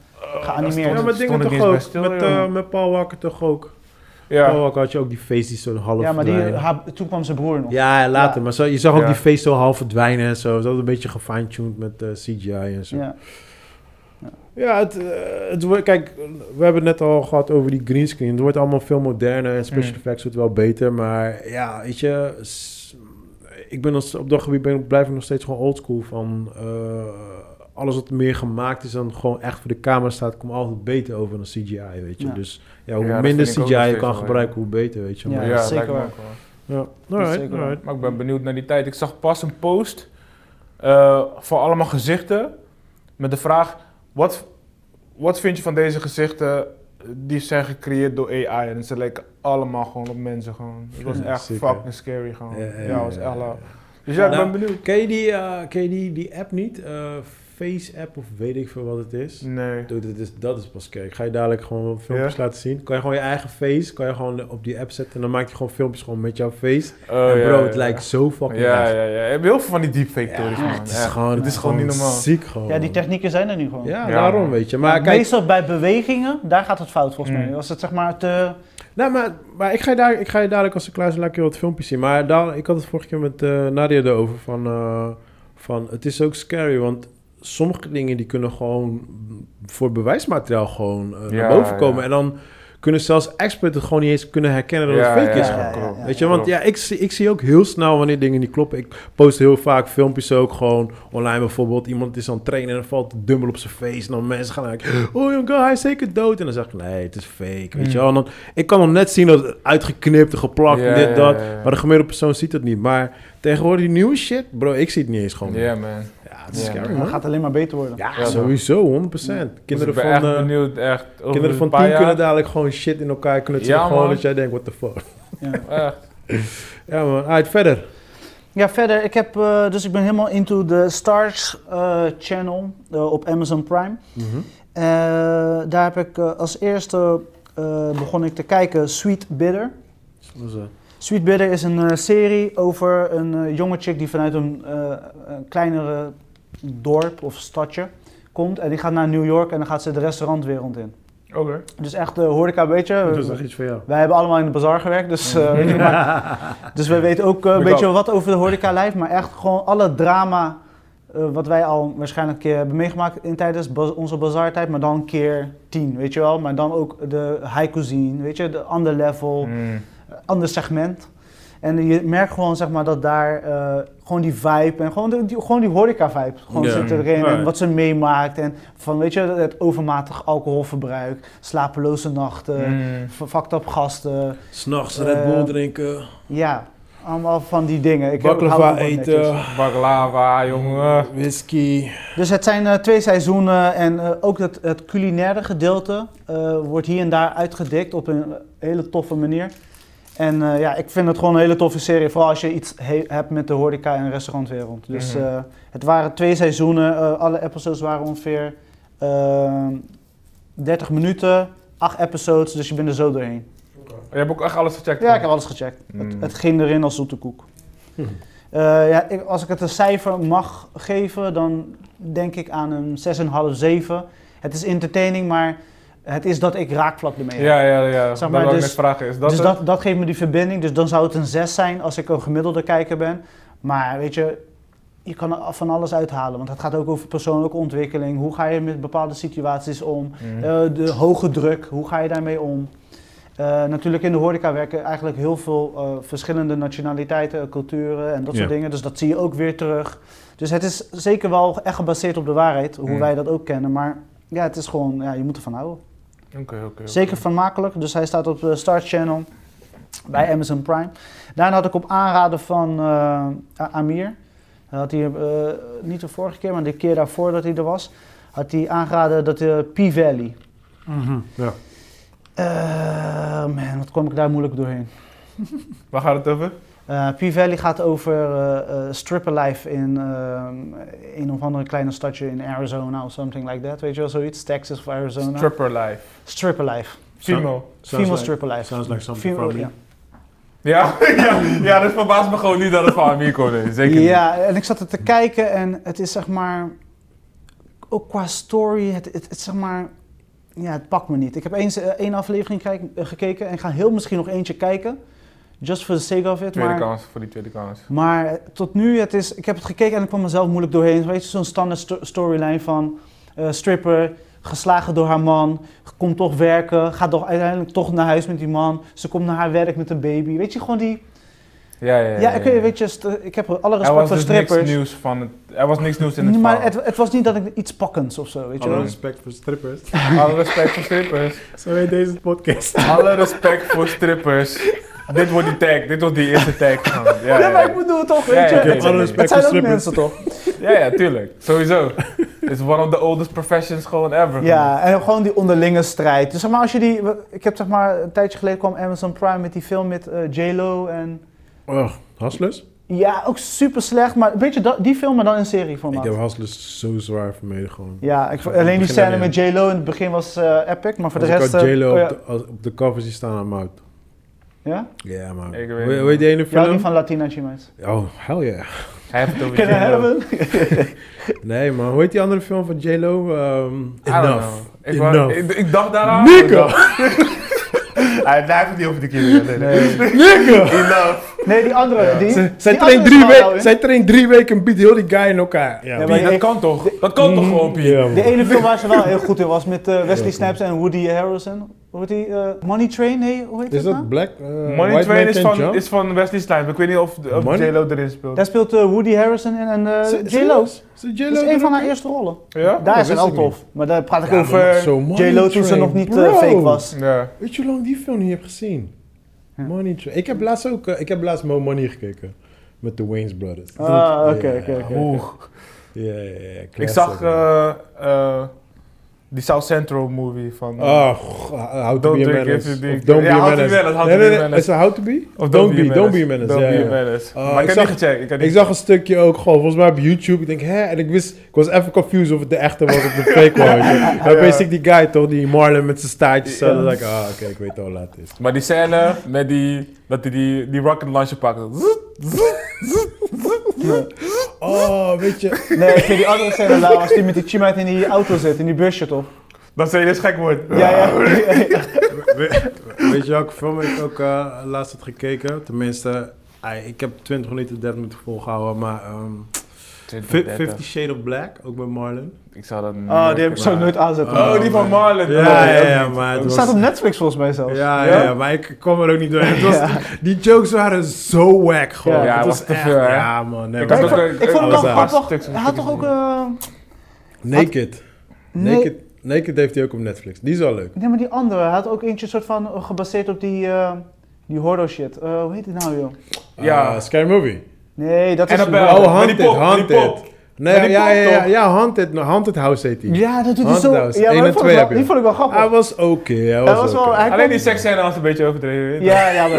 Speaker 1: geanimeerd.
Speaker 2: Ja,
Speaker 4: maar
Speaker 2: maar
Speaker 4: stond
Speaker 2: dingen
Speaker 4: ik
Speaker 2: toch
Speaker 4: niet eens bij
Speaker 2: ook.
Speaker 4: stil,
Speaker 2: Met,
Speaker 4: joh.
Speaker 2: eh, met Paul Walker toch ook. Paul
Speaker 4: Ja.
Speaker 2: Walker had je ook die face die zo half
Speaker 1: ja, maar die,
Speaker 2: verdwijnen.
Speaker 1: haar- toen kwam zijn broer nog.
Speaker 2: Ja, later.
Speaker 1: Ja.
Speaker 2: Maar zo, je zag ook
Speaker 4: Ja.
Speaker 2: die face zo half verdwijnen en zo. Ze hadden een beetje gefine-tuned met eh, CGI en zo. Ja,
Speaker 1: Ja.
Speaker 2: het, eh, het wordt, kijk, we hebben het net al gehad over die greenscreen. Het wordt allemaal veel moderner en special
Speaker 4: Mm.
Speaker 2: effects wordt wel beter. Maar ja, weet je, s- ik ben als, op dat gebied ben, ik- blijf ik nog steeds gewoon oldschool van... eh, alles wat meer gemaakt is dan gewoon echt voor de camera staat, komt altijd beter over dan CGI, weet je.
Speaker 1: Ja.
Speaker 2: Dus ja, hoe
Speaker 4: Ja, dat
Speaker 2: minder
Speaker 4: vind ik ook
Speaker 2: CGI
Speaker 4: nog
Speaker 2: je
Speaker 4: steeds
Speaker 2: kan
Speaker 4: wel, ja.
Speaker 2: gebruiken, hoe beter, weet je.
Speaker 1: Ja,
Speaker 2: Maar-
Speaker 4: Ja,
Speaker 1: zeker
Speaker 4: lijkt me
Speaker 1: waar.
Speaker 4: ook wel.
Speaker 2: Ja,
Speaker 1: is
Speaker 2: alright,
Speaker 1: zeker
Speaker 2: alright.
Speaker 4: Maar ik ben benieuwd naar die tijd. Ik zag pas een post eh, voor allemaal gezichten met de vraag: wat, wat vind je van deze gezichten die zijn gecreëerd door AI? En ze lijken allemaal gewoon op mensen gewoon. Het was
Speaker 2: Ja,
Speaker 4: echt
Speaker 2: zeker.
Speaker 4: fucking scary gewoon. Ja,
Speaker 2: Ja, ja,
Speaker 4: het was
Speaker 2: ja,
Speaker 4: echt
Speaker 2: ja,
Speaker 4: lauw.
Speaker 2: ja.
Speaker 4: Dus ja, ik
Speaker 2: Nou,
Speaker 4: ben benieuwd.
Speaker 2: Ken je die, eh, ken je die, die app niet? Eh, face app of weet ik veel wat het is.
Speaker 4: Nee.
Speaker 2: Dude, dit is, dat is pas kerk. Ik ga je dadelijk gewoon filmpjes
Speaker 4: Ja.
Speaker 2: laten zien. Kan je gewoon je eigen face kan je gewoon op die app zetten. En dan maak je gewoon filmpjes gewoon met jouw face.
Speaker 4: Oh,
Speaker 2: en
Speaker 4: ja,
Speaker 2: bro,
Speaker 4: ja,
Speaker 2: het
Speaker 4: ja.
Speaker 2: lijkt zo fucking
Speaker 4: Ja,
Speaker 2: echt.
Speaker 4: ja, ja. Ik heb heel veel van die deepfake
Speaker 2: Ja,
Speaker 4: theories, man.
Speaker 2: Het is,
Speaker 4: Echt.
Speaker 2: gewoon, het is gewoon niet normaal. ziek gewoon.
Speaker 1: Ja, die technieken zijn er nu gewoon.
Speaker 2: Ja,
Speaker 4: Ja.
Speaker 2: daarom weet je. Maar
Speaker 1: Maar
Speaker 2: kijk, Mhm.
Speaker 1: meestal bij bewegingen, daar gaat het fout volgens mij.
Speaker 4: Mm.
Speaker 1: Als het zeg maar te...
Speaker 2: nou, maar, maar ik, ga je daar, ik ga je dadelijk als ik klaar is, laat ik je wat filmpjes zien. Maar daar, ik had het vorige keer met eh, Nadia erover van, eh, van, het is ook scary, want sommige dingen die kunnen gewoon voor bewijsmateriaal gewoon eh, naar
Speaker 4: Ja,
Speaker 2: boven komen.
Speaker 4: ja.
Speaker 2: En dan kunnen zelfs experts het gewoon niet eens kunnen herkennen dat
Speaker 4: Ja,
Speaker 2: het fake
Speaker 4: ja,
Speaker 2: is.
Speaker 4: ja,
Speaker 2: gewoon.
Speaker 1: ja,
Speaker 4: klopt.
Speaker 1: ja.
Speaker 2: Weet je, want
Speaker 4: Klopt.
Speaker 2: ja, ik, zie- ik zie ook heel snel wanneer dingen niet kloppen. Ik post heel vaak filmpjes ook gewoon online bijvoorbeeld. Iemand is aan het trainen en dan valt het dubbel op zijn face. En dan mensen gaan eigenlijk, oh jong, hij is zeker dood. En dan zeg ik, nee, het is fake, weet
Speaker 4: Mm.
Speaker 2: je wel. En dan, ik kan nog net zien dat het uitgeknipt, en geplakt,
Speaker 4: Ja,
Speaker 2: dit,
Speaker 4: ja,
Speaker 2: dat.
Speaker 4: ja, ja.
Speaker 2: Maar de gemiddelde persoon ziet het niet. Maar tegenwoordig die nieuwe shit, bro, ik zie het niet eens gewoon.
Speaker 4: Ja, man.
Speaker 2: Ja, het is
Speaker 4: Ja.
Speaker 2: scary,
Speaker 1: Het
Speaker 2: man.
Speaker 1: gaat alleen maar beter worden.
Speaker 2: Ja,
Speaker 4: Ja,
Speaker 2: sowieso, 100%.
Speaker 4: Dus ik
Speaker 2: Kinderen
Speaker 4: ben
Speaker 2: van...
Speaker 4: echt
Speaker 2: eh,
Speaker 4: benieuwd, echt. Over
Speaker 2: Kinderen
Speaker 4: een
Speaker 2: van
Speaker 4: paar
Speaker 2: 10
Speaker 4: jaar.
Speaker 2: kunnen dadelijk gewoon shit in elkaar knutselen.
Speaker 4: Ja,
Speaker 2: gewoon
Speaker 4: man.
Speaker 2: dat jij denkt, what the fuck.
Speaker 4: Echt.
Speaker 2: Ja man, uit verder.
Speaker 1: Ja, verder, ik, heb, eh, dus ik ben helemaal into de Stars eh, channel eh, op Amazon Prime.
Speaker 2: Mhm.
Speaker 1: Eh, daar heb ik eh, als eerste eh, begon ik te kijken Sweet Bitter.
Speaker 2: Zo.
Speaker 1: Sweet Bitter is een eh, serie over een eh, jonge chick die vanuit een, eh, een kleinere dorp of stadje komt. En die gaat naar New York en dan gaat ze de restaurantwereld in.
Speaker 4: Oké.
Speaker 1: Dus echt de horeca, weet Dus je.
Speaker 2: Dat is echt iets voor jou.
Speaker 1: Eh, Wij hebben allemaal in de bazaar gewerkt, dus, eh, weet je, maar- dus we weten ook eh, een
Speaker 4: Ik
Speaker 1: beetje
Speaker 4: ook.
Speaker 1: wat over de horeca-lijf. Maar echt gewoon alle drama eh, wat wij al waarschijnlijk een keer hebben meegemaakt in tijdens ba- onze bazaartijd. Maar dan een keer tien, weet je wel. Maar dan ook de high cuisine, weet je, de ander level,
Speaker 4: Mm.
Speaker 1: ander segment. En je merkt gewoon, zeg maar, dat daar eh, gewoon die vibe en gewoon, de- die, gewoon die horeca-vibe gewoon
Speaker 2: Ja.
Speaker 1: zit erin.
Speaker 2: Ja.
Speaker 1: En wat ze meemaakt en van, weet je, het overmatig alcoholverbruik, slapeloze nachten,
Speaker 4: Mm.
Speaker 1: fucked up gasten.
Speaker 2: S'nachts
Speaker 1: Red Bull Eh,
Speaker 2: drinken,
Speaker 1: Ja, allemaal van die dingen. Ik hou
Speaker 2: baklava
Speaker 1: ervan netjes.
Speaker 2: eten,
Speaker 4: Baklava,
Speaker 2: Mm.
Speaker 4: jongen.
Speaker 2: whisky.
Speaker 1: Dus het zijn eh, twee seizoenen en eh, ook het, het culinaire gedeelte eh, wordt hier en daar uitgedikt op een eh, hele toffe manier. En eh, ja, ik vind het gewoon een hele toffe serie, vooral als je iets he- hebt met de horeca en restaurantwereld. Dus
Speaker 4: Mhm.
Speaker 1: eh, het waren twee seizoenen, eh, alle episodes waren ongeveer eh, 30 minuten, acht episodes, dus je bent er zo doorheen.
Speaker 4: Je hebt ook echt alles gecheckt?
Speaker 1: Ja, ik heb alles gecheckt.
Speaker 4: Mm.
Speaker 1: Het ging erin als zoete koek.
Speaker 4: Hm.
Speaker 1: Eh, ja, ik- als ik het een cijfer mag geven, dan denk ik aan een 6,5, 7. Het is entertaining, maar het is dat ik raakvlak ermee heb.
Speaker 4: Ja, ja, ja.
Speaker 1: Zeg maar,
Speaker 4: dat wil ik
Speaker 1: dus-
Speaker 4: net vragen. Is dat
Speaker 1: dus
Speaker 4: het?
Speaker 1: dat, dat geeft me die verbinding. Dus dan zou het een 6 zijn als ik een gemiddelde kijker ben. Maar weet je, je kan er van alles uithalen. Want het gaat ook over persoonlijke ontwikkeling. Hoe ga je met bepaalde situaties om?
Speaker 4: Mm.
Speaker 1: Eh, de hoge druk, hoe ga je daarmee om? Eh, natuurlijk in de horeca werken eigenlijk heel veel eh, verschillende nationaliteiten, eh, culturen en dat soort
Speaker 2: Ja.
Speaker 1: dingen. Dus dat zie je ook weer terug. Dus het is zeker wel echt gebaseerd op de waarheid, hoe
Speaker 4: Mm.
Speaker 1: wij dat ook kennen. Maar ja, het is gewoon, ja, je moet ervan houden.
Speaker 4: Oké, oké. oké.
Speaker 1: Zeker vermakelijk. Dus hij staat op de Star Channel bij Amazon Prime. Daarna had ik op aanraden van eh, A- Amir. Hij Had hij, eh, niet de vorige keer, maar de keer daarvoor dat hij er was, had hij aangeraden dat eh P-Valley.
Speaker 2: Mhm, Ja.
Speaker 1: Eh, man, wat kwam ik daar moeilijk doorheen.
Speaker 4: Waar gaat het over?
Speaker 1: Eh P-Valley gaat over eh eh stripperlife in eh, een of andere kleine stadje in Arizona of something like that. Weet je wel, zoiets? Texas of Arizona.
Speaker 4: Stripper life.
Speaker 1: stripperlife.
Speaker 4: Female.
Speaker 1: Female stripperlife.
Speaker 2: sounds like something
Speaker 1: Female-
Speaker 2: from me.
Speaker 1: ja.
Speaker 4: Ja, ja, ja, dat verbaast me gewoon niet dat het van Amico is. Zeker niet.
Speaker 1: Ja, en ik zat er te kijken en het is zeg maar, ook qua story, het, het, het zeg maar, ja, het pakt me niet. Ik heb eens eh, één aflevering kijk- eh, gekeken en ga heel misschien nog eentje kijken, just for the sake of it.
Speaker 4: Tweede
Speaker 1: maar,
Speaker 4: kans, voor die tweede kans.
Speaker 1: maar eh, tot nu, het is, ik heb het gekeken en ik kwam mezelf moeilijk doorheen. Weet je, zo'n standaard sto- storyline van eh, stripper, geslagen door haar man, komt toch werken, gaat toch uiteindelijk toch naar huis met die man. Ze komt naar haar werk met een baby. Weet je, gewoon die...
Speaker 4: Ja, ja, ja.
Speaker 1: Ja, ik,
Speaker 4: ja.
Speaker 2: Eh,
Speaker 1: weet- weet je, st- ik heb alle
Speaker 4: Er
Speaker 1: respect
Speaker 4: was
Speaker 1: voor
Speaker 4: dus
Speaker 1: strippers.
Speaker 4: niks nieuws van het... Er was niks nieuws in het
Speaker 1: Nee, maar
Speaker 4: verhaal.
Speaker 1: het, het was niet dat ik iets pakkends of zo, weet je
Speaker 2: Alle
Speaker 1: wel.
Speaker 2: respect voor strippers.
Speaker 4: Alle respect voor strippers.
Speaker 2: Zo heet deze podcast.
Speaker 4: Alle respect voor strippers. Dit wordt die tag, dit wordt die eerste tag. gewoon.
Speaker 1: Ja,
Speaker 4: Ja, ja,
Speaker 1: maar ik
Speaker 4: ja.
Speaker 1: bedoel toch,
Speaker 4: Ja,
Speaker 1: weet je.
Speaker 4: ja, oké.
Speaker 1: het-
Speaker 2: Alle
Speaker 1: Het
Speaker 2: respect
Speaker 1: zijn
Speaker 2: voor
Speaker 1: ook
Speaker 2: strippers.
Speaker 1: mensen toch?
Speaker 4: ja, ja, tuurlijk. Sowieso. It's one of the oldest professions gewoon ever.
Speaker 1: Ja, en gewoon die onderlinge strijd. Dus zeg maar, als je die... Ik heb zeg maar, een tijdje geleden kwam Amazon Prime met die film met eh, J-Lo en...
Speaker 2: Oh, Haslus?
Speaker 1: Ja, ook super slecht, maar weet je, dat- die film maar dan in serieformaat.
Speaker 2: Ik heb Haslus zo zwaar vermeden gewoon.
Speaker 1: Ja, ik,
Speaker 2: Van
Speaker 1: alleen die
Speaker 2: begin
Speaker 1: scène
Speaker 2: naar
Speaker 1: met J-Lo in het begin was eh, epic, maar voor
Speaker 2: Als
Speaker 1: de
Speaker 2: ik
Speaker 1: rest...
Speaker 2: had
Speaker 1: eh,
Speaker 2: J-Lo
Speaker 1: oh ja.
Speaker 2: op, de, als- op de covers die staan aan mijn
Speaker 1: Ja?
Speaker 2: Ja, maar.
Speaker 4: Ik weet
Speaker 2: Hoe
Speaker 4: niet,
Speaker 2: hoe heet die ene
Speaker 1: Je houdt
Speaker 2: film?
Speaker 1: niet van Latina meisjes.
Speaker 2: Oh, hell yeah.
Speaker 4: Hij heeft het over
Speaker 1: Kunnen
Speaker 4: J-Lo.
Speaker 1: hebben?
Speaker 2: Nee, maar hoe heet die andere film van J-Lo? Ehm,
Speaker 4: I don't
Speaker 2: enough.
Speaker 4: know. Ik, wou-
Speaker 2: Enough.
Speaker 4: ik, ik dacht daaraan.
Speaker 2: Nico!
Speaker 3: Hij blijft het niet over de kinderen. Nee, nee.
Speaker 2: Nico!
Speaker 3: Enough.
Speaker 1: Nee, die andere. Die,
Speaker 2: Zij-
Speaker 1: die
Speaker 2: Zij
Speaker 1: andere
Speaker 2: traint
Speaker 1: is
Speaker 2: drie,
Speaker 1: wel
Speaker 2: we-
Speaker 1: wel in.
Speaker 2: zij traint drie weken en biedt heel die guy in elkaar. Ja,
Speaker 1: maar
Speaker 4: Pie, dat
Speaker 1: ik-
Speaker 4: kan toch? Dat kan toch gewoon, Pie?
Speaker 2: Ja,
Speaker 1: De
Speaker 2: man.
Speaker 1: ene film waar ze wel heel goed in was met eh, Wesley Snipes en Woody Harrison. Hoe heet die? eh, Money Train? Nee, hoe heet dat
Speaker 2: Is dat
Speaker 1: nou?
Speaker 2: Black? eh,
Speaker 4: Money
Speaker 2: White
Speaker 4: Mm. Train
Speaker 2: Man
Speaker 4: is
Speaker 2: Can
Speaker 4: van,
Speaker 2: Jump?
Speaker 4: is van Wesley Snipes. Ik weet niet of, of
Speaker 2: Money?
Speaker 4: J-Lo erin speelt.
Speaker 1: Daar speelt eh, Woody Harrison in en eh,
Speaker 2: Is- is-
Speaker 1: J-Lo.
Speaker 2: is-
Speaker 1: Dat
Speaker 2: Is J-Lo
Speaker 1: is
Speaker 2: er
Speaker 1: een van
Speaker 2: ook
Speaker 1: haar
Speaker 2: in?
Speaker 1: eerste rollen.
Speaker 4: ja?
Speaker 1: Daar is
Speaker 2: wist
Speaker 1: ze wel
Speaker 2: ik
Speaker 1: tof. Maar daar praat ik
Speaker 2: Ja, maar
Speaker 1: over
Speaker 2: zo, Money
Speaker 1: J-Lo toen ze
Speaker 2: Train,
Speaker 1: nog niet eh,
Speaker 2: bro.
Speaker 1: fake was.
Speaker 4: Ja.
Speaker 2: Weet je hoe lang die film niet heb gezien?
Speaker 1: Ja.
Speaker 2: Money Train. Ik heb laatst ook, eh, ik heb laatst Mo Money gekeken. Met de Wayne's Brothers.
Speaker 1: Ah, oké,
Speaker 2: Ja,
Speaker 1: oké, oké.
Speaker 2: oeh.
Speaker 4: Oeh.
Speaker 2: Ja, ja, ja.
Speaker 4: Ik
Speaker 2: classic,
Speaker 4: zag
Speaker 2: man.
Speaker 4: eh, eh, die South Central movie van...
Speaker 2: Oh, goh, How to
Speaker 4: Don't
Speaker 2: be a
Speaker 4: drink
Speaker 2: menace.
Speaker 4: if you drink.
Speaker 2: Of Don't
Speaker 4: Ja,
Speaker 2: be
Speaker 4: How
Speaker 2: a
Speaker 4: to be
Speaker 2: menace.
Speaker 4: menace, How to
Speaker 2: Nee,
Speaker 4: be
Speaker 2: nee,
Speaker 4: a
Speaker 2: nee.
Speaker 4: menace.
Speaker 2: Is het How to be?
Speaker 4: Of
Speaker 2: Don't be, don't be a menace.
Speaker 4: Don't
Speaker 2: ja,
Speaker 4: be
Speaker 2: ja.
Speaker 4: a menace.
Speaker 2: Oh,
Speaker 4: maar ik
Speaker 2: ik
Speaker 4: heb
Speaker 2: zag-
Speaker 4: niet gecheckt. Ik, heb
Speaker 2: Ik
Speaker 4: niet
Speaker 2: zag een stukje ook gewoon, volgens mij op YouTube. Ik denk, hè? En ik wist, ik was even confused of het de echte was of de fake was. Maar opeens zie ik die guy toch, die Marlon met zijn staartjes. Zo,
Speaker 1: Ja.
Speaker 2: dan dacht ik, ah, oké, ik weet al hoe laat het is.
Speaker 4: Maar die scène met die, dat hij die, die rocket launcher pakt. Zoet, zoet.
Speaker 2: Oh, weet je.
Speaker 1: Nee, ik vind die andere scène daar als die met die chimite in die auto zit, in die busje toch?
Speaker 3: Dan zei je dus gek wordt.
Speaker 1: Ja,
Speaker 2: Oh,
Speaker 1: ja.
Speaker 2: weet, weet je welke film ik ook eh, laatst had gekeken? Tenminste, ai, ik heb 20 minuten, 30 minuten volgehouden. Maar ehm, Fi- 50 Shade of Black, ook bij Marlon.
Speaker 4: Ik zou dat
Speaker 1: Oh, die heb ik zo nooit aanzetten.
Speaker 4: Oh, die van Marlon.
Speaker 2: Ja,
Speaker 4: Oh,
Speaker 2: ja,
Speaker 4: die ook
Speaker 2: ja,
Speaker 4: niet.
Speaker 2: maar het
Speaker 1: Die
Speaker 2: was-
Speaker 1: staat op Netflix volgens mij zelfs.
Speaker 2: Ja,
Speaker 4: Ja?
Speaker 2: ja? ja, maar ik kwam er ook niet doorheen. Het was,
Speaker 1: Ja.
Speaker 2: Die jokes waren zo wack gewoon.
Speaker 1: Ja,
Speaker 4: ja,
Speaker 2: het
Speaker 4: was te
Speaker 2: echt-
Speaker 4: veel, hè?
Speaker 2: Ja, man. Nee,
Speaker 4: Ik
Speaker 2: maar-
Speaker 1: ik,
Speaker 4: had
Speaker 1: vond,
Speaker 4: ook-
Speaker 1: ik vond hem
Speaker 2: alles
Speaker 1: wel
Speaker 2: aan.
Speaker 1: grappig. Hij had toch ook... eh,
Speaker 2: Naked.
Speaker 1: nee,
Speaker 2: Naked. Naked heeft hij ook op Netflix. Die is wel leuk.
Speaker 1: nee, maar die andere. Hij had ook eentje soort van eh, gebaseerd op die... eh, die horror shit. Eh, hoe heet die nou, joh?
Speaker 4: Ja.
Speaker 2: Ah, Scary Movie.
Speaker 1: Nee, dat is...
Speaker 4: Annabelle.
Speaker 2: Oh,
Speaker 4: met
Speaker 2: Haunted,
Speaker 4: die pop, met die
Speaker 2: Haunted.
Speaker 4: pop. Met
Speaker 2: Nee,
Speaker 4: die
Speaker 2: ja,
Speaker 4: pop,
Speaker 2: ja, ja,
Speaker 4: toch?
Speaker 2: ja, Haunted, nou, Haunted House heet hij.
Speaker 1: Ja, dat doet hij
Speaker 2: Haunted
Speaker 1: zo...
Speaker 2: House.
Speaker 1: Ja,
Speaker 2: Eén
Speaker 1: maar
Speaker 2: nou, en
Speaker 1: die vond,
Speaker 2: twee
Speaker 1: ik wel,
Speaker 2: heb je. Ah,
Speaker 1: die vond ik wel
Speaker 2: Hij
Speaker 1: grappig.
Speaker 2: was oké, hij
Speaker 1: Hij
Speaker 2: was
Speaker 1: was
Speaker 2: oké.
Speaker 1: wel... Hij
Speaker 4: Alleen
Speaker 1: kon-
Speaker 4: die seksscène was een beetje overdreven.
Speaker 1: Ja, ja, maar,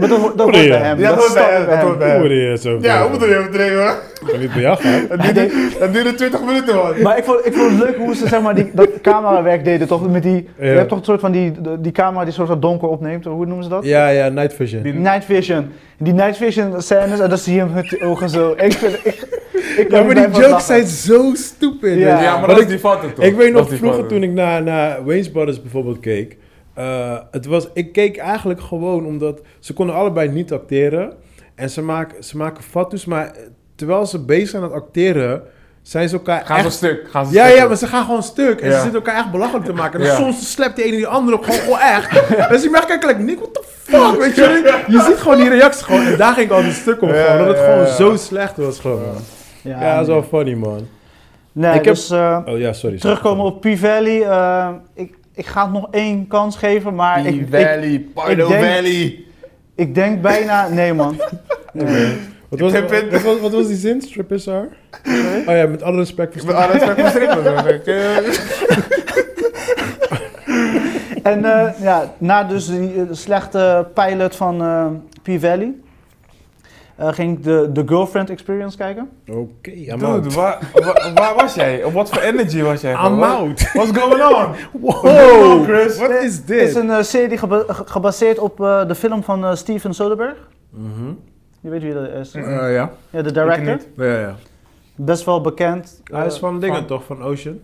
Speaker 1: maar dat, ho- dat hoort
Speaker 2: Goeie.
Speaker 1: bij hem.
Speaker 3: Ja, dat hoort
Speaker 1: staat
Speaker 3: bij hem, dat hoort bij hem.
Speaker 4: eh,
Speaker 2: Hoe die is ook.
Speaker 3: Ja, hoe bedoel je overdreven? hoor?
Speaker 2: Ik ben niet bij jou gaan.
Speaker 1: Hij deed-
Speaker 3: Dat duurde 20 minuten, man.
Speaker 1: Maar ik vond, ik vond het leuk hoe ze zeg maar, die, dat camerawerk deden, toch? Met die,
Speaker 2: Ja.
Speaker 1: Je hebt toch een soort van die, die camera die soort van donker opneemt, hoe noemen ze dat?
Speaker 2: Ja, ja, Night Vision.
Speaker 4: Die-
Speaker 1: Night vision. Die night vision scènes, en dan zie je hem met die ogen zo. Ik vind, ik, ik kan
Speaker 2: Ja,
Speaker 1: niet
Speaker 2: maar die
Speaker 1: bij van
Speaker 2: jokes
Speaker 1: lachen.
Speaker 2: zijn zo stupid.
Speaker 1: Ja.
Speaker 2: weet je.
Speaker 4: Ja, maar
Speaker 2: Wat
Speaker 4: dat is
Speaker 2: ik-
Speaker 4: die fouten toch?
Speaker 2: Ik weet
Speaker 4: Dat
Speaker 2: nog
Speaker 4: is die
Speaker 2: vroeger
Speaker 4: fouten.
Speaker 2: toen ik naar, naar Wayne's Brothers bijvoorbeeld keek. eh, het was, ik keek eigenlijk gewoon omdat ze konden allebei niet acteren. En ze maken, ze maken fatsoes, maar terwijl ze bezig zijn aan het acteren, zijn ze elkaar
Speaker 4: Gaan ze
Speaker 2: echt...
Speaker 4: stuk. Gaan ze
Speaker 2: Ja,
Speaker 4: stuk
Speaker 2: ja,
Speaker 4: op.
Speaker 2: maar ze gaan gewoon stuk. En
Speaker 4: Ja.
Speaker 2: ze zitten elkaar echt belachelijk te maken. En dan
Speaker 4: Ja.
Speaker 2: soms slept die ene die andere op, gewoon, gewoon echt. dus ik merk eigenlijk, Nick, what the fuck, weet je wel? Je ziet gewoon die reacties gewoon. En daar ging ik altijd stuk op,
Speaker 4: Ja,
Speaker 2: gewoon. Omdat het
Speaker 4: ja,
Speaker 2: gewoon
Speaker 4: ja.
Speaker 2: zo slecht was, gewoon.
Speaker 1: Ja,
Speaker 2: Ja, dat is wel funny, man.
Speaker 1: nee,
Speaker 2: ik heb-
Speaker 1: dus, eh,
Speaker 2: Oh ja, sorry.
Speaker 1: terugkomen op P-Valley. eh, ik, ik ga het nog één kans geven, maar ik, ik,
Speaker 3: Valley,
Speaker 1: ik denk-
Speaker 3: Valley.
Speaker 1: ik denk bijna... Nee man. Nee.
Speaker 2: Wat was,
Speaker 3: Trip
Speaker 2: wat,
Speaker 3: in.
Speaker 2: wat was, wat was die zin? Strippers are?
Speaker 1: Sorry?
Speaker 2: Oh ja, met alle respect voor
Speaker 3: Met alle respect voor strippen. maar ik, eh,
Speaker 1: En eh, ja, na dus die eh, slechte pilot van eh, P-Valley... eh, ging ik de, de Girlfriend Experience kijken.
Speaker 2: Oké, okay, I'm
Speaker 4: Dude,
Speaker 2: out.
Speaker 4: waar, waar, waar was jij? Op wat voor energy was jij?
Speaker 2: I'm
Speaker 4: Wat-
Speaker 2: out.
Speaker 4: What's going on?
Speaker 2: Wow,
Speaker 4: Chris.
Speaker 2: What is
Speaker 1: Het is
Speaker 2: dit?
Speaker 1: een eh, serie geba- ge- gebaseerd op eh, de film van eh, Steven Soderbergh.
Speaker 2: Mhm.
Speaker 1: Je weet wie dat is.
Speaker 2: Eh, ja.
Speaker 1: Ja, de
Speaker 4: Ik
Speaker 1: director.
Speaker 4: niet.
Speaker 2: Ja, ja.
Speaker 1: Best wel bekend.
Speaker 2: Hij is
Speaker 1: Eh,
Speaker 2: van dingen
Speaker 4: van-
Speaker 2: toch? Van Ocean?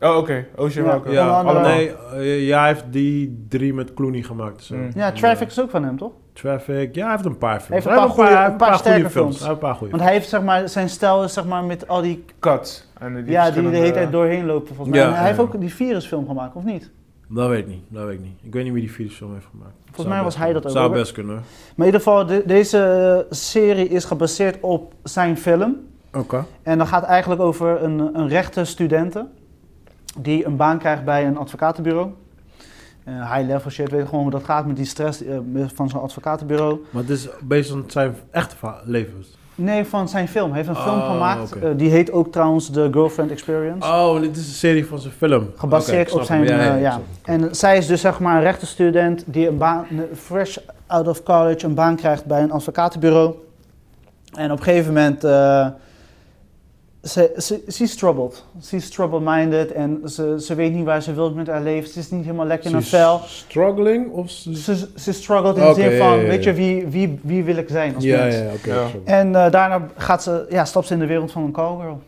Speaker 4: Oh, oké. Ocean Oh,
Speaker 1: Ja.
Speaker 4: Welcome.
Speaker 1: Ja. Van andere-
Speaker 2: nee, eh, ja, hij heeft die drie met Clooney gemaakt. Zo.
Speaker 4: Mm.
Speaker 1: ja, Traffic is ook van hem, toch?
Speaker 2: Traffic. Ja, hij heeft een paar films.
Speaker 1: heeft een
Speaker 2: Hij
Speaker 1: paar
Speaker 2: heeft
Speaker 1: goeie-
Speaker 2: hij
Speaker 1: een
Speaker 2: heeft
Speaker 1: paar
Speaker 2: goeie
Speaker 1: sterke films.
Speaker 2: Hij heeft een paar goede
Speaker 1: Want hij heeft, zeg maar, zijn stijl is, zeg maar, met al die...
Speaker 4: Cuts. En
Speaker 1: ja, die
Speaker 4: die
Speaker 1: de hele
Speaker 4: verschillende-
Speaker 1: tijd doorheen lopen, volgens mij.
Speaker 2: Ja,
Speaker 1: En hij
Speaker 2: ja.
Speaker 1: heeft ook die virusfilm gemaakt, of niet?
Speaker 2: Dat weet ik niet. Dat weet ik niet. Ik weet niet wie die vierde film heeft gemaakt. Zou
Speaker 1: mij was
Speaker 2: best
Speaker 1: hij
Speaker 2: kunnen.
Speaker 1: dat ook,
Speaker 2: Zou
Speaker 1: hoor.
Speaker 2: best kunnen.
Speaker 1: Maar in ieder geval, de- deze eh, serie is gebaseerd op zijn film.
Speaker 2: Oké.
Speaker 1: En dat gaat eigenlijk over een, een rechter studenten die een baan krijgt bij een advocatenbureau. eh, high-level shit. Weet gewoon hoe dat gaat met die stress eh, van zo'n advocatenbureau.
Speaker 2: Maar het is based on zijn echte va- levens.
Speaker 1: Nee, van zijn film. Hij heeft een film
Speaker 2: Oh,
Speaker 1: gemaakt.
Speaker 2: oké.
Speaker 1: eh, die heet ook trouwens The Girlfriend Experience.
Speaker 2: Oh, dit is een serie van zijn film.
Speaker 1: Gebaseerd
Speaker 2: Oké, ik snap
Speaker 1: op zijn.
Speaker 2: hem.
Speaker 1: eh, ja.
Speaker 2: ik snap hem.
Speaker 1: En zij is dus zeg maar een rechtenstudent die een baan, een fresh out of college, een baan krijgt bij een advocatenbureau. En op een gegeven moment. eh ze, ze, she's troubled. She's troubled-minded en ze, ze weet niet waar ze wil met haar leven. Ze is niet helemaal lekker in haar
Speaker 2: Ze
Speaker 1: vel.
Speaker 2: is Struggling of ze...
Speaker 1: Ze, ze struggelt in
Speaker 2: Oké,
Speaker 1: de zin van:
Speaker 2: ja, ja, ja.
Speaker 1: weet je, wie, wie, wie wil ik zijn als
Speaker 2: Ja,
Speaker 1: mens?
Speaker 2: ja, oké. Oh,
Speaker 4: Ja.
Speaker 2: ik snap hem.
Speaker 1: En eh, daarna gaat ze, ja, stapt ze in de wereld van een callgirl.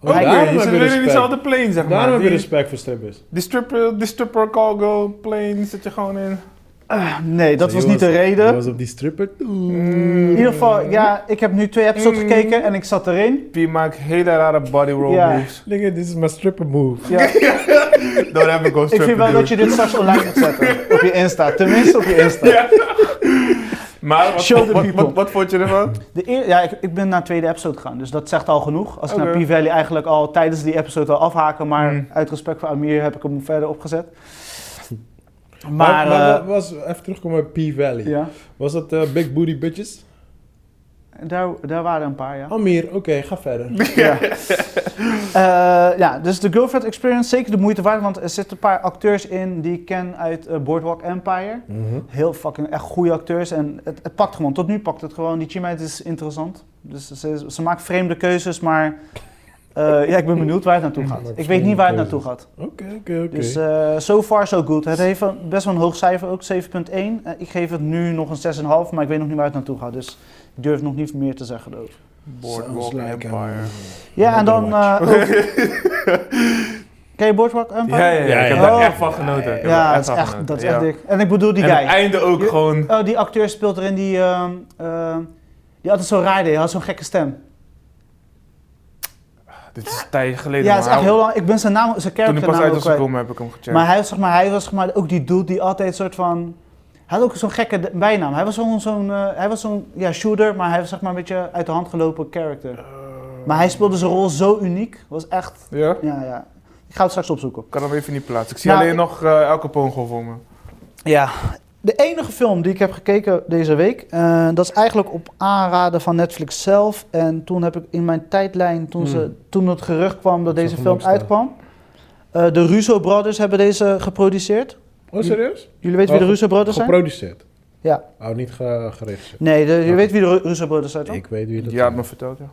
Speaker 2: Oh,
Speaker 1: Oké,
Speaker 2: daarom heb
Speaker 4: ze
Speaker 2: je
Speaker 4: willen in
Speaker 2: respect.
Speaker 4: diezelfde plane, zeg
Speaker 2: Daarom
Speaker 4: maar.
Speaker 2: heb je
Speaker 4: Die,
Speaker 2: respect voor strippers.
Speaker 4: die stripper, die stripper cargo plane, die zit je gewoon in.
Speaker 1: Ah, nee, dat
Speaker 2: Zo,
Speaker 1: was
Speaker 2: je
Speaker 1: niet de
Speaker 2: Je
Speaker 1: reden.
Speaker 2: was op die stripper.
Speaker 1: In ieder geval, ja, ik heb nu twee episodes
Speaker 4: Mm.
Speaker 1: gekeken en ik zat erin.
Speaker 4: Die maakt hele rare body roll
Speaker 1: Ja.
Speaker 4: moves.
Speaker 2: Dingen, dit is mijn stripper move.
Speaker 1: Ja, ik
Speaker 4: Daar heb ik ook
Speaker 1: vind wel dat je dit straks online moet zetten. Op je Insta, tenminste op je Insta.
Speaker 4: Maar wat,
Speaker 1: Show the
Speaker 4: wat,
Speaker 1: people.
Speaker 4: wat, wat vond je ervan?
Speaker 1: De eer- ja, ik, ik ben naar de tweede episode gegaan, dus dat zegt al genoeg. Als ik naar
Speaker 4: Oké.
Speaker 1: P-Valley eigenlijk al tijdens die episode al afhaken, maar
Speaker 4: Mm.
Speaker 1: uit respect voor Amir heb ik hem verder opgezet. Maar,
Speaker 2: Maar,
Speaker 1: eh,
Speaker 2: maar was, even terugkomen bij P-Valley.
Speaker 1: ja,
Speaker 2: Was dat eh, Big Booty Bitches?
Speaker 1: daar, daar waren een paar,
Speaker 4: Oh.
Speaker 1: ja.
Speaker 2: Amir, oké, ga verder.
Speaker 1: Ja. Eh, ja, dus de Girlfriend Experience zeker de moeite waard, want er zitten een paar acteurs in die ik ken uit eh, Boardwalk Empire. Heel fucking echt goede acteurs en het, het pakt gewoon. Tot nu pakt het gewoon. Die Chimheid is interessant. Dus ze, ze maakt vreemde keuzes, maar eh, ja, ik ben benieuwd waar het naartoe gaat. Ik weet niet waar het naartoe gaat.
Speaker 2: Oké, oké, oké.
Speaker 1: Dus eh so far so good. Het heeft een- best wel een hoog cijfer ook, 7.1. Eh, ik geef het nu nog een 6,5, maar ik weet nog niet waar het naartoe gaat. Dus ik durf nog niet meer te zeggen erover.
Speaker 4: Boardwalk
Speaker 2: like,
Speaker 4: Empire.
Speaker 2: um,
Speaker 1: Ja, en dan.
Speaker 2: Overwatch.
Speaker 1: eh, ook- Ken je Boardwalk Empire?
Speaker 4: Ja, ja, ja, ik heb
Speaker 1: ja.
Speaker 4: daar
Speaker 1: Oh.
Speaker 4: echt van genoten. Ik heb
Speaker 1: Ja,
Speaker 4: daar
Speaker 1: dat is
Speaker 4: van
Speaker 1: echt,
Speaker 4: genoten,
Speaker 1: dat is
Speaker 4: ja.
Speaker 1: echt dik. En ik bedoel die
Speaker 4: En
Speaker 1: guy.
Speaker 4: het einde ook
Speaker 1: Je-
Speaker 4: gewoon.
Speaker 1: Oh, die acteur speelt erin die. ehm, ehm, die altijd zo raar deed, had zo'n gekke stem.
Speaker 4: Dit is tijden geleden.
Speaker 1: Ja, het is
Speaker 4: maar
Speaker 1: echt heel lang. Ik ben zijn naam, zijn
Speaker 4: Toen ik pas
Speaker 1: characternaam
Speaker 4: uit
Speaker 1: ook
Speaker 4: was
Speaker 1: kwijt.
Speaker 4: gekomen heb ik hem gecheckt.
Speaker 1: Maar hij was, zeg maar, hij was zeg maar, ook die dude die altijd soort van... Hij had ook zo'n gekke de- bijnaam. Hij was zo'n, zo'n, eh, hij was zo'n ja, shooter, maar hij was zeg maar, een beetje uit de hand gelopen character. Maar hij speelde zijn rol zo uniek. Was echt...
Speaker 4: Ja? Ik
Speaker 1: Ja, ja. Ik ga het straks opzoeken.
Speaker 4: kan hem even niet plaatsen. Ik zie
Speaker 1: Nou,
Speaker 4: alleen
Speaker 1: ik-
Speaker 4: nog eh El Capone gewoon voor me.
Speaker 1: Ja, de enige film die ik heb gekeken deze week, eh, dat is eigenlijk op aanraden van Netflix zelf. En toen heb ik in mijn tijdlijn, toen, ze,
Speaker 2: Hmm.
Speaker 1: toen het gerucht kwam dat
Speaker 2: zag
Speaker 1: deze
Speaker 2: hem
Speaker 1: film
Speaker 2: ook staan.
Speaker 1: uitkwam, eh, de Russo Brothers hebben deze geproduceerd.
Speaker 2: Oh, serieus?
Speaker 1: Jullie weten wie
Speaker 2: Oh,
Speaker 1: de Russo Brothers zijn?
Speaker 2: Geproduceerd?
Speaker 1: Ja.
Speaker 2: Oh, niet ge- geregisseerd.
Speaker 1: Nee, de- je
Speaker 2: Ja.
Speaker 1: weet wie de Ru- Russo Brothers zijn toch?
Speaker 2: Ik weet wie dat
Speaker 4: Ja,
Speaker 2: is.
Speaker 4: het me verteld, ja.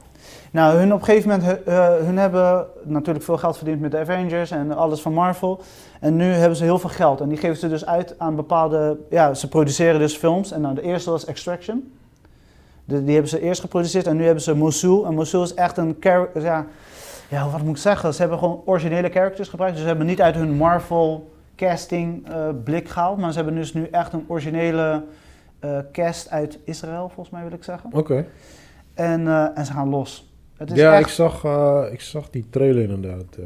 Speaker 1: Nou, hun op een gegeven moment, hu- eh, hun hebben natuurlijk veel geld verdiend met de Avengers en alles van Marvel. En nu hebben ze heel veel geld en die geven ze dus uit aan bepaalde, ja, ze produceren dus films. En nou, de eerste was Extraction. De- die hebben ze eerst geproduceerd en nu hebben ze Mosul. En Mosul is echt een char- ja, ja, wat moet ik zeggen? Ze hebben gewoon originele characters gebruikt. Dus ze hebben niet uit hun Marvel casting eh, blik gehaald, maar ze hebben dus nu echt een originele eh, cast uit Israël, volgens mij wil ik zeggen.
Speaker 2: Oké.
Speaker 1: En, eh, en ze gaan los. Het is
Speaker 2: Ja,
Speaker 1: echt...
Speaker 2: ik, zag, eh, ik zag die trailer inderdaad. Ja,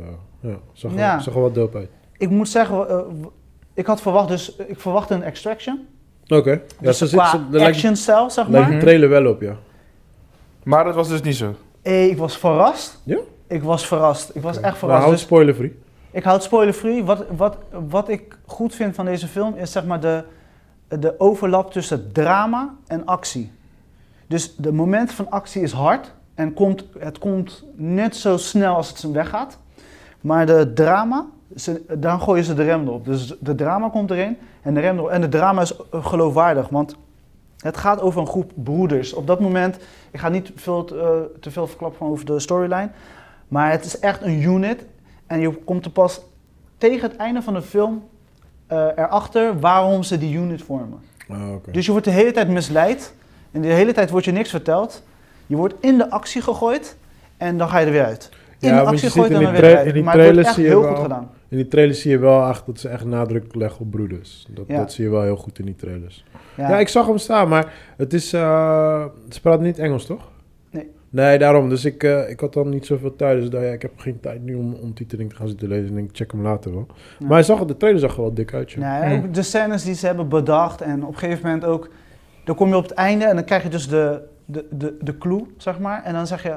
Speaker 2: ja zag, er-
Speaker 1: Ja.
Speaker 2: zag er wat dope uit.
Speaker 1: Ik moet zeggen, eh, w- ik had verwacht, dus eh, ik verwachtte een extraction.
Speaker 2: Oké. Ja,
Speaker 1: dus
Speaker 2: ze
Speaker 1: qua
Speaker 2: zit- ze- daar lijkt
Speaker 1: action stijl, zeg
Speaker 2: lijkt
Speaker 1: maar.
Speaker 2: de
Speaker 4: maar.
Speaker 2: trailer wel op, ja.
Speaker 4: Maar dat was dus niet zo.
Speaker 1: Eh, ik was verrast.
Speaker 2: Ja?
Speaker 1: Ik was verrast. Ik was echt
Speaker 2: Nou,
Speaker 1: verrast.
Speaker 2: hou het
Speaker 1: dus
Speaker 2: spoiler free.
Speaker 1: ik houd spoiler free. Wat, wat, wat ik goed vind van deze film is zeg maar de, de overlap tussen drama en actie. Dus de moment van actie is hard en komt, het komt net zo snel als het zijn weggaat. Maar de drama, ze, dan gooien ze de rem erop. Dus de drama komt erin en de rem erop. En de drama is eh, geloofwaardig, want het gaat over een groep broeders. Op dat moment, ik ga niet veel, te- eh, te veel verklappen over de storyline, maar het is echt een unit. En je komt er pas tegen het einde van de film eh, erachter waarom ze die unit vormen.
Speaker 2: Ah, oké.
Speaker 1: Dus je wordt de hele tijd misleid. En de hele tijd wordt je niks verteld. Je wordt in de actie gegooid. En dan ga je er weer uit. In
Speaker 2: Ja,
Speaker 1: de
Speaker 2: want je
Speaker 1: actie
Speaker 2: ziet
Speaker 1: gegooid
Speaker 2: in
Speaker 1: en
Speaker 2: die
Speaker 1: dan weer
Speaker 2: tra- in
Speaker 1: uit.
Speaker 2: die
Speaker 1: Maar het wordt
Speaker 2: trailers
Speaker 1: echt
Speaker 2: zie je
Speaker 1: heel
Speaker 2: wel-
Speaker 1: goed gedaan.
Speaker 2: In die trailer zie je wel echt dat ze echt nadruk leggen op broeders. Dat,
Speaker 1: Ja.
Speaker 2: dat zie je wel heel goed in die trailers.
Speaker 1: Ja.
Speaker 2: Ja, ik zag hem staan, maar het is... eh, ze praat niet Engels, toch?
Speaker 1: Nee.
Speaker 2: Nee, daarom. Dus ik, eh, ik had dan niet zoveel tijd. Dus ik dacht, ja, ik heb geen tijd nu om omtiteling te gaan zitten lezen. En ik check hem later wel.
Speaker 1: Ja.
Speaker 2: Maar hij zag, de trailer zag er wel dik uit, ja.
Speaker 1: Nee, ook de scènes die ze hebben bedacht. En op een gegeven moment ook... Dan kom je op het einde en dan krijg je dus de, de, de, de clue, zeg maar. En dan zeg je...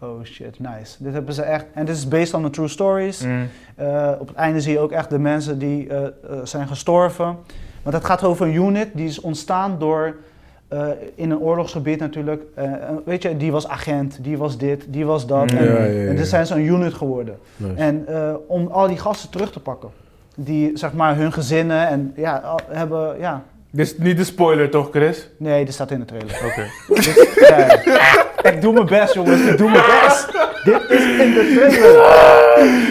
Speaker 1: oh shit, nice. Dit hebben ze echt. En dit is based on the true stories.
Speaker 2: Mm.
Speaker 1: Eh, op het einde zie je ook echt de mensen die eh, eh, zijn gestorven. Want het gaat over een unit die is ontstaan door eh, in een oorlogsgebied natuurlijk. eh, eh, weet je, die was agent, die was dit, die was dat.
Speaker 4: Ja,
Speaker 1: en,
Speaker 2: ja, ja,
Speaker 1: en
Speaker 2: ja.
Speaker 1: dit zijn ze een unit geworden.
Speaker 2: Nice.
Speaker 1: En eh, om al die gasten terug te pakken. Die zeg maar hun gezinnen en ja, al- hebben, ja.
Speaker 4: Dit is niet de spoiler toch, Chris?
Speaker 1: Nee, dit staat in de trailer.
Speaker 4: Oké.
Speaker 1: Dus, ja, ik doe mijn best, jongens. Ik doe mijn best. Dit is in de trailer.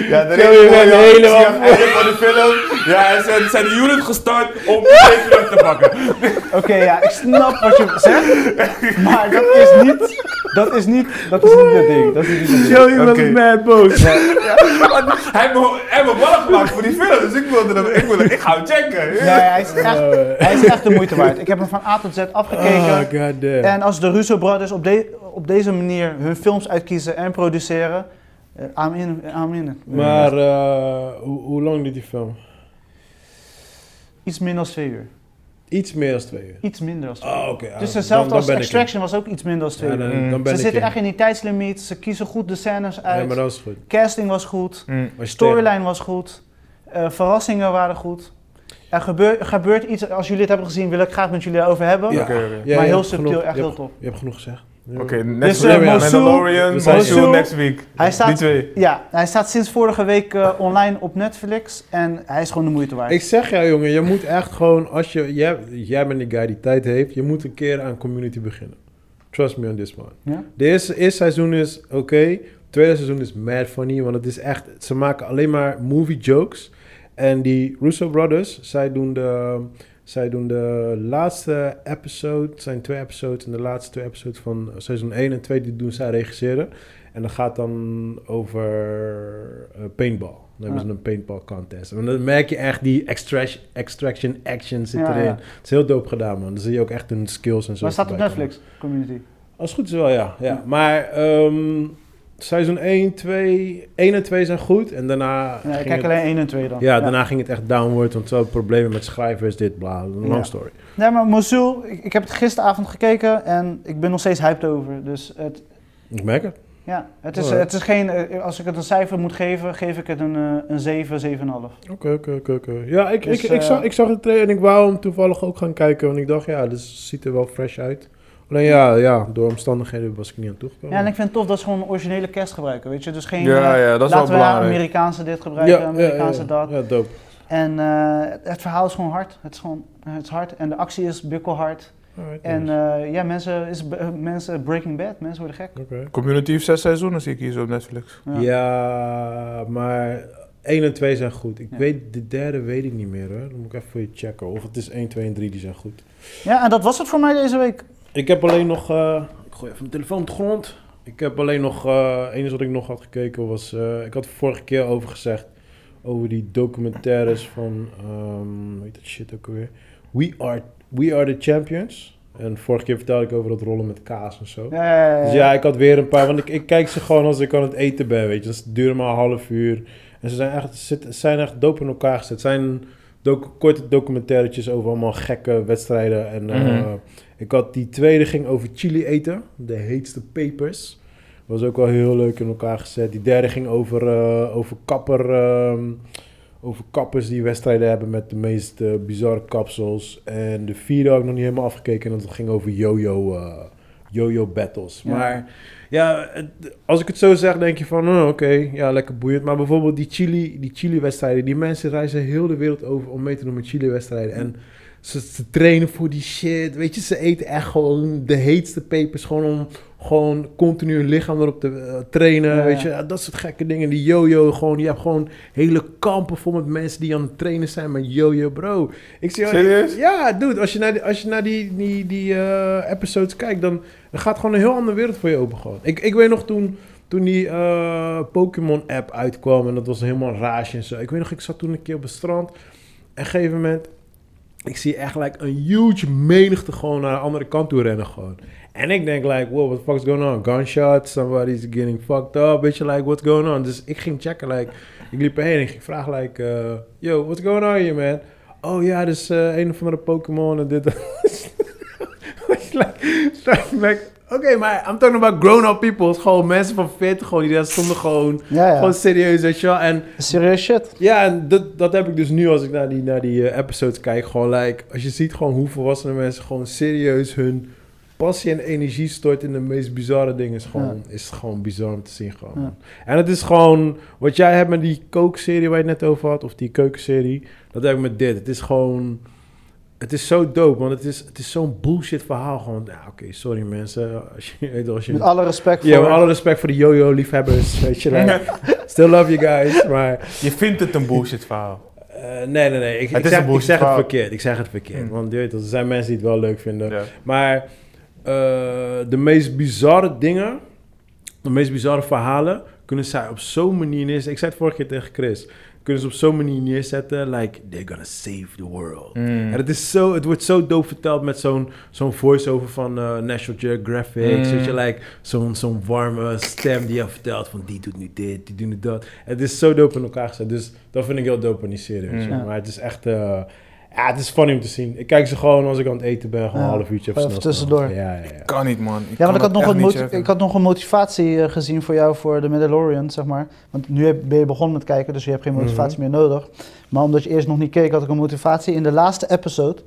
Speaker 3: Ja, de
Speaker 4: Zo, je
Speaker 3: reden
Speaker 4: bent helemaal-
Speaker 3: helemaal van de film. Ja, ze zijn de unit gestart om de terug te pakken.
Speaker 1: Oké, ja, ik snap wat je zegt. Maar dat is niet... Dat is niet... Dat is niet het ding. Dat is niet het ding.
Speaker 2: Joey was
Speaker 3: Oké.
Speaker 2: mad boos.
Speaker 3: Want Hij heeft me- hij heeft me ballen gemaakt voor die film, dus ik wilde hem, ik, wilde, ik ga hem checken.
Speaker 1: Nee, hij is, echt,
Speaker 2: eh,
Speaker 1: hij is echt de moeite waard. Ik heb hem van A tot Z
Speaker 2: Oh,
Speaker 1: afgekeken.
Speaker 2: god
Speaker 1: En als de Russo Brothers op, de- op deze manier hun films uitkiezen en produceren... eh, I'm in, I'm in it.
Speaker 2: Maar eh, hoe, hoe lang duurt die film?
Speaker 1: Iets minder dan twee uur.
Speaker 2: Iets meer dan twee uur.
Speaker 1: Iets minder dan twee uur.
Speaker 2: Oh, oké. ah,
Speaker 1: Dus
Speaker 2: dan-
Speaker 1: hetzelfde
Speaker 2: dan
Speaker 1: als
Speaker 2: ben ik
Speaker 1: Extraction was ook iets minder dan
Speaker 2: in.
Speaker 1: twee
Speaker 2: Ja,
Speaker 1: uur.
Speaker 2: dan, dan ben
Speaker 1: Ze
Speaker 2: ik
Speaker 1: zitten
Speaker 2: in.
Speaker 1: echt in die tijdslimiet, ze kiezen goed de scènes
Speaker 2: Ja,
Speaker 1: uit.
Speaker 2: maar dat is goed.
Speaker 1: Casting was goed,
Speaker 2: Als je
Speaker 1: storyline was goed, eh, verrassingen waren goed. Er gebeur- gebeurt iets, als jullie het hebben gezien, wil ik graag met jullie over hebben.
Speaker 2: Ja.
Speaker 4: Oké, oké.
Speaker 2: tegen- Ja,
Speaker 1: maar
Speaker 2: je
Speaker 1: heel
Speaker 2: hebt
Speaker 1: subtiel,
Speaker 2: genoeg-
Speaker 1: echt
Speaker 2: je
Speaker 1: heel
Speaker 2: hebt-
Speaker 1: top.
Speaker 2: Je hebt genoeg gezegd. Ja.
Speaker 4: Oké,
Speaker 1: Dus,
Speaker 4: next
Speaker 1: eh,
Speaker 4: week.
Speaker 1: Monsoon-
Speaker 4: Mandalorian,
Speaker 2: We zijn-
Speaker 4: Monsoon
Speaker 1: Monsoon-
Speaker 4: next week.
Speaker 1: Hij
Speaker 4: Die
Speaker 1: staat,
Speaker 4: twee.
Speaker 1: ja, hij staat sinds vorige week eh, online op Netflix en hij is gewoon de moeite waard.
Speaker 2: Ik zeg jou, jongen, je moet echt gewoon, als je, jij, jij bent die guy die tijd heeft, je moet een keer aan community beginnen. Trust me on this one.
Speaker 1: Ja?
Speaker 2: De eerste, eerste seizoen is oké, tweede seizoen is mad funny, want het is echt, ze maken alleen maar movie jokes. En die Russo Brothers, zij doen de, zij doen de laatste episode, het zijn twee episodes, en de laatste twee episodes van seizoen 1 en 2, die doen zij regisseren. En dat gaat dan over eh, paintball. Dan
Speaker 1: Ah.
Speaker 2: hebben ze een paintball contest. En dan merk je echt die extraction, extraction action zit
Speaker 1: Ja,
Speaker 2: erin.
Speaker 1: ja.
Speaker 2: Het is heel dope gedaan, man. Dan zie je ook echt hun skills en zo.
Speaker 1: maar hij staat op
Speaker 2: voorbij komen.
Speaker 1: Netflix, community.
Speaker 2: Als het goed is wel, ja. ja. Maar ehm, seizoen 1, 2, 1 en 2 zijn goed. En daarna,
Speaker 1: Nee, ik
Speaker 2: ging
Speaker 1: kijk
Speaker 2: het,
Speaker 1: alleen 1 en 2 dan.
Speaker 2: ja, daarna ging het echt downward. Want ze hadden problemen met schrijvers, dit, bla. Een long
Speaker 1: Ja.
Speaker 2: story.
Speaker 1: Nee, maar Mosul, ik, ik heb het gisteravond gekeken en ik ben nog steeds hyped over. Dus het,
Speaker 2: Ik merk het.
Speaker 1: ja, het is,
Speaker 2: Alright.
Speaker 1: het is geen, eh, als ik het een cijfer moet geven, geef ik het een, eh, een 7, 7,5.
Speaker 2: Oké, oké, oké, oké. Ja, ik,
Speaker 1: Dus,
Speaker 2: ik, ik,
Speaker 1: eh,
Speaker 2: zag, ik zag de trailer en ik wou hem toevallig ook gaan kijken. Want ik dacht, ja, dit ziet er wel fresh uit. Alleen ja, ja door omstandigheden was ik niet aan toegekomen.
Speaker 1: Ja, en ik vind het tof dat ze gewoon originele cast gebruiken, weet je. Dus geen,
Speaker 4: Ja,
Speaker 1: eh,
Speaker 4: ja, dat is wel
Speaker 1: laten we
Speaker 4: belangrijk.
Speaker 1: Amerikaanse dit gebruiken, Amerikaanse dat.
Speaker 2: Ja, dope.
Speaker 1: En eh, het verhaal is gewoon hard. Het is gewoon het is hard en de actie is bikkelhard.
Speaker 2: Alright,
Speaker 1: En
Speaker 2: nice.
Speaker 1: eh, ja, mensen, is, eh, mensen Breaking Bad, mensen worden gek.
Speaker 2: Oké.
Speaker 4: Community heeft zes seizoenen, zie ik hier zo op Netflix.
Speaker 1: Ja.
Speaker 2: Ja. maar 1 en 2 zijn goed. Ik
Speaker 1: Ja.
Speaker 2: weet, de derde weet ik niet meer hoor. Dan moet ik even voor je checken. Of het is 1, 2 en 3 die zijn goed.
Speaker 1: Ja, en dat was het voor mij deze week.
Speaker 2: Ik heb alleen nog. eh, ik gooi even mijn telefoon op de grond. Ik heb alleen nog. eh, Het enige wat ik nog had gekeken was. eh, ik had er vorige keer over gezegd. Over die documentaires van. ehm hoe heet dat shit ook alweer? We are, We are the Champions. En vorige keer vertelde ik over dat rollen met kaas en zo.
Speaker 1: Ja, ja, ja, ja.
Speaker 2: Dus ja, ik had weer een paar. Want ik, ik kijk ze gewoon als ik aan het eten ben, weet je. Dus het duurt maar een half uur. En ze zijn echt, zit, zijn echt dope in elkaar gezet. Het zijn docu- korte documentairetjes over allemaal gekke wedstrijden. En eh,
Speaker 4: Mhm.
Speaker 2: ik had die tweede ging over chili eten. De heetste papers. Was ook wel heel leuk in elkaar gezet. Die derde ging over, eh, over kapper... ehm, over kappers die wedstrijden hebben met de meest eh, bizarre kapsels. En de vierde had ik nog niet helemaal afgekeken. En dat ging over yo-yo, eh, yo-yo battles.
Speaker 1: Ja.
Speaker 2: Maar ja, het- als ik het zo zeg, denk je van, oh, oké, ja, lekker boeiend. Maar bijvoorbeeld die Chili, die Chili-wedstrijden. Die mensen reizen heel de wereld over om mee te doen met Chili-wedstrijden. En ze, ze trainen voor die shit. Weet je, ze eten echt gewoon de heetste pepers. Gewoon om gewoon continu hun lichaam erop te eh, trainen.
Speaker 1: Ja,
Speaker 2: weet je,
Speaker 1: ja.
Speaker 2: Ja, dat soort gekke dingen. Die yo-yo, gewoon, je hebt gewoon hele kampen vol met mensen die aan het trainen zijn met yo-yo, bro. Ik zie
Speaker 4: Serieus?
Speaker 2: Ja, dude, als je naar die, als je naar die, die, die eh, episodes kijkt, dan dan gaat gewoon een heel andere wereld voor je open. Gewoon. Ik, ik weet nog toen, toen die eh, Pokémon-app uitkwam en dat was helemaal een rage en zo. Ik weet nog, ik zat toen een keer op het strand en op een gegeven moment. Ik zie echt like, een huge menigte gewoon naar de andere kant toe rennen. Gewoon. En ik denk, like, wow, what the fuck's going on? Gunshot, somebody's getting fucked up. Weet je, like, what's going on? Dus ik ging checken, like, ik liep erheen en ik ging vragen, like, eh, yo, what's going on here, man? Oh ja, dus eh, een of andere Pokémon en dit. en dat. Was je like, like, like, Oké, maar I'm talking about grown-up people. Het is Gewoon mensen van 40 gewoon, die daar stonden gewoon,
Speaker 1: Ja, ja.
Speaker 2: gewoon serieus, weet je wel. En
Speaker 1: Serieus shit.
Speaker 2: ja, en dat, dat heb ik dus nu als ik naar die, naar die eh, episodes kijk. Gewoon, like, als je ziet gewoon hoe volwassene mensen gewoon serieus hun passie en energie stort in de meest bizarre dingen. Is, gewoon, is het gewoon bizar om te zien gewoon.
Speaker 1: Ja.
Speaker 2: En het is gewoon, wat jij hebt met die kookserie waar je het net over had, of die keukenserie, dat heb ik met dit. Het is gewoon, het is zo dope, want het is, het is zo'n bullshit verhaal gewoon. Nou, oké, sorry mensen, als je, weet je wel, als je
Speaker 1: Met alle respect voor...
Speaker 2: ja, maar alle respect voor de yo-yo-liefhebbers, weet je. like, still love you guys, maar...
Speaker 4: Je vindt het een bullshit verhaal.
Speaker 2: eh, nee, nee, nee. Ik,
Speaker 4: Het
Speaker 2: ik zeg,
Speaker 4: is een
Speaker 2: ik Hmm.
Speaker 4: bullshit
Speaker 2: zeg het
Speaker 4: verhaal.
Speaker 2: verkeerd. Ik zeg het verkeerd.
Speaker 4: Mm.
Speaker 2: Want je weet, dat, er zijn mensen die het wel leuk vinden.
Speaker 4: Ja.
Speaker 2: Maar eh, de meest bizarre dingen, de meest bizarre verhalen, kunnen zij op zo'n manier neerzetten. Ik zei het vorige keer tegen Chris. Kunnen ze op zo'n manier neerzetten, like, they're gonna save the world.
Speaker 4: Mm.
Speaker 2: En het, is zo, het wordt zo doof verteld met zo'n zo'n voice-over van eh, National Geographic.
Speaker 4: Mm.
Speaker 2: Zodat je like, zo'n zo'n warme stem die je vertelt van die doet nu dit, die doet nu dat. Het is zo dope in elkaar gezet. Dus dat vind ik heel dope en niet serieus.
Speaker 4: Mm.
Speaker 2: zeg Maar het is echt... eh, ja, het is funny om te zien. Ik kijk ze gewoon als ik aan het eten ben, gewoon
Speaker 1: Ja,
Speaker 2: een half uurtje of
Speaker 1: even
Speaker 2: snel.
Speaker 1: tussendoor.
Speaker 2: snel. Ja, ja, ja.
Speaker 4: Kan niet, man.
Speaker 1: Ja, want ik had, nog een
Speaker 4: een
Speaker 1: moti- ik had nog een motivatie eh, gezien voor jou voor de Mandalorian, zeg maar. Want nu heb- ben je begonnen met kijken, dus je hebt geen motivatie meer nodig. Maar omdat je eerst nog niet keek, had ik een motivatie. In de laatste episode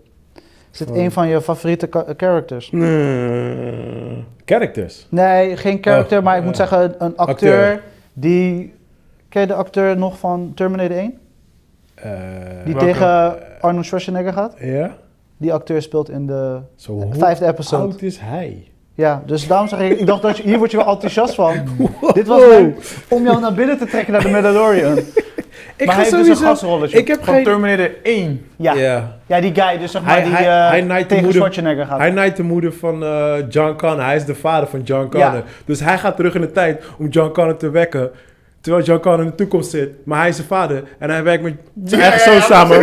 Speaker 1: zit
Speaker 2: Oh.
Speaker 1: een van je favoriete ka- characters.
Speaker 2: Nee. Characters.
Speaker 1: Nee, geen character,
Speaker 2: Oh,
Speaker 1: maar ik
Speaker 2: eh,
Speaker 1: moet zeggen een acteur,
Speaker 2: acteur.
Speaker 1: die... Ken je de acteur nog van Terminator 1?
Speaker 2: Eh,
Speaker 1: Die
Speaker 4: Welke?
Speaker 1: tegen Arnold Schwarzenegger gaat?
Speaker 2: ja?
Speaker 1: Die acteur speelt in de
Speaker 2: Zo hoe
Speaker 1: vijfde episode.
Speaker 2: oud is hij?
Speaker 1: Ja, dus daarom zeg ik, ik dacht dat je, hier word je wel enthousiast van. Dit was
Speaker 2: Wow.
Speaker 1: mijn, om jou naar binnen te trekken naar de Mandalorian.
Speaker 2: Ik
Speaker 1: maar
Speaker 2: ga
Speaker 1: hij heeft dus
Speaker 2: sowieso...
Speaker 1: een gasrolletje.
Speaker 2: ik heb
Speaker 4: Van
Speaker 2: geen...
Speaker 4: Terminator 1.
Speaker 1: ja.
Speaker 2: Ja.
Speaker 1: ja, die guy dus zeg maar
Speaker 2: Hij-
Speaker 1: die
Speaker 2: hij-
Speaker 1: eh,
Speaker 2: hij naait de
Speaker 1: tegen
Speaker 2: moeder-
Speaker 1: Schwarzenegger gaat.
Speaker 2: Hij naait de moeder van eh, John Connor. Hij is de vader van John Connor.
Speaker 1: Ja.
Speaker 2: Dus hij gaat terug in de tijd om John Connor te wekken. Terwijl John Connor in de toekomst zit. Maar hij is zijn vader. En hij werkt met zijn eigen zoon samen.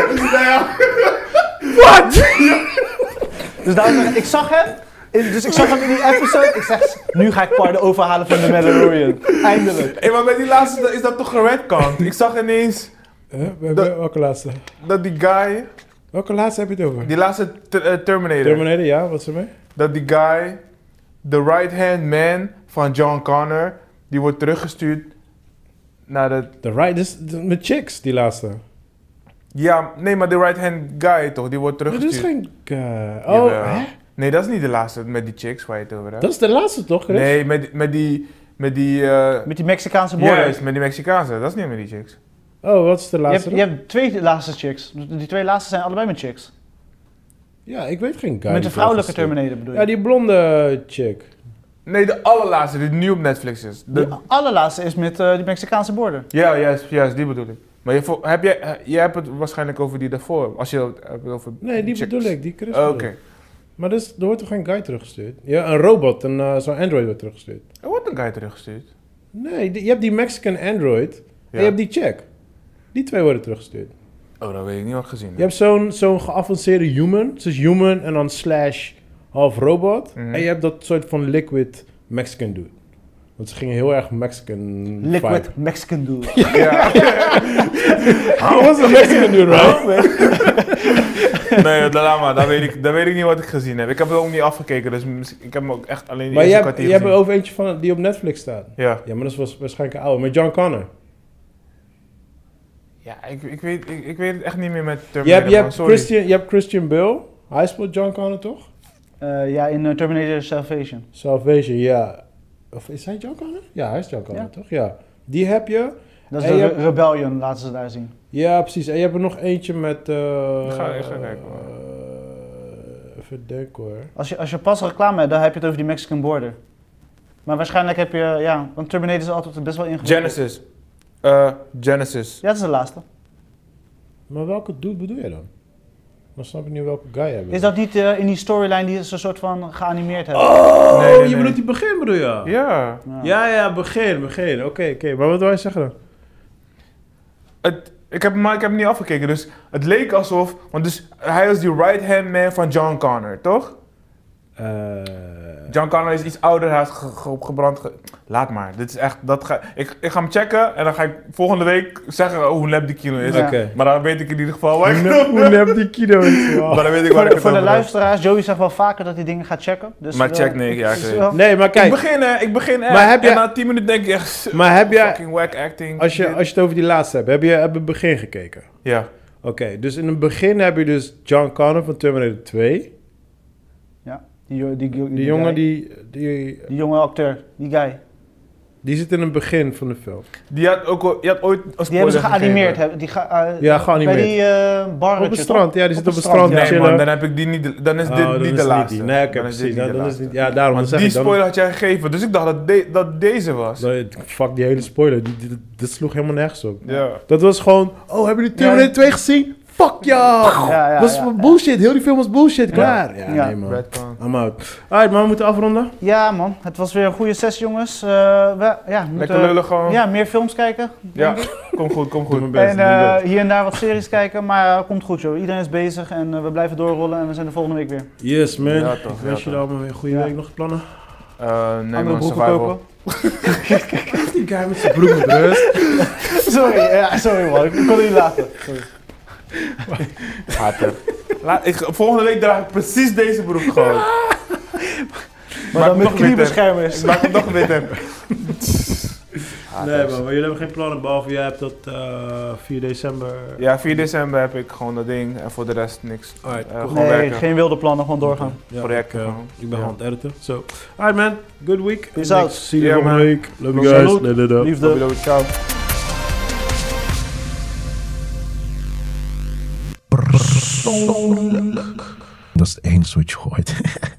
Speaker 2: Wat?
Speaker 1: Dus daarom zeg ik, ik zag hem, in- dus ik zag hem in die episode. Ik zeg, nu ga ik Pardo overhalen van de Mandalorian. Eindelijk.
Speaker 4: Hé, maar bij die laatste is dat toch geredcount? ik zag ineens
Speaker 2: welke laatste?
Speaker 4: dat die guy,
Speaker 2: Welke laatste heb je het over?
Speaker 4: die laatste ter- eh, Terminator,
Speaker 2: Terminator, ja. Wat is er mee?
Speaker 4: dat die guy, de right-hand man van John Connor, die wordt teruggestuurd naar de...
Speaker 2: The Right. This, met chicks, die laatste.
Speaker 4: Ja, nee, maar de right-hand guy toch, die wordt
Speaker 2: Dat
Speaker 4: teruggestuurd.
Speaker 2: is geen... eh,
Speaker 4: Jawel.
Speaker 2: oh, hè?
Speaker 4: Nee, dat is niet de laatste met die chicks waar je het over hebt.
Speaker 2: Dat is de laatste toch, Chris?
Speaker 4: nee, met, met die... Met die eh,
Speaker 1: Met die Mexicaanse border.
Speaker 4: juist, met die Mexicaanse. Dat is niet met die chicks.
Speaker 2: Oh, wat is de
Speaker 1: Je hebt,
Speaker 2: laatste
Speaker 1: je hebt twee laatste chicks. Die twee laatste zijn allebei met chicks.
Speaker 2: dan? Ja, ik weet geen guy.
Speaker 1: met
Speaker 2: die
Speaker 1: de vrouwelijke
Speaker 2: terug is.
Speaker 1: Terminator bedoel je.
Speaker 2: Ja, die blonde chick.
Speaker 4: Nee, de allerlaatste die nu op Netflix is. De-
Speaker 1: De allerlaatste is met eh, die Mexicaanse border.
Speaker 2: Mm,
Speaker 4: Ja, juist, juist, die bedoel ik. Maar je, vo- heb jij, eh, jij hebt het waarschijnlijk over die daarvoor. Als je het hebt over.
Speaker 2: Nee, die
Speaker 4: chicks.
Speaker 2: bedoel ik, die Chris.
Speaker 4: Oh, Oké.
Speaker 2: bedoel ik. Maar dus, er wordt toch geen guy teruggestuurd? Ja, een robot, een, eh, zo'n android wordt teruggestuurd.
Speaker 4: Er wordt een guy teruggestuurd.
Speaker 2: Nee, die- je hebt die Mexican android en je hebt die check. Die twee worden teruggestuurd.
Speaker 4: Oh, dat weet ik niet wat ik gezien. heb.
Speaker 2: Je hebt zo'n zo'n geavanceerde human, dus human en dan slash half robot.
Speaker 4: Mhm.
Speaker 2: En je hebt dat soort van liquid Mexican dude. Want ze gingen heel erg Mexican
Speaker 1: Liquid
Speaker 2: vibe.
Speaker 1: Mexican dude.
Speaker 4: Ja.
Speaker 2: Hij was een Mexican dude,
Speaker 4: Oh,
Speaker 2: right?
Speaker 4: nee, laat maar. Dat weet, ik, dat weet ik niet wat ik gezien heb. Ik heb het ook niet afgekeken, dus misschien- ik heb hem ook echt alleen
Speaker 2: Maar
Speaker 4: eerste
Speaker 2: je hebt,
Speaker 4: kwartier
Speaker 2: je hebt er
Speaker 4: gezien.
Speaker 2: over eentje van, die op Netflix staat.
Speaker 4: Ja.
Speaker 2: Ja, maar dat was waarschijnlijk een oude. Met John Connor.
Speaker 4: Ja, ik, ik, weet, ik, ik weet het echt niet meer met Terminator.
Speaker 2: Je hebt, je,
Speaker 4: man,
Speaker 2: hebt
Speaker 4: sorry.
Speaker 2: Christian, je hebt Christian Bale. Hij speelt John Connor, toch?
Speaker 1: Eh, ja, in eh, Terminator Salvation.
Speaker 2: Salvation, ja. Of is hij John Connor? Ja, hij is John Connor,
Speaker 1: Ja.
Speaker 2: toch? Ja. Die heb je.
Speaker 1: Dat is
Speaker 2: En
Speaker 1: de
Speaker 2: je
Speaker 1: Re-
Speaker 2: hebt-
Speaker 1: Rebellion, laten ze daar zien.
Speaker 2: Ja, precies. En je hebt er nog eentje met... eh,
Speaker 4: ga- ik ga kijken, hoor.
Speaker 2: eh, even denken hoor.
Speaker 1: Als je, als je pas reclame hebt, dan heb je het over die Mexican border. Maar waarschijnlijk heb je, ja, want Terminator is altijd best wel ingewikkeld.
Speaker 4: Genesis. Eh, Genesis.
Speaker 1: Ja, dat is de laatste.
Speaker 2: Maar welke dude bedoel je dan? Dan snap ik niet welke guy hebben.
Speaker 1: Is dat niet eh, in die storyline die ze een soort van geanimeerd hebben?
Speaker 2: Oh,
Speaker 4: Nee, nee,
Speaker 2: je
Speaker 4: nee.
Speaker 2: bedoelt die begin bedoel je?
Speaker 4: Ja.
Speaker 1: Ja.
Speaker 2: Ja, ja, begin, begin. Oké, oké. Maar wat wil je zeggen dan?
Speaker 4: Het, ik heb, maar ik heb hem niet afgekeken, dus het leek alsof. Want dus, hij was die right-hand man van John Connor, toch?
Speaker 2: eh,
Speaker 4: Giancarlo is iets ouder, hij is ge- ge- gebrand. ge- Laat maar, dit is echt, dat ga, ik, ik ga hem checken en dan ga ik volgende week zeggen hoe nep die kilo is.
Speaker 1: Ja.
Speaker 2: Oké.
Speaker 4: Maar dan weet ik in ieder geval waar
Speaker 2: Hoe
Speaker 4: ik
Speaker 2: nep- Hoe nep die kilo is. wel.
Speaker 4: Maar dan weet ik waar
Speaker 1: Voor
Speaker 4: ik
Speaker 1: de,
Speaker 4: het
Speaker 1: voor de
Speaker 4: over heb.
Speaker 1: luisteraars, Joey zegt wel vaker dat hij dingen gaat checken. Dus
Speaker 4: Maar
Speaker 1: eh,
Speaker 4: check niet, ja,
Speaker 1: het is
Speaker 4: ik weet
Speaker 1: wel-
Speaker 2: Nee, maar
Speaker 4: Ik
Speaker 2: kijk.
Speaker 4: begin, hè, ik begin echt.
Speaker 2: Maar heb jij-
Speaker 4: En na 10 minuten denk ik echt,
Speaker 2: Maar heb jij,
Speaker 4: fucking whack acting.
Speaker 2: als je, als je het over die laatste hebt, heb je heb je het begin gekeken?
Speaker 4: Ja.
Speaker 2: Oké, dus in het begin heb je dus John Connor van Terminator 2.
Speaker 1: Ja, die, jo- die,
Speaker 2: Die jongen, die, die,
Speaker 1: Die jonge acteur, die guy.
Speaker 2: die zit in het begin van de film.
Speaker 4: Die had ook al- je had ooit als
Speaker 1: Die hebben ze geanimeerd. Hebben, die ga, eh,
Speaker 2: Ja, geanimeerd.
Speaker 1: Bij die eh barretje,
Speaker 2: Op het strand, ja, die zit op het strand.
Speaker 1: ja.
Speaker 2: Ja.
Speaker 4: Nee
Speaker 2: Chillen.
Speaker 4: man, dan heb ik die niet, dan is dit
Speaker 2: Oh, dan
Speaker 4: niet
Speaker 2: is
Speaker 4: de
Speaker 2: het
Speaker 4: laatste.
Speaker 2: die. Nee, oké,
Speaker 4: Dan is dit
Speaker 2: precies.
Speaker 4: niet
Speaker 2: Dan,
Speaker 4: de
Speaker 2: dan is
Speaker 4: laatste.
Speaker 2: niet, ja, daarom
Speaker 4: Want
Speaker 2: dan zeg
Speaker 4: die
Speaker 2: ik, dan-
Speaker 4: spoiler had jij gegeven, dus ik dacht dat, de- dat deze was.
Speaker 2: dan- fuck, die hele spoiler. Die, die- dit sloeg helemaal nergens op.
Speaker 4: Ja.
Speaker 2: Dat was gewoon, oh, hebben jullie Terminator 2 gezien? Fuck ja!
Speaker 1: Ja, ja,
Speaker 2: dat is
Speaker 1: ja, ja.
Speaker 2: bullshit, heel die film was bullshit, klaar. Ja,
Speaker 1: Ja.
Speaker 2: nee man.
Speaker 4: Batman.
Speaker 2: I'm out. Alright, maar we moeten afronden.
Speaker 1: Ja, man. Het was weer een goede ses, jongens. Eh, we, ja, we
Speaker 4: Lekker lullen gewoon.
Speaker 1: eh, Ja, meer films kijken.
Speaker 4: Ja, kom goed, kom
Speaker 2: Doe mijn
Speaker 4: goed.
Speaker 2: best.
Speaker 1: en
Speaker 2: doe
Speaker 1: eh,
Speaker 2: mijn best.
Speaker 1: hier en daar wat series kijken. Maar eh, komt goed, joh. Iedereen is bezig en eh, we blijven doorrollen. En we zijn er volgende week weer.
Speaker 2: Yes man,
Speaker 4: Ja, toch,
Speaker 2: ik
Speaker 4: ja,
Speaker 2: wens
Speaker 4: toch.
Speaker 2: jullie allemaal weer een goede
Speaker 1: Ja.
Speaker 2: week nog plannen.
Speaker 4: Eh, nee
Speaker 1: Andere
Speaker 4: man,
Speaker 1: broeken
Speaker 4: survival.
Speaker 1: kopen.
Speaker 2: Laat die guy met zijn broek met rust.
Speaker 1: sorry, ja, sorry man. Ik kon het niet laten. Sorry.
Speaker 4: Hater. Laat, ik, volgende week draag ik precies deze broek gewoon.
Speaker 1: Maar
Speaker 4: Maak
Speaker 1: dan met
Speaker 4: hem nog witter.
Speaker 1: kniebeschermers.
Speaker 4: Ik maak hem nog witter.
Speaker 2: Nee
Speaker 4: Haters.
Speaker 2: man, maar jullie hebben geen plannen, behalve jij hebt tot eh, 4 december.
Speaker 4: Ja, 4 december heb ik gewoon dat ding en voor de rest niks.
Speaker 2: Alright,
Speaker 4: Eh,
Speaker 2: cool.
Speaker 4: gewoon
Speaker 1: Nee,
Speaker 4: werken.
Speaker 1: geen wilde plannen. Gewoon doorgaan.
Speaker 2: Ja,
Speaker 4: project,
Speaker 2: ik, eh,
Speaker 4: man.
Speaker 2: ik ben
Speaker 4: Ja.
Speaker 2: aan het editen. So. Alright man, good week.
Speaker 1: Peace out.
Speaker 2: See you
Speaker 4: Yeah,
Speaker 2: volgende
Speaker 4: man.
Speaker 2: week. Love you
Speaker 1: Salute.
Speaker 2: guys. Later, later.
Speaker 1: Liefde.
Speaker 4: Bedoel, ciao.
Speaker 5: Persoonlijk. Dat is het enige wat je hoort.